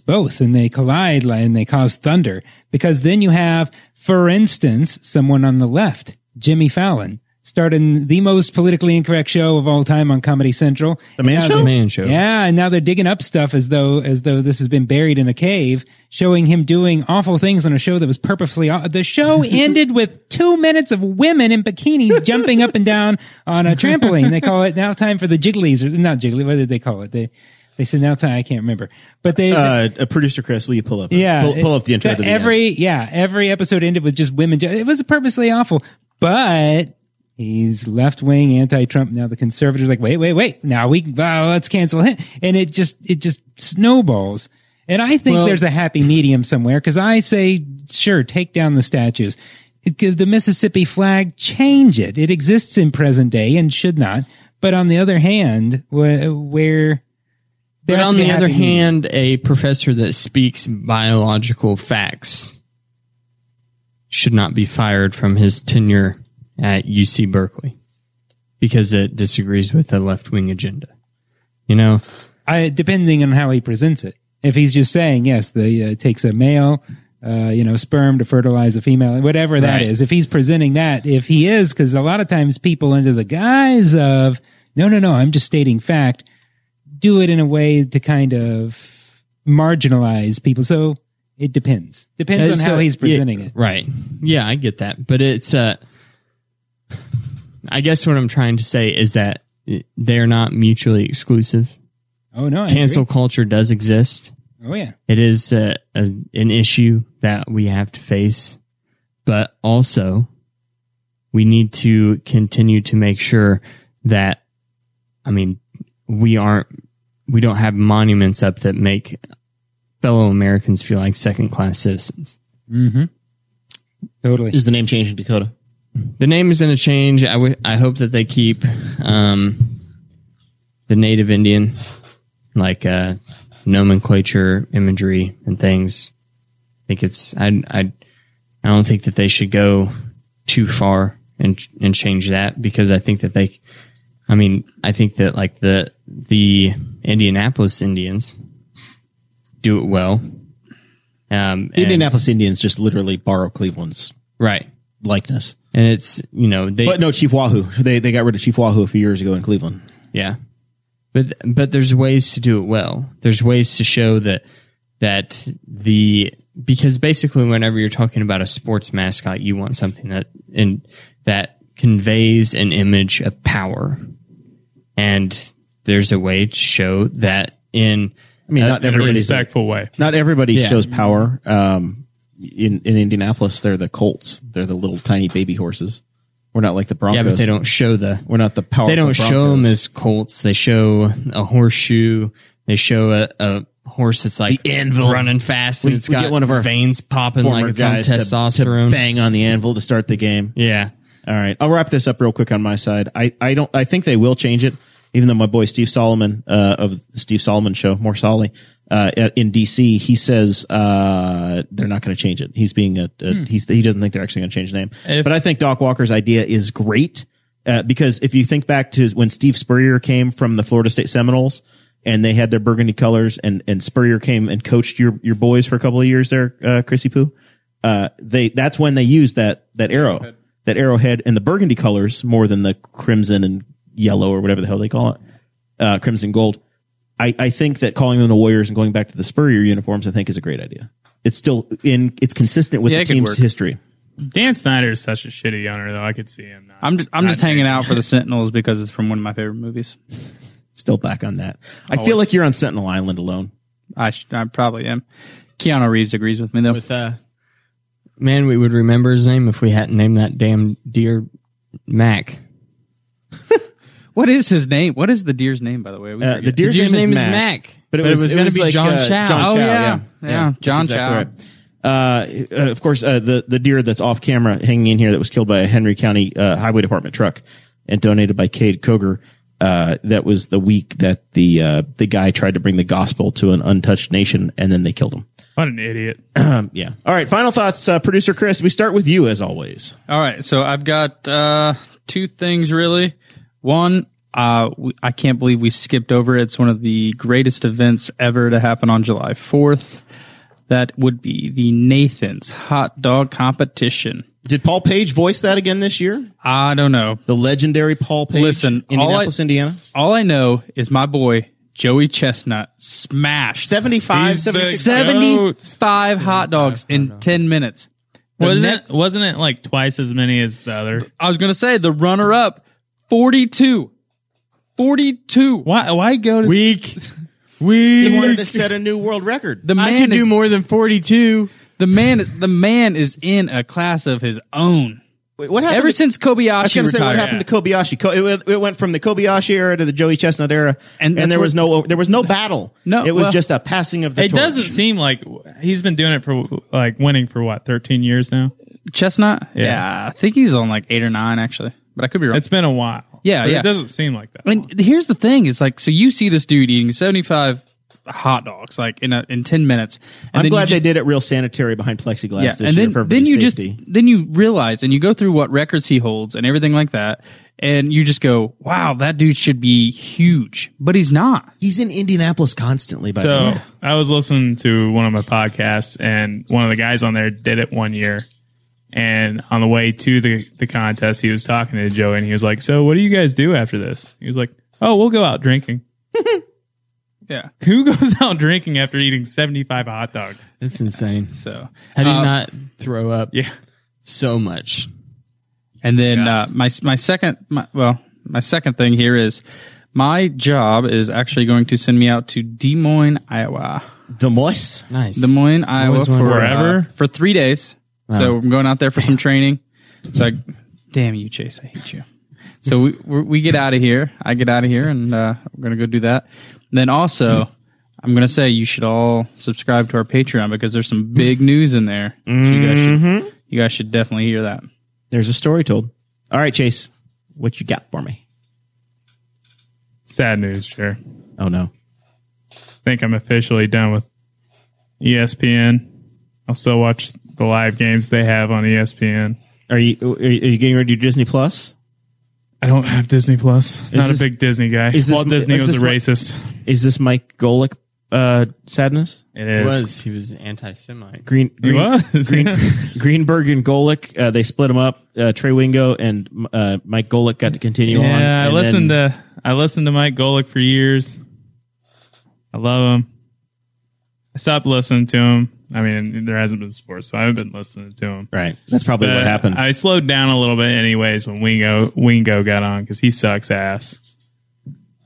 S5: both and they collide li- and they cause thunder because then you have, for instance, someone on the left, Jimmy Fallon, starting the most politically incorrect show of all time on Comedy Central.
S2: The man
S5: Now
S2: show?
S5: they're-
S3: Man show.
S5: Yeah, and now they're digging up stuff as though as though this has been buried in a cave, showing him doing awful things on a show that was purposely. Aw-
S2: [LAUGHS]
S5: the show ended with two minutes of women in bikinis jumping up and down on a trampoline. They call it now time for the jigglies or not jiggly. What did they call it? They they said now time. I can't remember, but they
S2: Uh, uh, producer Chris, will you pull up?
S5: yeah,
S2: pull, pull up the intro.
S5: it-
S2: to the end.
S5: every yeah, every episode ended with just women. It was purposely awful, but he's left wing, anti Trump. Now the conservatives are like, wait, wait, wait. Now we uh, let's cancel him, and it just it just snowballs. And I think
S3: Well-
S5: there's a happy medium somewhere because I say, sure, take down the statues. It- The Mississippi flag, change it. It exists in present day and should not. But on the other hand, wh- where there
S3: But
S5: has
S3: on
S5: to be a
S3: the other
S5: happy medium.
S3: hand, a professor that speaks biological facts should not be fired from his tenure at UC Berkeley because it disagrees with the left wing agenda. You know,
S5: I, depending on how he presents it. If he's just saying yes, the uh, takes a male, uh, you know, sperm to fertilize a female, whatever that is.
S3: Right.
S5: If he's presenting that, if he is, because a lot of times people under the guise of no, no, no, I'm just stating fact, do it in a way to kind of marginalize people. So it depends. Depends on
S3: So,
S5: how he's
S3: yeah,
S5: presenting it.
S3: Right. Yeah, I get that. But it's uh I guess what I'm trying to say is that they're not mutually exclusive.
S5: Oh no, I
S3: Cancel
S5: agree.
S3: culture does exist.
S5: Oh yeah,
S3: It is uh a, an issue that we have to face, but also we need to continue to make sure that, I mean, we aren't, we don't have monuments up that make fellow Americans feel like second class citizens.
S5: totally.
S2: Is the name changed in Dakota?
S3: the name is going to change. I w- I hope that they keep um, the Native Indian, like uh, nomenclature, imagery, and things. I think it's I I I don't think that they should go too far and and change that because I think that they, I mean, I think that like the the Indianapolis Indians do it well. Um, and-
S2: The Indianapolis Indians just literally borrow Cleveland's
S3: right?
S2: likeness.
S3: And it's you know they
S2: But no, Chief Wahoo. They they got rid of Chief Wahoo a few years ago in Cleveland.
S3: Yeah. But but there's ways to do it well. There's ways to show that that the because basically whenever you're talking about a sports mascot, you want something that and that conveys an image of power. And there's a way to show that in
S2: I mean, not
S1: in a
S2: everybody's
S1: respectful way.
S2: not everybody
S3: Yeah.
S2: shows power. Um, in in Indianapolis, they're the Colts. They're the little tiny baby horses. We're not like the
S3: yeah,
S2: Broncos.
S3: but they don't show the
S2: We're not the powerful.
S3: they don't show them
S2: Broncos.
S3: as colts. They show a horseshoe. They show a, a horse that's like
S2: The anvil.
S3: running fast, and
S2: We-
S3: it's
S2: we
S3: got
S2: get one of our
S3: veins popping like
S2: former
S3: it's on
S2: guys to-
S3: testosterone.
S2: to bang on the anvil to start the game.
S3: Yeah.
S2: All right. I'll wrap this up real quick on my side. I, I don't, I think they will change it, even though my boy Steve Solomon, uh, of the Steve Solomon show, more Solly, uh, at- in DC, he says, uh, they're not going to change it. He's being a, a he's, he doesn't think they're actually going to change the name. but I think Doc Walker's idea is great. Uh, because if you think back to when Steve Spurrier came from the Florida State Seminoles and they had their burgundy colors and, and Spurrier came and coached your, your boys for a couple of years there, uh, Chrissy Poo uh, they that's when they used that that arrow, that arrowhead, and the burgundy colors more than the crimson and yellow or whatever the hell they call it, uh, crimson gold. I, I think that calling them the Warriors and going back to the Spurrier uniforms, I think, is a great idea. It's still in it's consistent with
S4: Yeah,
S2: the
S4: it could
S2: team's
S4: work.
S2: history.
S1: Dan Snyder is such a shitty owner, though. I could see him. Not,
S4: I'm just, I'm
S1: not
S4: just hanging
S1: changing.
S4: out for the Sentinels because it's from one of my favorite movies.
S2: Still back on that. I feel like you're on Sentinel Island alone.
S4: I, sh- I probably am. Keanu Reeves agrees with me though.
S3: With uh man, we would remember his name if we hadn't named that damn deer Mac.
S4: What is his name? What is the deer's name, by the way? We
S2: Uh, the
S4: forget.
S2: deer's,
S3: deer's
S2: name,
S3: name
S2: is
S3: is
S2: Mac,
S3: Mac,
S2: but it
S3: but it
S2: was,
S3: was
S2: it
S3: gonna
S2: was
S3: be
S2: like,
S3: John
S2: uh,
S3: Chow.
S2: John
S4: Oh,
S2: Chow,
S4: yeah.
S2: yeah,
S4: Yeah, John
S2: that's
S4: Chow.
S2: right. Uh, uh, of course, uh, the the deer that's off camera hanging in here that was killed by a Henry County uh, Highway Department truck and donated by Cade Koger. Uh, that was the week that the uh, the guy tried to bring the gospel to an untouched nation, and then they killed him.
S1: What an [CLEARS THROAT] idiot.
S2: Yeah. All right. Final thoughts, uh, producer Chris. We start with you as always.
S4: All right, so I've got uh, two things really. One, uh, we, I can't believe we skipped over. it. It's one of the greatest events ever to happen on July fourth. That would be the Nathan's hot dog competition.
S2: Did Paul Page voice that again this year?
S4: I don't know.
S2: The legendary Paul Page,
S4: Listen, all I-
S2: Indianapolis, Indiana,
S4: All I know is my boy Joey Chestnut smashed
S2: 75,
S1: He's the
S2: 76.
S4: seventy-five hot dogs in ten minutes. The
S1: Wasn't
S4: ne-
S1: it, wasn't it like twice as many as the other?
S4: I was gonna say the runner-up, forty-two. Forty-two.
S1: Why, why go to
S3: Weak.
S1: [LAUGHS]
S2: He
S3: Weak.
S2: wanted [LAUGHS] to set a new world record.
S4: The
S3: I can
S4: man
S3: do
S4: is
S3: more than 42.
S4: The man, the man is in a class of his own.
S2: Wait, what happened?
S4: Ever
S2: to-
S4: since
S2: I was
S4: Kobayashi
S2: going to say what
S4: retired,
S2: happened to Kobayashi. Ko- It went, it went from the Kobayashi era to the Joey Chestnut era, and,
S4: And that's
S2: there was
S4: what-
S2: no there was no battle.
S4: No,
S2: it was
S4: well-
S2: just a passing of the.
S1: It
S2: torch.
S1: doesn't seem like he's been doing it for like winning for what, 13 years now?
S4: Chestnut. Yeah. I think he's on like eight or nine actually, but I could be wrong.
S1: It's been a while.
S4: Yeah,
S1: But
S4: yeah.
S1: It doesn't seem like that.
S4: and here's the thing: is like, so you see this dude eating seventy five hot dogs like in a, in ten minutes. And
S2: I'm
S4: then
S2: glad
S4: you
S2: they did it real sanitary behind plexiglass
S4: just,
S2: this
S4: Yeah, and
S2: year
S4: then
S2: for
S4: then you
S2: safety.
S4: just then you realize and you go through what records he holds and everything like that, and you just go, "Wow, that dude should be huge," but he's not.
S2: He's in Indianapolis constantly. By the
S1: So
S2: way.
S1: I was listening to one of my podcasts, and one of the guys on there did it one year. And on the way to the, the contest, he was talking to Joey, and he was like, "So, what do you guys do after this?" He was like, "Oh, we'll go out
S2: [LAUGHS]
S1: drinking."
S4: Yeah.
S1: [LAUGHS] Who goes out drinking after eating seventy five hot dogs?
S3: That's insane.
S4: So
S3: How do you not throw up
S1: Yeah,
S3: so much?
S4: And then uh, my my second my, well my second thing here is My job is actually going to send me out to Des Moines, Iowa.
S2: The moist.
S3: Nice.
S4: Des Moines, Iowa,
S3: always wondered-
S4: for,
S1: Forever?
S4: uh, for three days. So I'm going out there for some training. So I, damn you, Chase, I hate you. So we we we get out of here. I get out of here, and uh, we're gonna go do that. Then also, I'm gonna say you should all subscribe to our Patreon because there's some big news in there. that You guys
S2: Mm-hmm.
S4: should you guys should definitely hear that.
S2: There's a story told. All right, Chase, what you got for me?
S1: Sad news, sure.
S2: Oh no.
S1: think I'm officially done with E ESPN. I'll still watch the live games they have on E ESPN.
S2: Are you are you are you getting ready to do Disney Plus?
S1: I don't have Disney Plus. Not
S2: this-
S1: a big Disney guy.
S2: is
S1: Walt
S2: this-
S1: Disney
S2: is
S1: was
S2: this
S1: a
S2: what-
S1: racist.
S2: Is this Mike Golick uh, sadness?
S1: It is.
S3: He was anti-Semite.
S2: Green,
S1: He
S2: green
S1: was. [LAUGHS]
S2: Green, Greenberg and Golick, uh, they split them up. Uh, Trey Wingo and uh, Mike Golick got to continue on.
S1: yeah, I
S2: and
S1: listened
S2: then-
S1: to I listened to Mike Golick for years. I love him. I stopped listening to him. I mean, there hasn't been sports, so I haven't been listening to him.
S2: Right, that's probably what
S1: But
S2: happened.
S1: I slowed down a little bit, anyways, when Wingo Wingo got on because he sucks ass.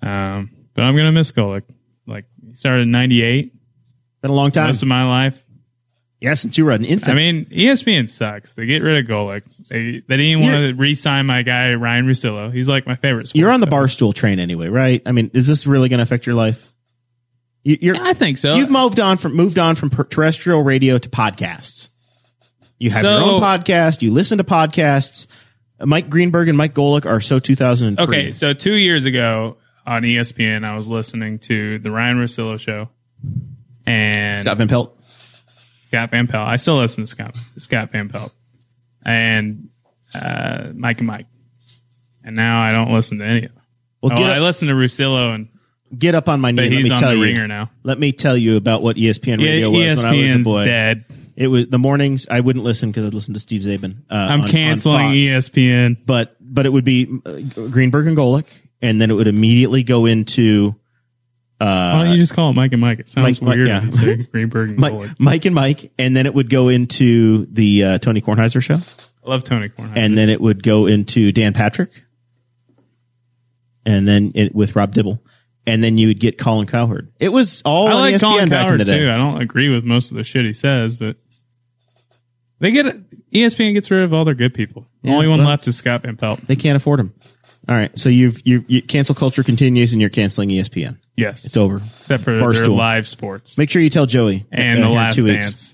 S1: Um, but I'm gonna miss Golick. Like he started in '98,
S2: Been a long time.
S1: most of my life.
S2: Yeah, since you were an infant.
S1: I mean, E ESPN sucks. They get rid of Golick. They they didn't want to re-sign my guy Ryan Russillo. He's like my favorite.
S2: you're on the
S1: sports
S2: barstool train anyway, right? I mean, is this really going to affect your life? You, you're,
S1: guy. I think so.
S2: you've moved on from moved on from per- terrestrial radio to podcasts. You have your
S1: So-
S2: own podcast. You listen to podcasts. Mike Greenberg and Mike Golick are so 2003.
S1: Okay, so two years ago on E ESPN, I was listening to the Ryan Russillo show and
S2: Scott Van Pelt.
S1: Scott Van Pelt. I still listen to Scott Scott Van Pelt and uh, Mike and Mike. And now I don't listen to any of them.
S2: Well,
S1: Oh,
S2: get,
S1: I
S2: up,
S1: listen
S2: listen.
S1: to Russillo and
S2: get up on my knee.
S1: but
S2: and Let
S1: he's
S2: me
S1: on
S2: tell
S1: the
S2: you.
S1: ringer now.
S2: Let me tell you about what E ESPN
S1: Yeah, E
S2: radio was when I was a
S1: ESPN's
S2: boy.
S1: dead.
S2: It was the mornings. I wouldn't listen because I'd listen to Steve Zabin. Uh,
S1: I'm
S2: on- on
S1: canceling E
S2: Fox.
S1: ESPN.
S2: But but it would be uh, Greenberg and Golick, and then it would immediately go into
S1: Why don't you just call it Mike and Mike? It sounds
S2: Mike- Mike,
S1: weird.
S2: yeah.
S1: when you say [LAUGHS] Greenberg and
S2: Mike,
S1: Golick.
S2: Mike and Mike, and then it would go into the uh, Tony Kornheiser show,
S1: I love Tony Kornheiser.
S2: and then it would go into Dan Patrick, and then it, with Rob Dibble, and then you would get Colin Cowherd. It was all
S1: I
S2: on E
S1: like
S2: ESPN
S1: Colin
S2: back in the
S1: Cowherd
S2: day.
S1: too. I don't agree with most of the shit he says, but they get E ESPN gets rid of all their good people. The
S2: Yeah,
S1: Only one
S2: well-
S1: left is Scott Van Pelt.
S2: They can't afford him. All right, so you've you, you cancel culture continues, and you're canceling E ESPN.
S1: Yes,
S2: It's over.
S1: except for their
S2: Barstool.
S1: live sports
S2: Make sure you tell Joey
S1: and the
S2: uh, here in
S1: Last
S2: two
S1: Dance.
S2: weeks.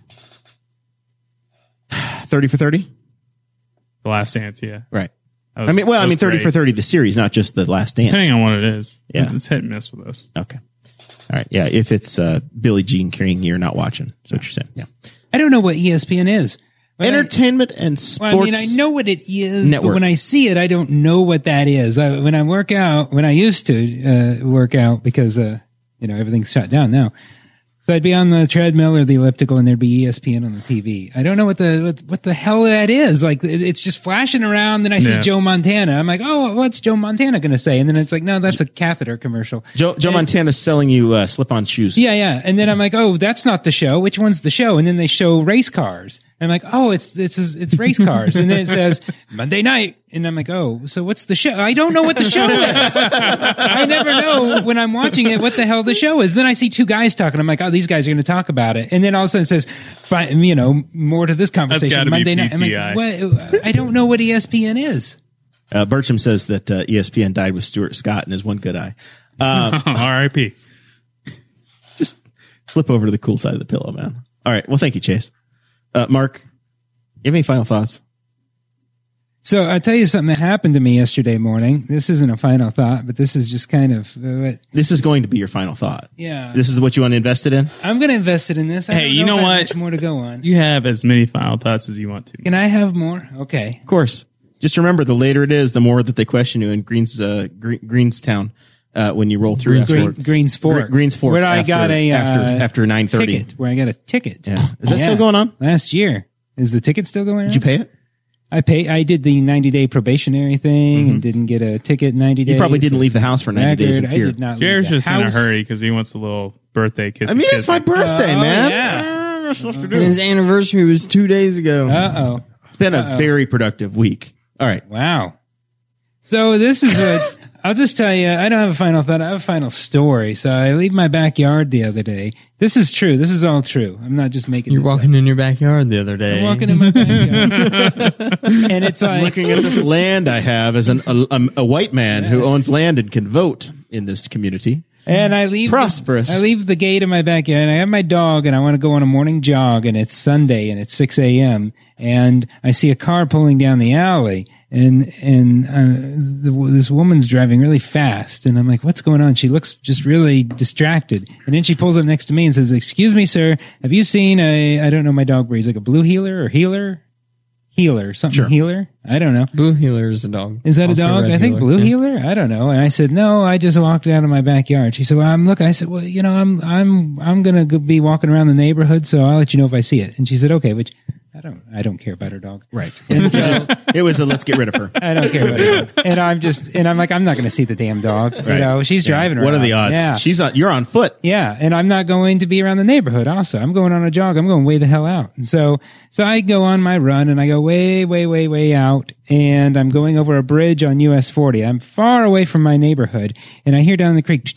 S2: Thirty for thirty,
S1: The Last Dance, yeah.
S2: right?
S1: That was-
S2: I mean, well,
S1: that
S2: I mean,
S1: was
S2: thirty
S1: great.
S2: for thirty, the series, not just the Last Dance.
S1: Depending on what it is,
S2: Yeah.
S1: it's hit and miss with [LAUGHS] those.
S2: Okay. All right. Yeah. If it's uh, Billie Jean King, you're not watching. Is what you're saying. Yeah.
S5: I don't know what E ESPN is. When I-
S2: Entertainment and
S5: well,
S2: sports.
S5: I mean, I know what it is,
S2: Network.
S5: but when I see it, I don't know what that is. I, when I work out, when I used to uh, work out because uh, you know everything's shut down now, so I'd be on the treadmill or the elliptical, and there'd be E ESPN on the TV. I don't know what the what, what the hell that is. Like it- it's just flashing around. Then I see
S1: Yeah.
S5: Joe Montana. I'm like, oh, what's Joe Montana going to say? And then it's like, no, that's a catheter commercial.
S2: Joe, Joe Montana's selling you uh, slip-on shoes.
S5: Yeah, yeah. And then I'm like, oh, that's not the show. Which one's the show? And then they show race cars. And I'm like, oh, it's it's it's race cars. And then it says Monday night. And I'm like, oh, so what's the show? I don't know what the show is. I never know when I'm watching it what the hell the show is. Then I see two guys talking. I'm like, oh, these guys are going to talk about it. And then all of a sudden it says, fi- you know, more to this
S1: gotta
S5: conversation
S1: be
S5: Monday night. I'm
S1: PTI.
S5: like, what? I don't know what E ESPN is.
S2: Uh, Bertram says that uh, ESPN died with Stuart Scott and his one good eye.
S1: R.I.P.
S2: Just flip over to the cool side of the pillow, man. All right. Well, thank you, Chase. Uh, Mark, you have any final thoughts?
S5: So I'll tell you something that happened to me yesterday morning. This isn't a final thought, but this is just kind of uh, what
S2: This is going to be your final thought.
S5: Yeah.
S2: This is what you want to invest it in.
S5: I'm going to invest it in this. I
S1: Hey,
S5: don't
S1: you know
S5: if I have
S1: what?
S5: Much more to go on.
S1: You have as many final thoughts as you want to.
S5: Can I have more? Okay.
S2: Of course. Just remember, the later it is, the more that they question you in Greens, uh, Gre- Greenstown uh, when you roll through.
S5: Green,
S2: afterward.
S5: Greens Fork.
S2: Gre- Greens Fork
S5: Where I
S2: after-
S5: got a uh,
S2: after- after 9:30.
S5: ticket, Where I got a ticket.
S2: Yeah. Is that still going on?
S5: Last year. Is the ticket still going on?
S2: Did you pay it?
S5: I pay. I did the 90 day probationary thing and didn't get a ticket. 90 days.
S2: Mm-hmm. You probably didn't leave the house for 90 days in
S5: Record. I
S2: fear.
S5: did not. leave
S1: Jared's
S5: the
S1: just in a
S5: house.
S1: hurry because he wants a little birthday kiss.
S2: I mean, it's my birthday,
S5: Oh,
S2: man.
S5: yeah.
S2: Eh, you're supposed to do
S3: And
S2: it.
S3: his anniversary was two days ago.
S5: Uh oh.
S2: It's been a very productive week. All right.
S5: Wow. So this is what I'll just tell you, I don't have a final thought. I have a final story. So I leave my backyard the other day. This is true. This is all true. I'm not just making.
S3: You're
S5: this
S3: walking in your backyard the other day.
S5: Up. I'm walking in my backyard, [LAUGHS] and it's
S2: I'm
S5: like
S2: looking at this land I have as an, a, um, a white man who owns land and can vote in this community.
S5: And I leave
S2: Prosperous.
S5: The, I leave the gate in my backyard, and I have my dog, and I want to go on a morning jog, and it's Sunday, and it's six a.m., and I see a car pulling down the alley, and and uh, the, this woman's driving really fast, and I'm like, "What's going on?" She looks just really distracted, and then she pulls up next to me and says, "Excuse me, sir, have you seen a I don't know my dog breed, he's like a blue healer or healer, healer something healer? I don't know."
S3: Blue healer is a dog.
S5: Is that
S3: Also
S5: a dog?
S3: red
S5: I think
S3: heeler.
S5: blue
S3: Yeah.
S5: healer. I don't know. And I said, no, I just walked out of my backyard. She said, well, I'm look. I said, well, you know, I'm I'm I'm gonna go be walking around the neighborhood, so I'll let you know if I see it. And she said, okay, which I don't I don't care about her dog. [LAUGHS]
S2: Right. And so it was a let's get rid of her.
S5: I don't care about her. dog. And I'm just and I'm like, I'm not gonna see the damn dog. You know, she's driving.
S2: What are the
S5: around.
S2: odds?
S5: Yeah.
S2: She's on, you're on foot.
S5: Yeah, and I'm not going to be around the neighborhood. Also, I'm going on a jog. I'm going way the hell out. And so, so I go on my run and I go way, way, way, way out. And I'm going over a bridge on US 40. I'm far away from my neighborhood, and I hear down the creek.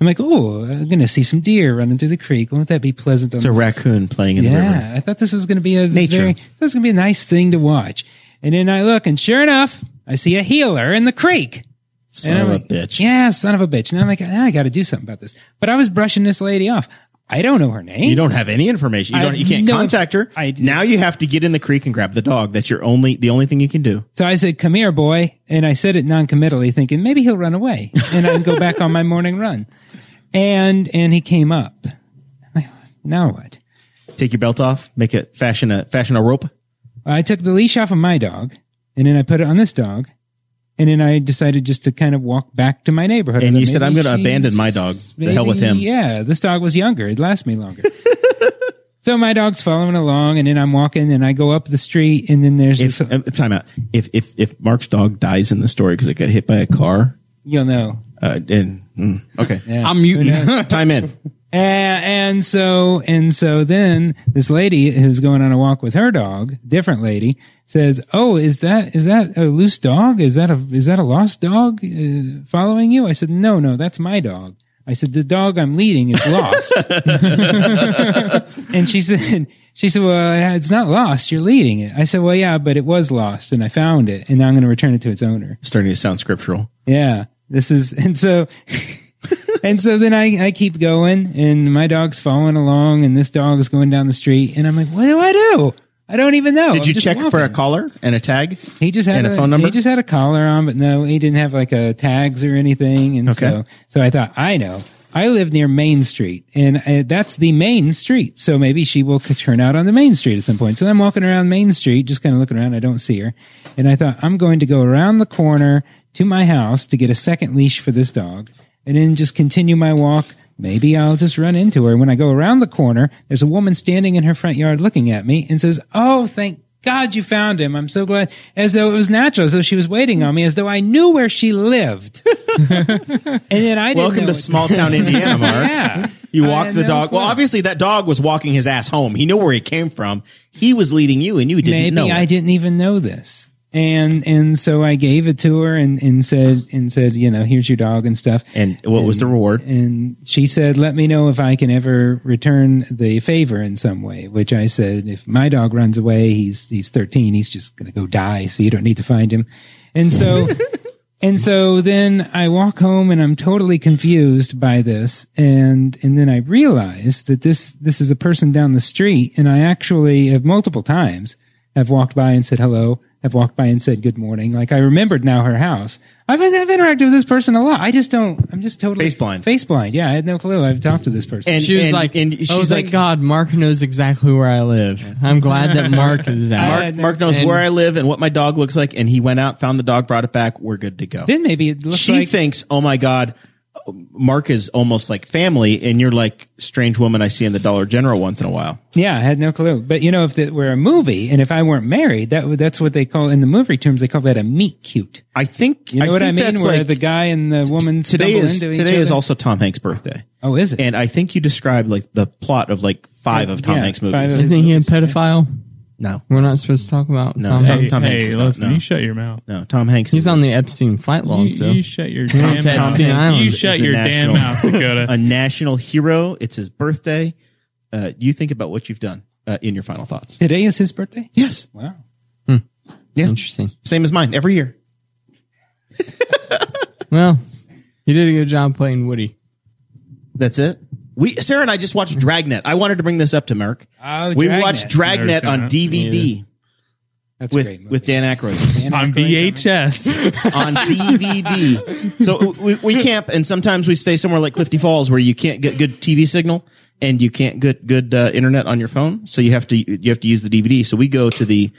S5: I'm like, oh, I'm going to see some deer running through the creek. Won't that be pleasant? On
S2: It's a raccoon playing in the river.
S5: Yeah, I thought this was going to be a
S2: Nature.
S5: Very, this was going to be a nice thing to watch. And then I look, and sure enough, I see a healer in the creek.
S2: Son
S5: And
S2: of
S5: I'm
S2: a
S5: like,
S2: bitch.
S5: Yeah, son of a bitch. And I'm like, ah, I got to do something about this. But I was brushing this lady off. I don't know her name.
S2: You don't have any information. You
S5: I
S2: don't. You can't
S5: know-
S2: contact her.
S5: I do.
S2: now you have to get in the creek and grab the dog. That's your only. The only thing you can do.
S5: So I said, come here, boy. And I said it non-committally thinking maybe he'll run away and I can go back on my morning run. And, and he came up. I'm like, Now what?
S2: Take your belt off. Make a fashion a fashion a rope.
S5: I took the leash off of my dog and then I put it on this dog. And then I decided just to kind of walk back to my neighborhood.
S2: And
S5: I thought,
S2: you said,
S5: maybe
S2: "I'm gonna
S5: she's-
S2: abandon my dog. The hell with him."
S5: Yeah, this dog was younger. It'd last me longer. [LAUGHS] so my dog's following along and then I'm walking and I go up the street and then there's
S2: If,
S5: this,
S2: um, time out. If if if Mark's dog dies in the story because it got hit by a car,
S5: you'll know.
S2: uh, and mm, okay,
S5: Yeah.
S4: I'm mutant.
S2: [LAUGHS] time in.
S5: And, and so, and so then this lady who's going on a walk with her dog, different lady, says, "Oh, is that is that a loose dog? Is that a is that a lost dog uh, following you?" I said, "No, no, that's my dog." I said, "The dog I'm leading is lost." [LAUGHS] and she said, "She said, well, it's not lost. You're leading it." I said, "Well, yeah, but it was lost, and I found it, and now I'm going to return it to its owner."
S2: Starting to sound scriptural.
S5: Yeah. This is, [LAUGHS] and so, and so then I, I keep going and my dog's following along and this dog is going down the street and I'm like, what do I do? I don't even know.
S2: Did
S5: I'm
S2: you
S5: just
S2: check for a
S5: walking.
S2: collar and a tag?
S5: He just had
S2: and a phone number?
S5: He just had a collar on, but no, he didn't have like a tags or anything. And
S2: Okay.
S5: so, so I thought, I know. I live near Main Street, and uh that's the main street. So maybe she will c- turn out on the main street at some point. So I'm walking around Main Street, just kind of looking around. I don't see her, and I thought I'm going to go around the corner to my house to get a second leash for this dog, and then just continue my walk. Maybe I'll just run into her. When I go around the corner, there's a woman standing in her front yard looking at me and says, "Oh, thank God you found him. I'm so glad. As though it was natural, as though she was waiting on me, as though I knew where she lived. and then I
S2: Welcome
S5: didn't know
S2: to
S5: what-
S2: small town
S5: [LAUGHS]
S2: Indiana, Mark.
S5: Yeah.
S2: You
S5: I
S2: walked
S5: had
S2: the
S5: no
S2: dog. Well,
S5: clue.
S2: obviously that dog was walking his ass home. He knew where he came from. He was leading you, and you [LAUGHS] didn't
S5: Maybe
S2: know.
S5: I
S2: it.
S5: didn't even know this. And and so I gave it to her and, and said and said, you know, here's your dog and stuff.
S2: And what was the reward?
S5: and she said, "Let me know if I can ever return the favor in some way." Which I said, "If my dog runs away, he's he's 13. He's just going to go die, so you don't need to find him."
S2: [LAUGHS]
S5: And so and so then I walk home and I'm totally confused by this and and then I realize that this this is a person down the street and I actually have multiple times have walked by and said hello, have walked by and said good morning. Like I remembered now her house. I've I've interacted with this person a lot. I just don't I'm just totally
S2: Face blind.
S5: Face blind. Yeah, I had no clue. I've talked to this person.
S2: And
S3: She was
S2: and-
S3: like,
S2: and
S3: oh,
S2: she's
S3: thank
S2: like,
S3: God, Mark knows exactly where I live. I'm glad that
S2: [LAUGHS]
S3: Mark is out.
S5: Mark-
S2: Mark, Mark knows
S3: And-
S2: where I live and what my dog looks like, and he went out, found the dog, brought it back. We're good to go.
S5: then maybe it looks
S2: she
S5: like
S2: thinks, "Oh my god, Mark is almost like family," and you're like strange woman I see in the Dollar General once in a while.
S5: Yeah, I had no clue. But you know, if it were a movie and if I weren't married, that would- that's what they call in the movie terms. They call that a meet cute.
S2: I think
S5: You know what I
S2: think
S5: mean?
S2: that's
S5: Where
S2: like-
S5: the guy and the woman
S2: today
S5: stumble
S2: is
S5: into each
S2: today is
S5: other.
S2: also Tom Hanks' birthday,
S5: oh, is it?
S2: and I think you described like the plot of like five of Tom
S5: Yeah,
S2: Hanks
S5: five
S2: movies.
S5: of-
S3: Isn't he a pedophile?
S2: No,
S3: We're not supposed to talk about
S2: No.
S3: Tom
S2: Hey.
S3: Hanks.
S2: Tom
S1: hey,
S2: Hanks is not-
S1: listen,
S2: no.
S1: you shut your mouth.
S2: no. Tom Hanks.
S3: He's
S2: is
S3: on the Epstein flight log,
S1: You,
S3: so
S1: you shut [LAUGHS] your
S3: Tom
S1: damn mouth.
S3: Hanks
S1: You
S3: Islands
S1: shut
S2: is a
S1: your damn
S2: national-
S1: mouth, [LAUGHS]
S2: a
S1: Dakota.
S2: national hero. It's his birthday. Uh, you think about what you've done uh, in your final thoughts.
S5: Today is his birthday.
S2: Yes,
S5: Wow.
S2: yeah,
S3: [LAUGHS] interesting.
S2: same as mine every year.
S3: Well, he did a good job playing Woody.
S2: That's it. We Sarah and I just watched Dragnet. I wanted to bring this up to Merck.
S5: Oh,
S2: we
S5: Dragnet.
S2: watched Dragnet
S1: Never seen
S2: on
S1: that.
S2: DVD
S5: That's a great
S2: with
S5: movie.
S2: with Dan Aykroyd
S5: [LAUGHS] Dan
S1: On
S5: Aykroyd, Tom Hanks.
S1: VHS.
S2: on DVD. So we, we camp and sometimes we stay somewhere like Clifty Falls where you can't get good TV signal and you can't get good uh, internet on your phone. So you have to you have to use the DVD. So we go to the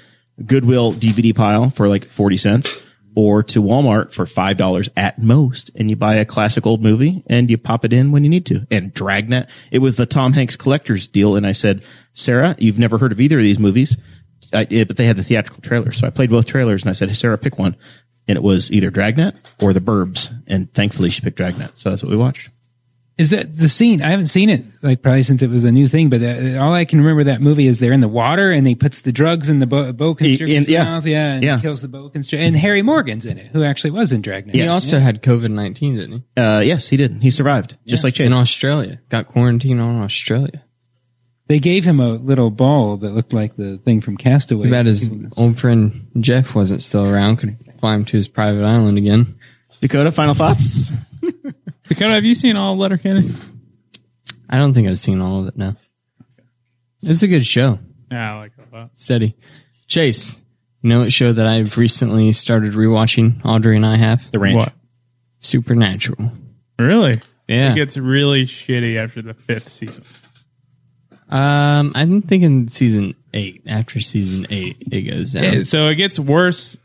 S2: Goodwill DVD pile for like forty cents. Or to Walmart for five dollars at most, and you buy a classic old movie and you pop it in when you need to. And Dragnet, it was the Tom Hanks collector's deal, and I said, Sarah, you've never heard of either of these movies. I, it, but they had the theatrical trailer. So I played both trailers and I said, hey, Sarah, pick one. And it was either Dragnet or The Burbs. And thankfully she picked Dragnet. So that's what we watched.
S5: Is that the scene? I haven't seen it like probably since it was a new thing, but uh, all I can remember of that movie is they're in the water and he puts the drugs in the bo- boa constrictor's
S2: in- yeah.
S5: mouth, yeah, and
S2: Yeah.
S5: kills the boa constrictor. And Harry Morgan's in it, who actually was in Dragnet.
S3: He also had COVID nineteen, didn't he?
S2: Uh, yes, he did. He survived just like Chase.
S3: In Australia, got quarantined on Australia.
S5: They gave him a little ball that looked like the thing from Castaway.
S3: Too bad his old friend Jeff wasn't still around. Could fly him to his private island again.
S2: Dakota, final thoughts?
S1: Dakota, have you seen all of Letterkenny?
S3: I don't think I've seen all of it now. It's a good show.
S1: Yeah, I like it a lot.
S3: Steady. Chase, you know what show that I've recently started rewatching? Audrey and I have?
S2: The ranch.
S1: What?
S3: Supernatural.
S1: Really?
S3: Yeah.
S1: It gets really shitty after the fifth season.
S3: Um, I'm thinking season eight. After season eight, it goes down.
S1: So it gets worse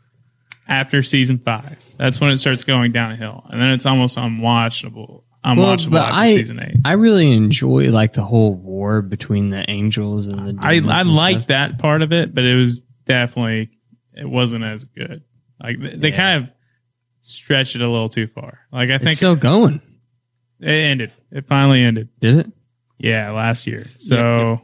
S1: after season five. That's when it starts going downhill, and then it's almost unwatchable.
S3: well,
S1: Unwatchable
S3: but
S1: after
S3: I,
S1: season eight.
S3: I really enjoy like the whole war between the angels and the.
S1: I,
S3: demons
S1: I
S3: and
S1: like
S3: stuff.
S1: that part of it, but it was definitely it wasn't as good. Like they, they kind of stretched it a little too far. Like I
S3: It's
S1: think
S3: still going.
S1: it ended. It finally ended.
S3: Did it?
S1: Yeah, last year. So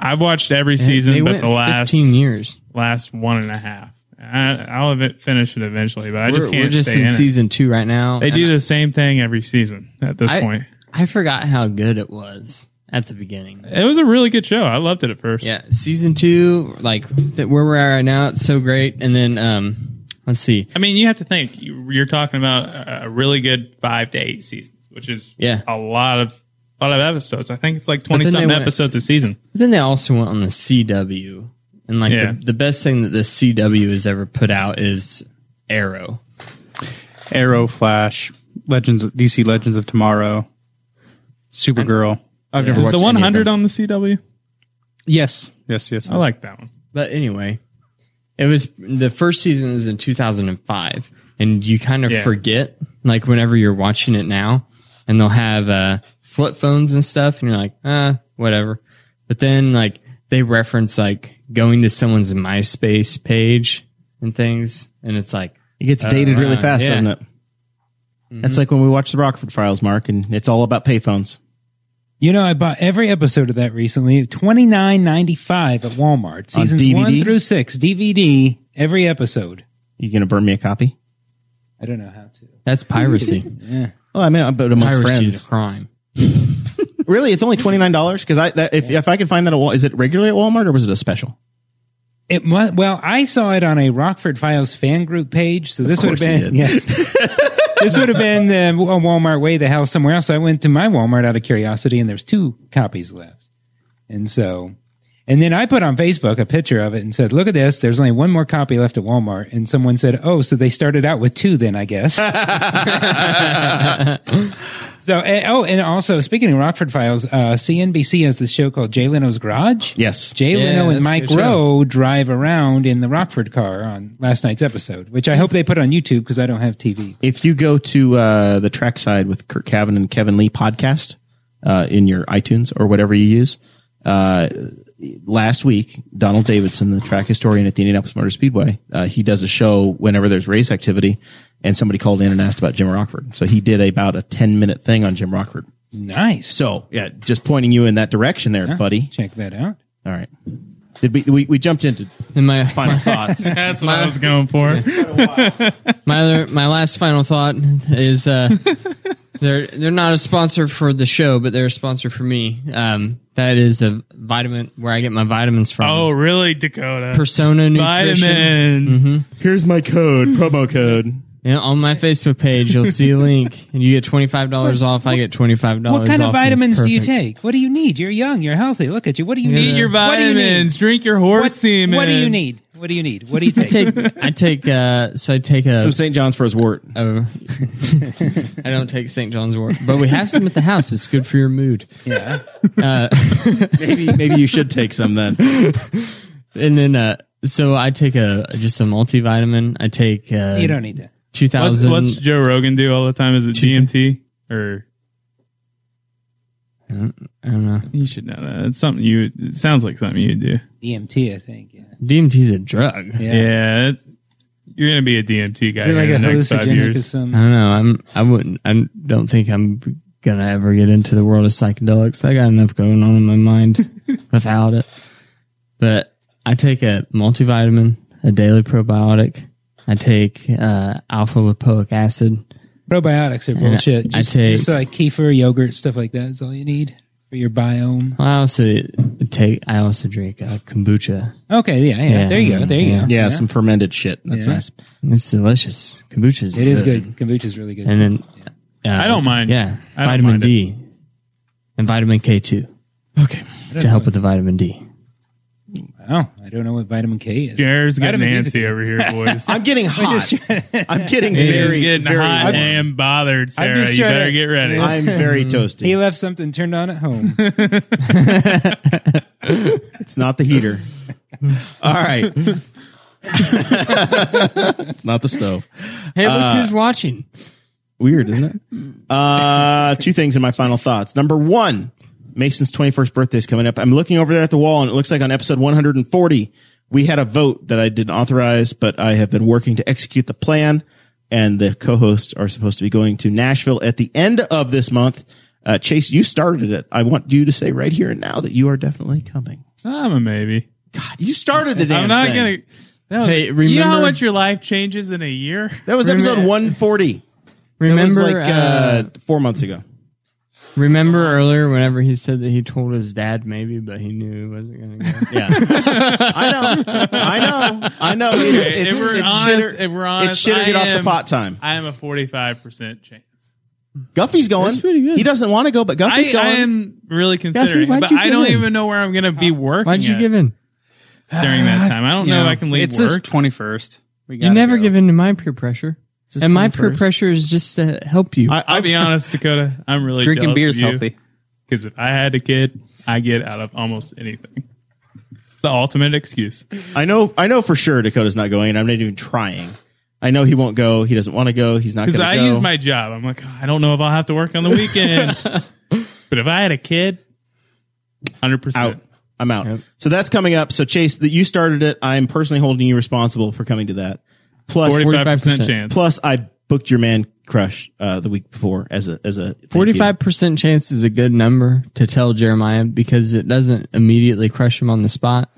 S1: I've watched every season,
S3: they
S1: but
S3: went
S1: the last
S3: 15 years.
S1: last one and a half. I, I'll have it- finish it eventually, but I
S3: We're,
S1: just can't
S3: we're just
S1: stay
S3: in
S1: in it.
S3: season two right now.
S1: They
S3: and
S1: do the same thing every season at this
S3: I-
S1: point.
S3: I forgot how good it was at the beginning.
S1: It was a really good show. I loved it at first.
S3: Yeah, season two, like that where we're at right now, it's so great. And then, um, let's see.
S1: I mean, you have to think you- you're talking about a- a really good five to eight seasons, which is
S3: Yeah.
S1: a lot of lot of episodes. I think it's like twenty
S3: then they
S1: something
S3: went-
S1: episodes a season.
S3: But then they also went on the CW, and like
S1: Yeah.
S3: the, the best thing that the CW has ever put out is Arrow.
S4: Arrow, Flash, Legends, DC Legends of Tomorrow, Supergirl.
S2: I've never
S1: Is
S2: watched
S1: the
S2: any
S1: one
S2: of
S1: hundred
S2: them.
S1: on the CW?
S4: Yes, yes, yes.
S1: I like that one.
S3: But anyway, it was the first season is in 2005, and you kind of
S1: Yeah.
S3: forget like whenever you're watching it now, and they'll have uh, flip phones and stuff, and you're like, uh, whatever. But then like they reference like going to someone's MySpace page and things, and it's like,
S2: It gets dated really
S3: wow.
S2: fast,
S3: Yeah.
S2: doesn't it? That's like when we watched the Rockford Files, Mark, and it's all about payphones.
S5: You know, I bought every episode of that recently. Twenty nine ninety five at Walmart.
S2: On
S5: Seasons one
S2: DVD?
S5: through six, DVD, every episode.
S2: You gonna burn me a copy?
S5: I don't know how to.
S3: that's piracy.
S2: Oh, I mean, but amongst
S3: piracy
S2: friends,
S3: is a crime.
S2: really, it's only twenty nine dollars because I that, if if I can find that at Wal, is it regularly at Walmart or was it a special?
S5: It mu- well, I saw it on a Rockford Files fan group page, so this would
S2: course
S5: have
S2: you
S5: been
S2: did.
S5: yes. [LAUGHS] this would have been uh, a Walmart way the hell somewhere else. I went to my Walmart out of curiosity, and there's two copies left, and so, and then I put on Facebook a picture of it and said, "Look at this. There's only one more copy left at Walmart." And someone said, "Oh, so they started out with two then,
S2: [LAUGHS]
S5: I guess." [LAUGHS] so, and, oh, and also speaking of Rockford Files, uh, CNBC has this show called Jay Leno's Garage.
S2: Yes.
S5: Jay
S3: Yeah,
S5: Leno and
S3: that's a
S5: Mike
S3: good show.
S5: Rowe drive around in the Rockford car on last night's episode, which I hope they put on YouTube because I don't have TV.
S2: if you go to uh, the trackside with Kurt Cavan and Kevin Lee podcast uh, in your iTunes or whatever you use, uh, last week Donald Davidson, the track historian at the Indianapolis Motor Speedway, uh, he does a show whenever there's race activity, and somebody called in and asked about Jim Rockford. So he did about a ten minute thing on Jim Rockford.
S5: Nice.
S2: So yeah, just pointing you in that direction there, buddy.
S5: Check that out.
S2: All right, Did we, we, we jumped into
S3: And my
S2: final thoughts.
S1: That's what I was going for.
S3: my other my last final thought is
S5: [LAUGHS]
S3: uh, they're they're not a sponsor for the show, but they're a sponsor for me. Um, that is a vitamin where I get my vitamins from.
S1: Oh, really, Dakota?
S3: Persona Nutrition.
S1: Vitamins.
S2: Here's my code, promo code.
S3: Yeah, on my Facebook page, you'll see a
S5: [LAUGHS]
S3: link, and you get twenty five dollars off. I get twenty five dollars.
S5: What kind of vitamins do you take? What do you need? You're young. You're healthy. Look at you. What do you need?
S1: Eat your
S5: What do you need?
S1: vitamins. Drink your horse
S5: What,
S1: semen.
S5: what do you need? What do you need? What do you
S3: I
S5: take?
S3: take. I take. Uh, so I take a.
S2: Some St. John's first wort.
S3: a [LAUGHS] I don't take St. John's wort, but we have some at the house. It's good for your mood.
S2: Maybe maybe you should take some then.
S3: And then, uh, so I take a just a multivitamin. I take. Uh,
S5: you don't need that.
S3: two
S1: What's,
S3: thousand.
S1: what's Joe Rogan do all the time? Is it DMT or?
S3: I don't know.
S1: You should know that. It's something you. It sounds like something you do.
S5: DMT, I think. Yeah.
S3: DMT's a drug.
S5: Yeah.
S1: Yeah, it- you're gonna be a DMT guy
S5: Is it
S1: in
S5: like a
S1: the next five
S5: hallucinogenic or
S1: years.
S3: I
S5: something?
S3: don't know. I'm. I wouldn't. I don't think I'm gonna ever get into the world of psychedelics. I got enough going on in
S1: [LAUGHS]
S3: my mind without it. But I take a multivitamin, a daily probiotic. I take uh, alpha lipoic acid.
S5: Probiotics are bullshit.
S3: I
S5: Just,
S3: take-
S5: just like kefir, yogurt, stuff like that is all you need for your biome.
S3: I also take. I also drink uh, kombucha.
S5: Okay. Yeah. Yeah.
S3: Yeah.
S5: There you go. There you go.
S2: Yeah, some fermented shit. That's
S5: Yeah.
S2: nice.
S3: It's delicious. Kombucha is.
S5: It is good. Kombucha's really good.
S3: And then. Uh,
S1: I don't mind.
S3: Yeah,
S1: I don't
S3: vitamin
S1: mind it.
S3: D, and vitamin K two.
S2: Okay.
S3: to help with the vitamin D.
S5: Oh, I don't know what vitamin K is.
S1: Jared's got
S5: Vitamin D's a
S1: Nancy over
S5: [LAUGHS]
S1: here, boys.
S2: I'm getting hot. I'm getting
S1: He's
S2: very,
S1: getting
S2: very
S1: hot
S2: hot.
S1: and bothered, Sarah.
S5: just
S1: You
S5: trying
S1: better
S5: to-
S1: get ready.
S2: I'm very
S5: He
S2: toasty.
S5: left something turned on
S4: [LAUGHS]
S5: at home.
S2: It's not the heater. All right. [LAUGHS] it's not the stove.
S3: Hey, look
S2: Uh,
S3: who's watching.
S2: Weird, isn't it? [LAUGHS] Uh, two things in my final thoughts. Number one, Mason's 21st birthday is coming up. I'm looking over there at the wall and it looks like on episode 140, we had a vote that I didn't authorize, but I have been working to execute the plan. And the co-hosts are supposed to be going to Nashville at the end of this month. Uh, Chase, you started it. I want you to say right here and now that you are definitely coming.
S1: I'm a maybe.
S2: You started the damn
S1: I'm not
S2: thing.
S1: gonna. That was,
S3: Hey,
S1: you know how
S3: remember-
S1: much your life changes in a year? [LAUGHS]
S2: That was episode 140. That
S3: Remember,
S2: was like uh,
S3: uh,
S2: four months ago.
S3: remember earlier whenever he said that he told his dad maybe, but he knew he wasn't
S2: [LAUGHS]
S3: going to go.
S2: Yeah, I know, I know, I know. It's, it's,
S1: if we're
S2: it's
S1: honest-
S2: shitter,
S1: if we're honest,
S2: it's shitter
S1: I
S2: get off the
S1: am-
S2: pot time.
S1: I am a 45 percent chance.
S2: Guffey's going.
S3: That's pretty good.
S2: He doesn't want to go, but
S1: I,
S2: Guffey's
S1: I
S2: going.
S1: am really considering,
S3: why'd
S1: but
S3: you
S1: I
S3: give
S1: don't
S3: in?
S1: even know where I'm gonna be working.
S3: Why'd you
S1: at
S3: give in?
S1: during that time? I don't know if I can leave
S4: It's
S1: work.
S4: twenty first.
S3: You never give in to my peer pressure.
S2: his
S3: And my
S2: 21st.
S3: peer pressure is just to help you.
S2: I,
S1: I'll be honest, Dakota. I'm really jealous
S4: Drinking beer is
S1: of you.
S4: healthy.
S1: Because if I had a kid, I get out of almost anything. It's the ultimate excuse.
S2: I know. I know for sure Dakota's not going, and I'm not even trying. I know he won't go. He doesn't want to go. He's not going
S1: Because
S2: to
S1: I
S2: go.
S1: use my job. I'm like, "Oh, I don't know if I'll have to work on the weekend. but if I had a kid, hundred
S2: out.
S1: percent.
S2: I'm out. So that's coming up. So Chase, that you started it. I'm personally holding you responsible for coming to that. Plus,
S1: Forty-five
S3: 45%.
S1: percent chance.
S2: plus I booked your man crush uh, the week before as a as a thank you.
S3: 45% chance is a good number to tell Jeremiah because it doesn't immediately crush him on the spot.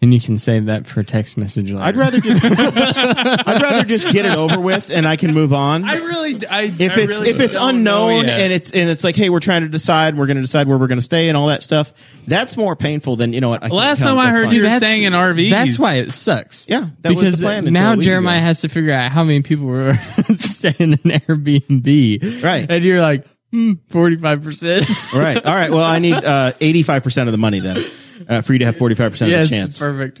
S3: And you can save that for a text message later.
S2: I'd
S1: [LAUGHS]
S2: rather just I'd rather just get it over with and I can move on.
S1: I really, I
S2: if
S1: I
S2: it's
S1: really
S2: if it's
S1: don't
S2: unknown
S1: know yet.
S2: and it's and it's like hey we're trying to decide we're going to decide where we're going to stay and all that stuff that's more painful than you know what I can't
S1: Last
S2: come,
S1: time I
S2: that's
S1: heard
S2: fine.
S1: you were
S3: that's-
S1: saying in RVs.
S3: That's why it sucks.
S2: Yeah, that was
S3: because
S2: the plan until a
S3: now
S2: week
S3: Jeremiah
S2: ago.
S3: has to figure out how many people were [LAUGHS] staying in Airbnb.
S2: Right.
S3: and you're like, forty five percent.
S2: [LAUGHS] right all right well I need uh, 85% of the money then uh, for you to have 45% of
S3: Yes,
S2: the chance
S3: perfect.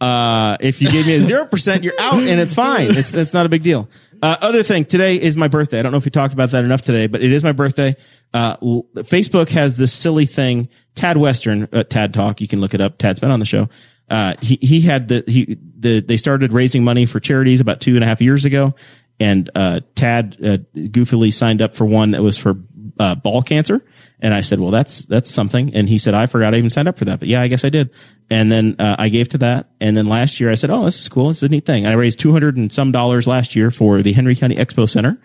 S2: uh, if you gave me a 0% you're out and it's fine it's it's not a big deal uh, other thing today is my birthday I don't know if we talked about that enough today but it is my birthday uh, l- Facebook has this silly thing Tad Western uh, Tad Talk you can look it up Tad's been on the show uh, he he had the he the they started raising money for charities about two and a half years ago, and uh, Tad uh, goofily signed up for one that was for uh, ball cancer, and I said, well, that's that's something, and he said, I forgot I even signed up for that, but yeah, I guess I did, and then uh, I gave to that, and then last year I said, oh, this is cool, this is a neat thing. I raised two hundred and some dollars last year for the Henry County Expo Center,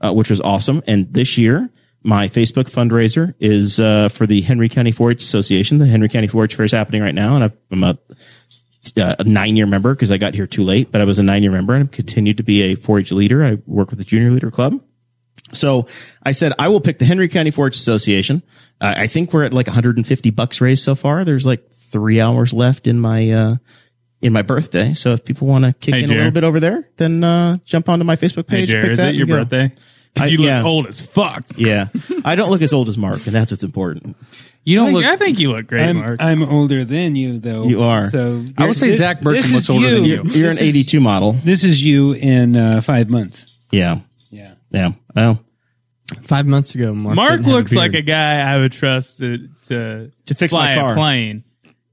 S2: uh, which was awesome, and this year My Facebook fundraiser is uh, for the Henry County 4-H Association. The Henry County 4-H Fair is happening right now, and I've- I'm a, uh, a nine-year member because I got here too late, but I was a nine-year member and I've continued to be a 4-H leader. I work with the Junior Leader Club. So I said, I will pick the Henry County 4-H Association. Uh, I think we're at like 150 bucks raised so far. There's like three hours left in my, uh, in my birthday. So if people want to kick
S1: Hey,
S2: in a
S1: Jared.
S2: little bit over there, then, uh, jump onto my Facebook
S1: Hey,
S2: page.
S1: Jared,
S2: pick
S1: is it
S2: that
S1: your
S2: and go.
S1: birthday? 'Cause
S2: I-
S1: you
S2: yeah.
S1: look old as fuck.
S2: Yeah. I don't look as old as Mark and that's what's important.
S4: You
S1: I
S4: don't
S1: think,
S4: look.
S1: I think you look great,
S5: I'm,
S1: Mark.
S5: I'm older than you, though.
S2: You are.
S5: So
S4: I would say
S5: you're-
S4: Zach
S5: this
S4: Berkman
S5: is
S4: looks older than you.
S2: You're an 82 model.
S5: This is you in uh, five months.
S2: Yeah.
S5: Yeah.
S2: Yeah. Well,
S3: Five months ago, Mark.
S1: Mark
S3: didn't have
S1: looks like a
S3: beard.
S1: guy I would trust to to,
S2: To fix
S1: fly
S2: my car.
S1: a plane.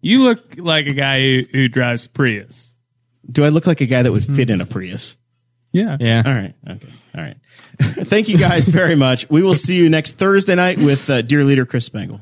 S1: You look like a guy who, who drives Prius.
S2: do I look like a guy that would fit in a Prius?
S1: Yeah.
S3: Yeah.
S2: All right. Okay. All right. [LAUGHS] Thank you guys very much. We will see you next Thursday night with uh, Dear Leader Chris Spangle.